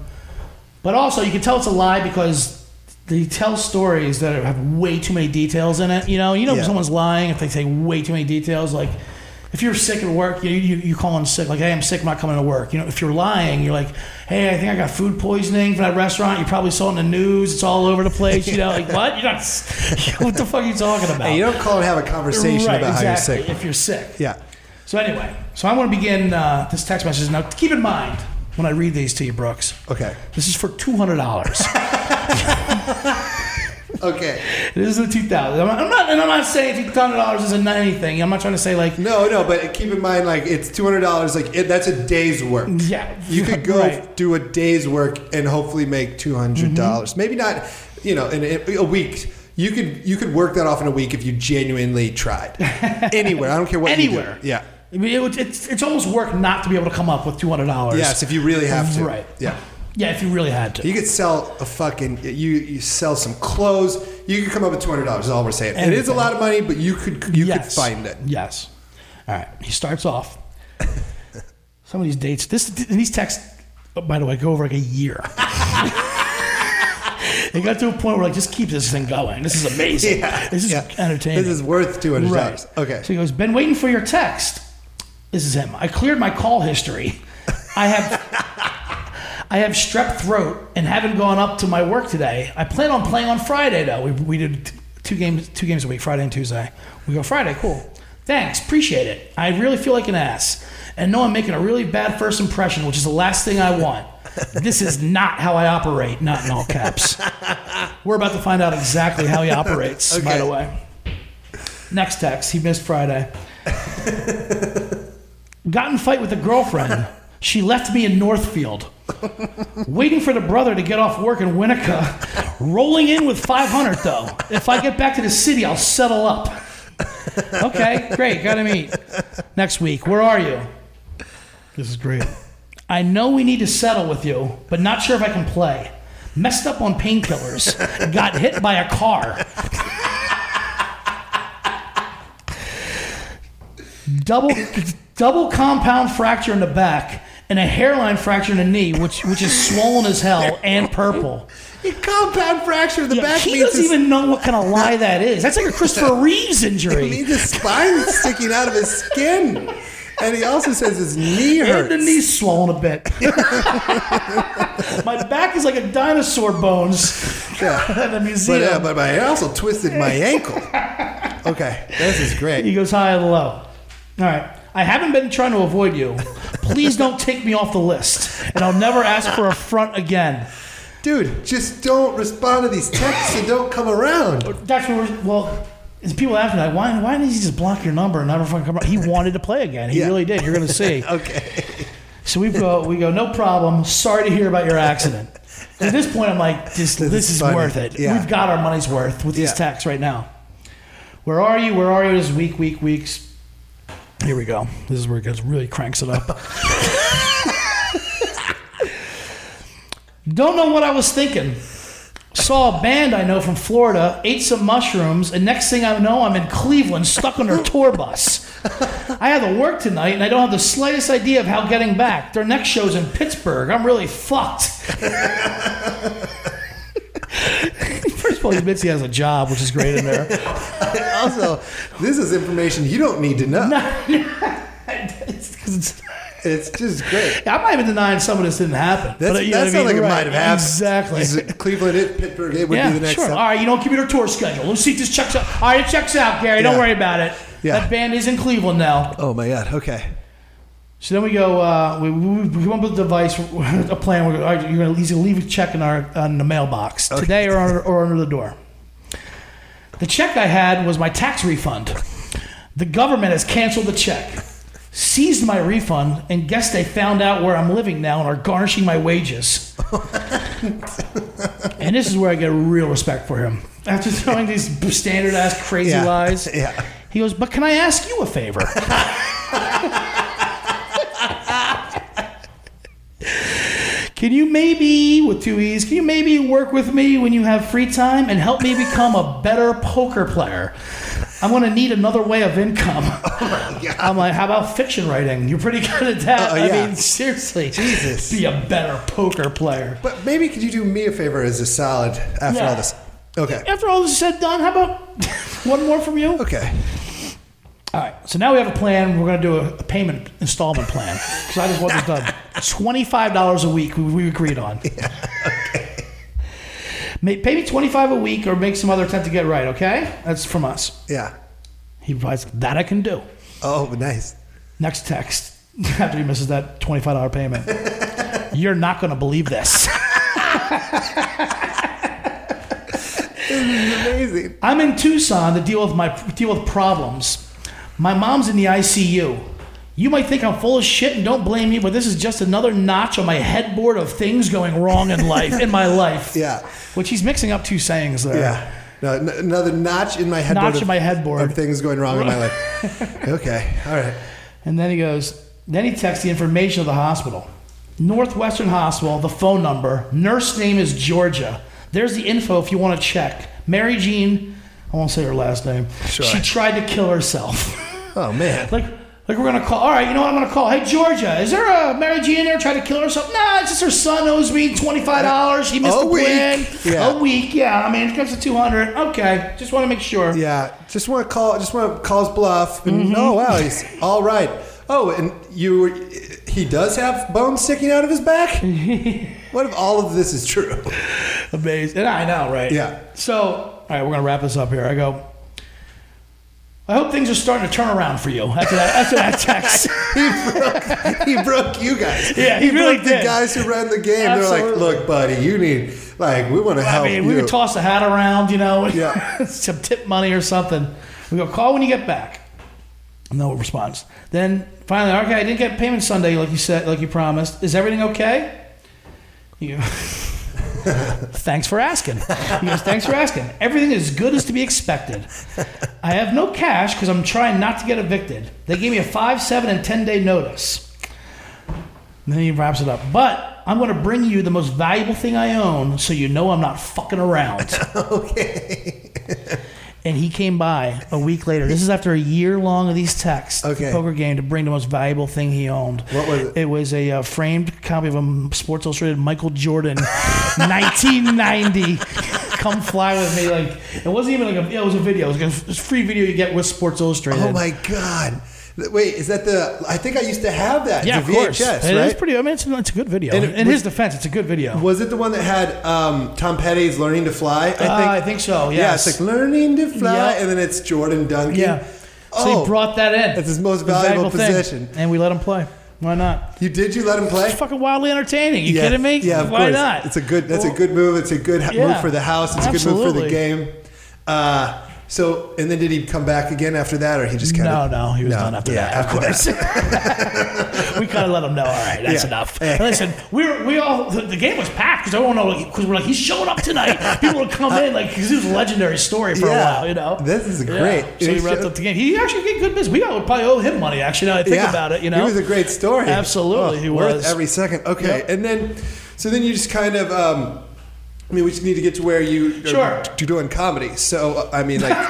Speaker 4: But also, you can tell it's a lie because they tell stories that have way too many details in it. You know, you know, if
Speaker 2: Yeah.
Speaker 4: someone's lying if they say way too many details, like. If you're sick at work, you, you, you call in sick, like, hey, I'm sick, I'm not coming to work. You know, if you're lying, you're like, hey, I think I got food poisoning from that restaurant. You probably saw it in the news. It's all over the place. You know, like, what? You're not, [laughs] what the fuck are you talking about?
Speaker 2: Hey, you don't call and have a conversation
Speaker 4: Right,
Speaker 2: about
Speaker 4: exactly,
Speaker 2: how you're sick.
Speaker 4: If you're sick.
Speaker 2: Yeah.
Speaker 4: So anyway, so I want to begin uh, this text message. Now, keep in mind when I read these to you, Brooks, [laughs]
Speaker 2: Okay.
Speaker 4: this is for $200.
Speaker 2: Okay.
Speaker 4: [laughs] this is the 2000 I'm not, I'm not, and I'm not saying $200 isn't anything. I'm not trying to say like,
Speaker 2: No, no, but keep in mind, like it's two hundred dollars. Like it, that's a day's work.
Speaker 4: Yeah,
Speaker 2: you could go
Speaker 4: right. Mm-hmm.
Speaker 2: do a day's work and hopefully make two hundred dollars. Maybe not, you know, in, in a week. You could you could work that off in a week if you genuinely
Speaker 4: [laughs]
Speaker 2: tried. Anywhere, I don't care what.
Speaker 4: anywhere.
Speaker 2: You do. Yeah.
Speaker 4: I mean, it, would- it's, it's almost work not to be able to come up with $200.
Speaker 2: Yes, if you really have to.
Speaker 4: Right.
Speaker 2: Yeah.
Speaker 4: Yeah, if you really had to.
Speaker 2: You could sell a fucking you you sell some clothes. You could come up with two hundred dollars. Is all we're saying. It is a
Speaker 4: Anything.
Speaker 2: lot of money, but you could you could
Speaker 4: yes.
Speaker 2: find it. [laughs]
Speaker 4: Yes. All right. He starts off. [laughs] Some of these dates. This and these texts. oh, by the way, go over like a year. [laughs] it got to a point where like just keep this thing going. This is amazing. this is
Speaker 2: Yeah.
Speaker 4: entertaining.
Speaker 2: This is worth two hundred
Speaker 4: Right.
Speaker 2: dollars. Okay.
Speaker 4: So he goes, been waiting for your text. This is him. I cleared my call history. I have I have [laughs] strep throat and haven't gone up to my work today. I plan on playing on Friday though. We, we did t- two games two games a week, Friday and Tuesday. We go Friday, cool. Thanks, appreciate it. I really feel like an ass. And know I'm making a really bad first impression, which is the last thing I want. This is not how I operate, not in all caps. We're about to find out exactly how he operates, by
Speaker 2: Okay.
Speaker 4: the way. Next text, he missed Friday. Got in fight with a girlfriend. She left me in Northfield. Waiting for the brother to get off work in Winnica. Rolling in with 500 though. If I get back to the city, I'll settle up. Okay, great. Got to meet next week. Where are you? This is great. I know we need to settle with you, but not sure if I can play. Messed up on painkillers. Got hit by a car. double double compound fracture in the back and a hairline fracture in the knee, which which is swollen as hell and purple.
Speaker 2: Compound fracture of the back
Speaker 4: he
Speaker 2: means
Speaker 4: doesn't
Speaker 2: his-
Speaker 4: even know what kind of lie that is. That's like a Christopher
Speaker 2: [laughs]
Speaker 4: Reeves
Speaker 2: It
Speaker 4: injury.
Speaker 2: [laughs] means his spine's sticking out of his skin. And he also says his knee
Speaker 4: And
Speaker 2: hurts.
Speaker 4: the knee's swollen a
Speaker 2: [laughs]
Speaker 4: bit. My back is like a dinosaur bones
Speaker 2: Yeah.
Speaker 4: at a museum.
Speaker 2: But, uh, but I also twisted my ankle. Okay, this is
Speaker 4: He
Speaker 2: great.
Speaker 4: goes high and low. All right. I haven't been trying to avoid you. Please don't take me off the list, and I'll never ask for a front again.
Speaker 2: Dude, just don't respond to these texts and don't come around.
Speaker 4: That's what we're, well, is people ask me like, why, why did he just block your number and never fucking come? around?
Speaker 2: [laughs]
Speaker 4: He wanted to play again. He
Speaker 2: Yeah.
Speaker 4: really did. You're
Speaker 2: [laughs]
Speaker 4: gonna see.
Speaker 2: Okay.
Speaker 4: So we go, we go, no problem. Sorry to hear about your accident. At this point, I'm like, this, this,
Speaker 2: is
Speaker 4: is,
Speaker 2: funny.
Speaker 4: worth it.
Speaker 2: Yeah.
Speaker 4: We've got our money's worth with these
Speaker 2: Yeah.
Speaker 4: texts right now. Where are you? Where are you? This is week, week, weeks. Here we go. This is where it gets really cranks it up. [laughs] Don't know what I was thinking. Saw a band I know from Florida, ate some mushrooms, and next thing I know, I'm in Cleveland stuck on their tour bus. I have to work tonight, and I don't have the slightest idea of how getting back. Their next show's in Pittsburgh. I'm really fucked. [laughs] First of all, he admits he has a job, which is great in there.
Speaker 2: also, this is information you don't need to know.
Speaker 4: [laughs] It's 'cause it's-
Speaker 2: It's just great.
Speaker 4: I'm not even denying some of this didn't happen.
Speaker 2: That's,
Speaker 4: But, uh, you
Speaker 2: that
Speaker 4: know what I
Speaker 2: sounds like
Speaker 4: mean?
Speaker 2: it
Speaker 4: You're
Speaker 2: might have
Speaker 4: right.
Speaker 2: happened.
Speaker 4: Exactly.
Speaker 2: Is it Cleveland, it, Pittsburgh, it would
Speaker 4: yeah,
Speaker 2: be the next
Speaker 4: sure.
Speaker 2: step.
Speaker 4: All right, you don't give me their tour schedule. Let's see if this checks out. All right, it checks out, Gary. Don't
Speaker 2: Yeah.
Speaker 4: worry about it.
Speaker 2: Yeah.
Speaker 4: That band is in Cleveland now.
Speaker 2: Oh my God. Okay.
Speaker 4: So then we go. Uh, we, we, we come up with a device, [laughs] a plan. We're, all right, you're gonna, he's gonna leave a check in our on the mailbox today or under, or under the door. The check I had was my tax refund. The government has canceled the check, seized my refund, and guess they found out where I'm living now and are garnishing my
Speaker 2: [laughs]
Speaker 4: wages. and this is where I get real respect for him. After throwing these standard ass crazy
Speaker 2: Yeah.
Speaker 4: lies,
Speaker 2: [laughs] Yeah.
Speaker 4: he goes, But can I ask you
Speaker 2: [laughs]
Speaker 4: a favor? Can you maybe, with two E's, can you maybe work with me when you have free time and help me become a better poker player? I'm gonna need another way of income.
Speaker 2: [laughs] Oh
Speaker 4: [laughs] I'm like, how about fiction writing? You're pretty good at that.
Speaker 2: Uh,
Speaker 4: I
Speaker 2: yeah.
Speaker 4: mean, seriously,
Speaker 2: Jesus.
Speaker 4: be a better poker player.
Speaker 2: But maybe could you do me a favor as a solid after
Speaker 4: Yeah.
Speaker 2: all this? Okay.
Speaker 4: After all this is said and done, how about [laughs] one more from you?
Speaker 2: Okay.
Speaker 4: All right, so now we have a plan. We're going to do a, a payment installment plan [laughs] because I just want this done. Twenty-five dollars a week we, we
Speaker 2: [laughs]
Speaker 4: agreed on. May, pay me twenty-five a week, or make some other attempt to get right. Okay, that's from us.
Speaker 2: Yeah.
Speaker 4: He replies, "That I can do."
Speaker 2: Oh, nice.
Speaker 4: Next text [laughs] after he misses that twenty-five
Speaker 2: [laughs]
Speaker 4: dollar payment. You're not going to believe this.
Speaker 2: Amazing.
Speaker 4: I'm in Tucson to deal with my deal with problems. My mom's in the ICU. You might think I'm full of shit and don't blame me, but this is just another notch on my headboard of things going wrong in life
Speaker 2: [laughs]
Speaker 4: in my life.
Speaker 2: Yeah.
Speaker 4: Which he's mixing up two sayings there.
Speaker 2: Yeah. No, n- another notch in my headboard.
Speaker 4: Notch in
Speaker 2: of-
Speaker 4: my headboard.
Speaker 2: Of things going wrong in my
Speaker 4: [laughs]
Speaker 2: life. Okay. All right.
Speaker 4: And then he goes, then he texts the information of the hospital. Northwestern Hospital, the phone number, nurse name is Georgia. There's the info if you want to check. Mary Jean, I won't say her last name.
Speaker 2: Sure.
Speaker 4: She tried to kill herself. [laughs]
Speaker 2: Oh man.
Speaker 4: Like, like we're gonna call. All right, you know what? I'm gonna call. Hey, Georgia, is there a Mary Jean in there trying to kill herself? Nah, it's just her son owes me twenty five dollars. He missed
Speaker 2: A
Speaker 4: the
Speaker 2: week.
Speaker 4: plan.
Speaker 2: Yeah.
Speaker 4: A week. Yeah, I mean, it comes to two hundred. Okay, just want to make sure.
Speaker 2: Yeah. Just want to call. Just want to call his bluff. And
Speaker 4: Mm-hmm.
Speaker 2: oh wow, he's all right. Oh, and you. He does have bones sticking out of his
Speaker 4: [laughs]
Speaker 2: back. what if all of this is true?
Speaker 4: Amazing. And I know, right?
Speaker 2: Yeah.
Speaker 4: So, all right, we're gonna wrap this up here. I go. I hope things are starting to turn around for you after that.
Speaker 2: [laughs]
Speaker 4: After that text.
Speaker 2: He broke, he broke you guys.
Speaker 4: [laughs] Yeah, he really
Speaker 2: broke the
Speaker 4: did.
Speaker 2: guys who ran the game. They're
Speaker 4: Absolutely.
Speaker 2: like, look, buddy, you need like we want to
Speaker 4: I
Speaker 2: help
Speaker 4: mean,
Speaker 2: you.
Speaker 4: we could toss a hat around, you know,
Speaker 2: Yeah.
Speaker 4: [laughs] some tip money or something. We go, call when you get back. No response. Then finally, okay, I didn't get payment Sunday like you said, like you promised. Is everything okay? You. Thanks for asking. He goes, Thanks for asking. Everything is good as to be expected. I have no cash because I'm trying not to get evicted. They gave me a five, seven, and 10 day notice. And then he wraps it up. But I'm going to bring you the most valuable thing I own so you know I'm not fucking around.
Speaker 2: [laughs]
Speaker 4: okay. and he came by a week later. This is after a year long of these texts, the
Speaker 2: Okay.
Speaker 4: poker game, to bring the most valuable thing he owned.
Speaker 2: What was it?
Speaker 4: It was a uh, framed copy of a Sports Illustrated Michael Jordan [laughs] 1990. Come fly with me. Like it wasn't even like a. yeah, It was a video. It was, like a, it was a free video you get with Sports Illustrated.
Speaker 2: Oh my god! Th- Wait, is that the? I think I used to have that.
Speaker 4: Yeah,
Speaker 2: the
Speaker 4: of course.
Speaker 2: VHS,
Speaker 4: It
Speaker 2: right?
Speaker 4: is pretty. I mean, it's, it's a good video.
Speaker 2: And it
Speaker 4: In
Speaker 2: was-
Speaker 4: his defense, it's a good video.
Speaker 2: was it the one that had um, Tom Petty's "Learning to Fly"? I think.
Speaker 4: Ah, I think so,
Speaker 2: Yeah,
Speaker 4: yes.
Speaker 2: it's like "Learning to Fly,"
Speaker 4: Yeah.
Speaker 2: and then it's Jordan Duncan.
Speaker 4: yeah. so
Speaker 2: Oh,
Speaker 4: he brought that in.
Speaker 2: It's his most
Speaker 4: It was a
Speaker 2: valuable
Speaker 4: thing.
Speaker 2: possession.
Speaker 4: and we let him play. Why not?
Speaker 2: you did. You let him play.
Speaker 4: It's fucking wildly entertaining. You
Speaker 2: yeah.
Speaker 4: kidding me?
Speaker 2: Yeah, of
Speaker 4: Why
Speaker 2: course.
Speaker 4: not?
Speaker 2: It's a good. That's a good move. It's a good h-
Speaker 4: Yeah.
Speaker 2: move for the house. It's a good move for
Speaker 4: Absolutely.
Speaker 2: the game. Uh, so, and then did he come back again after that, or he just kind
Speaker 4: No,
Speaker 2: of?
Speaker 4: no, he was done after
Speaker 2: yeah,
Speaker 4: that. Of course,
Speaker 2: [laughs]
Speaker 4: we kind of let him know. All right, that's
Speaker 2: Yeah.
Speaker 4: enough. And Listen, we were, we all the, the game was packed because everyone know because we're like he's showing up tonight. People would come in like because it was a legendary story for
Speaker 2: Yeah.
Speaker 4: a while. You know,
Speaker 2: This is
Speaker 4: Yeah.
Speaker 2: great. He
Speaker 4: So he wrapped
Speaker 2: showed-
Speaker 4: up the game. He actually did good business. We all would probably owe him money. Actually, now I think
Speaker 2: Yeah.
Speaker 4: about it, you know,
Speaker 2: he was a great story. Oh,
Speaker 4: Absolutely, he
Speaker 2: worth
Speaker 4: was.
Speaker 2: every second. Okay,
Speaker 4: Yep.
Speaker 2: and then so then you just kind of um, I mean, we just need to get to where you are
Speaker 4: Sure.
Speaker 2: d- doing comedy. So I mean, like,
Speaker 4: [laughs]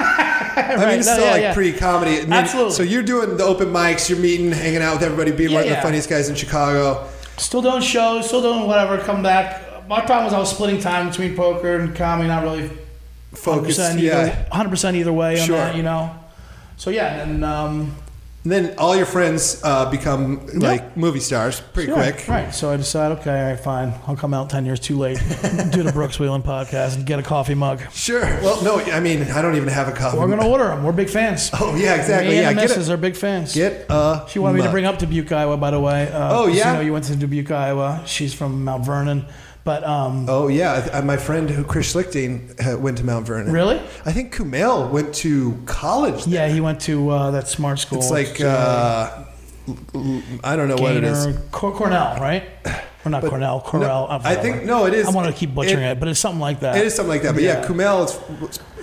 Speaker 2: I mean,
Speaker 4: Right,
Speaker 2: it's
Speaker 4: no,
Speaker 2: still
Speaker 4: yeah,
Speaker 2: like
Speaker 4: yeah.
Speaker 2: pre-comedy. And then-
Speaker 4: Absolutely.
Speaker 2: So you're doing the open mics, you're meeting, hanging out with everybody, being
Speaker 4: Yeah,
Speaker 2: one of the
Speaker 4: yeah.
Speaker 2: funniest guys in Chicago.
Speaker 4: Still doing shows, still doing whatever. Come back. My problem was I was splitting time between poker and comedy, not really
Speaker 2: Focused,
Speaker 4: 100%
Speaker 2: yeah.
Speaker 4: either, 100% either way on
Speaker 2: Sure.
Speaker 4: that, you know? So, yeah, and um,
Speaker 2: And then all your friends uh, become like movie stars pretty
Speaker 4: yeah,
Speaker 2: quick.
Speaker 4: Right. So I decide, okay, all right, fine. I'll come out 10 years too late, [laughs] do the Brooks Wheeling podcast, and get a coffee mug.
Speaker 2: Sure. Well, no, I mean, I don't even have a coffee.
Speaker 4: We're going to order them. We're big fans.
Speaker 2: [laughs] Oh, yeah, exactly.
Speaker 4: Me
Speaker 2: Yeah,
Speaker 4: and the
Speaker 2: get
Speaker 4: missus are big fans.
Speaker 2: Get a.
Speaker 4: She wanted me to
Speaker 2: mug.
Speaker 4: bring up Dubuque, Iowa, by the way. Uh,
Speaker 2: Oh,
Speaker 4: 'cause
Speaker 2: yeah?
Speaker 4: You know, you went to Dubuque, Iowa. She's from Mount Vernon. But um,
Speaker 2: Oh yeah, I- I- my friend who Chris Schlichting uh, went to Mount Vernon.
Speaker 4: Really?
Speaker 2: I think Kumail went to college. there.
Speaker 4: yeah, he went to uh, that smart school.
Speaker 2: It's like uh, l- l- I don't know what it is.
Speaker 4: Gaynor- Cor- Cornell, right? Or not Cornell, Cornell. I'm
Speaker 2: I
Speaker 4: sorry.
Speaker 2: think- no, it is-
Speaker 4: I want to keep butchering
Speaker 2: it-
Speaker 4: it, but it's something like that.
Speaker 2: It is something like that. But yeah,
Speaker 4: Yeah.
Speaker 2: Kumail is,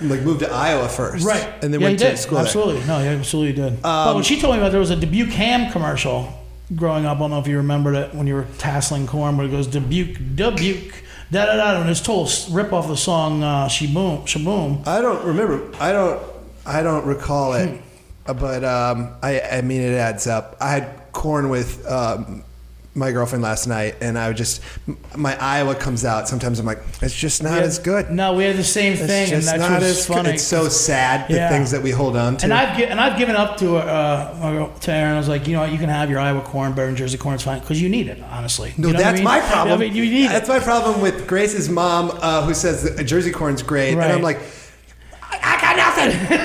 Speaker 2: like moved to Iowa first,
Speaker 4: Right.
Speaker 2: And then
Speaker 4: yeah,
Speaker 2: went
Speaker 4: he
Speaker 2: to
Speaker 4: did.
Speaker 2: school. there. Um,
Speaker 4: Absolutely. No, he absolutely did. but when she told me about there was a Dubuque ham commercial growing up, I don't know if you remembered it when you were tasseling corn, but it goes Dubuque, Dubuque, da da da. And it's total s- rip off the song uh, Shaboom, Shaboom.
Speaker 2: I don't remember. I don't. I don't recall it.
Speaker 4: Hmm.
Speaker 2: Uh, But um, I, I mean, it adds up. I had corn with um, my girlfriend last night, and I would just m- my Iowa comes out. Sometimes I'm like, it's just not as good.
Speaker 4: No, we had the same
Speaker 2: it's
Speaker 4: thing, and
Speaker 2: just
Speaker 4: that's
Speaker 2: not
Speaker 4: what's
Speaker 2: as
Speaker 4: funny.
Speaker 2: good. It's so sad the
Speaker 4: Yeah.
Speaker 2: things that we hold on to.
Speaker 4: And I've gi- and I've given up to uh, my girl- to Aaron. I was like, you know, what, you can have your Iowa corn, better than Jersey corn. It's fine because you need it, honestly.
Speaker 2: no,
Speaker 4: You know what I
Speaker 2: that's
Speaker 4: mean?
Speaker 2: my problem.
Speaker 4: I mean, you need
Speaker 2: that's
Speaker 4: it.
Speaker 2: my problem with Grace's mom, uh, who says that Jersey corn's great, and I'm like,
Speaker 4: Right. [laughs] I got nothing.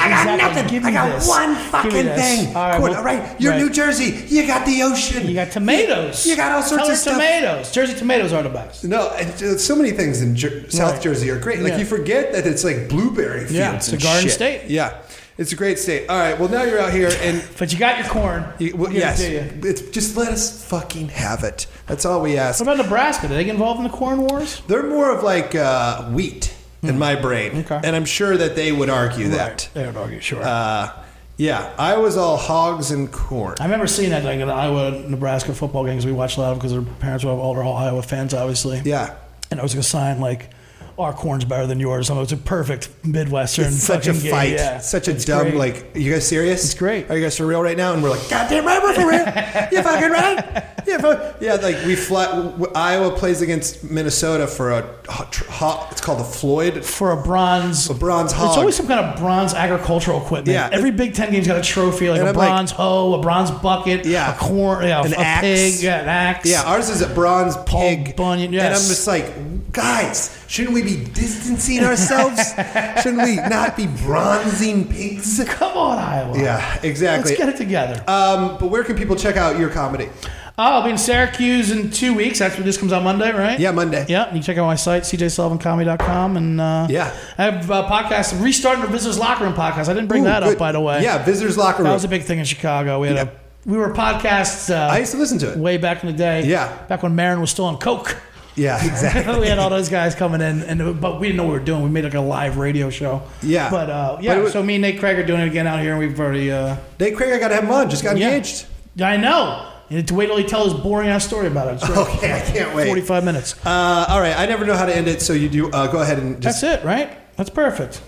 Speaker 4: I got one
Speaker 2: fucking thing.
Speaker 4: All right,
Speaker 2: corn,
Speaker 4: well-
Speaker 2: all right, you're
Speaker 4: right.
Speaker 2: New Jersey. You got the ocean.
Speaker 4: You got tomatoes.
Speaker 2: You got all sorts
Speaker 4: Tell
Speaker 2: of
Speaker 4: her
Speaker 2: stuff.
Speaker 4: tomatoes. Jersey tomatoes are the best.
Speaker 2: No, and there's so many things in Jer- South
Speaker 4: Right.
Speaker 2: Jersey are great. Like
Speaker 4: Yeah.
Speaker 2: you forget that it's like blueberry fields.
Speaker 4: Yeah, it's a
Speaker 2: and
Speaker 4: garden
Speaker 2: shit.
Speaker 4: state.
Speaker 2: Yeah, it's a great state. All right, well now you're out here and
Speaker 4: But you got your corn.
Speaker 2: you, well,
Speaker 4: We'll give it
Speaker 2: yes,
Speaker 4: to you.
Speaker 2: it's just let us fucking have it. That's all we ask.
Speaker 4: What about Nebraska? Did they get involved in the corn wars?
Speaker 2: They're more of like uh, wheat in my brain,
Speaker 4: Hmm. Okay.
Speaker 2: and I'm sure that they would argue that.
Speaker 4: They would argue, sure.
Speaker 2: Uh, yeah, I was all hogs and corn.
Speaker 4: I remember seeing that like at the Iowa Nebraska football games we watched a lot of because our parents were all, all Iowa fans, obviously.
Speaker 2: yeah,
Speaker 4: And I was going to sign like, our corn's better than yours. I was a perfect Midwestern.
Speaker 2: it's such a
Speaker 4: fucking game.
Speaker 2: fight,
Speaker 4: Yeah.
Speaker 2: such a
Speaker 4: It's
Speaker 2: dumb
Speaker 4: great.
Speaker 2: like. Are you guys serious? It's
Speaker 4: great.
Speaker 2: Are you guys for real right now? And we're like, goddamn right, we're for real. you fucking right. Yeah, fuck. yeah. Like we fly. w- Iowa plays against Minnesota for a hot, tr- hot- it's called the Floyd
Speaker 4: for a bronze.
Speaker 2: a bronze hog.
Speaker 4: It's always some kind of bronze agricultural equipment.
Speaker 2: Yeah.
Speaker 4: Every Big Ten game's got a trophy, like
Speaker 2: And
Speaker 4: a
Speaker 2: I'm like-
Speaker 4: bronze hoe, a bronze bucket,
Speaker 2: Yeah.
Speaker 4: a corn, yeah,
Speaker 2: An
Speaker 4: a
Speaker 2: axe.
Speaker 4: pig, yeah, an axe.
Speaker 2: yeah, ours is a bronze pig.
Speaker 4: Bunyan,
Speaker 2: And I'm
Speaker 4: yes.
Speaker 2: just like, guys, shouldn't we be distancing
Speaker 4: [laughs]
Speaker 2: ourselves? shouldn't we not be bronzing pigs?
Speaker 4: Come on, Iowa.
Speaker 2: Yeah, exactly.
Speaker 4: Let's get it together.
Speaker 2: um, but where can people check out your comedy?
Speaker 4: oh, I'll be in Syracuse in two weeks. That's when this comes out Monday, right?
Speaker 2: Yeah, Monday.
Speaker 4: Yeah, and you can check out my site, cjsullivancomedy.com. And uh,
Speaker 2: Yeah.
Speaker 4: I have a podcast, I'm restarting the Visitors Locker Room podcast. I didn't bring
Speaker 2: Ooh,
Speaker 4: that
Speaker 2: good.
Speaker 4: up, by the way.
Speaker 2: Yeah, visitors locker room.
Speaker 4: That was a big thing in Chicago. We had
Speaker 2: Yeah.
Speaker 4: a, we were podcasts uh,
Speaker 2: I used to listen to it.
Speaker 4: way back in the day.
Speaker 2: Yeah.
Speaker 4: Back when Marin was still on Coke. [laughs]
Speaker 2: Yeah, exactly.
Speaker 4: we had all those guys coming in, and but we didn't know what we were doing. We made like a live radio show.
Speaker 2: Yeah.
Speaker 4: But uh, yeah,
Speaker 2: But it was-
Speaker 4: so me and Nate Craig are doing it again out here, and we've already. Uh,
Speaker 2: Nate Craig, I gotta have him on. Just got
Speaker 4: yeah.
Speaker 2: engaged. [laughs]
Speaker 4: I know. You need to wait till he tells his boring ass story about it. It's like
Speaker 2: Okay, I can't wait.
Speaker 4: Forty-five minutes.
Speaker 2: Uh, all right, I never know how to end it, so you do. Uh, go ahead and just
Speaker 4: That's it, right? That's perfect.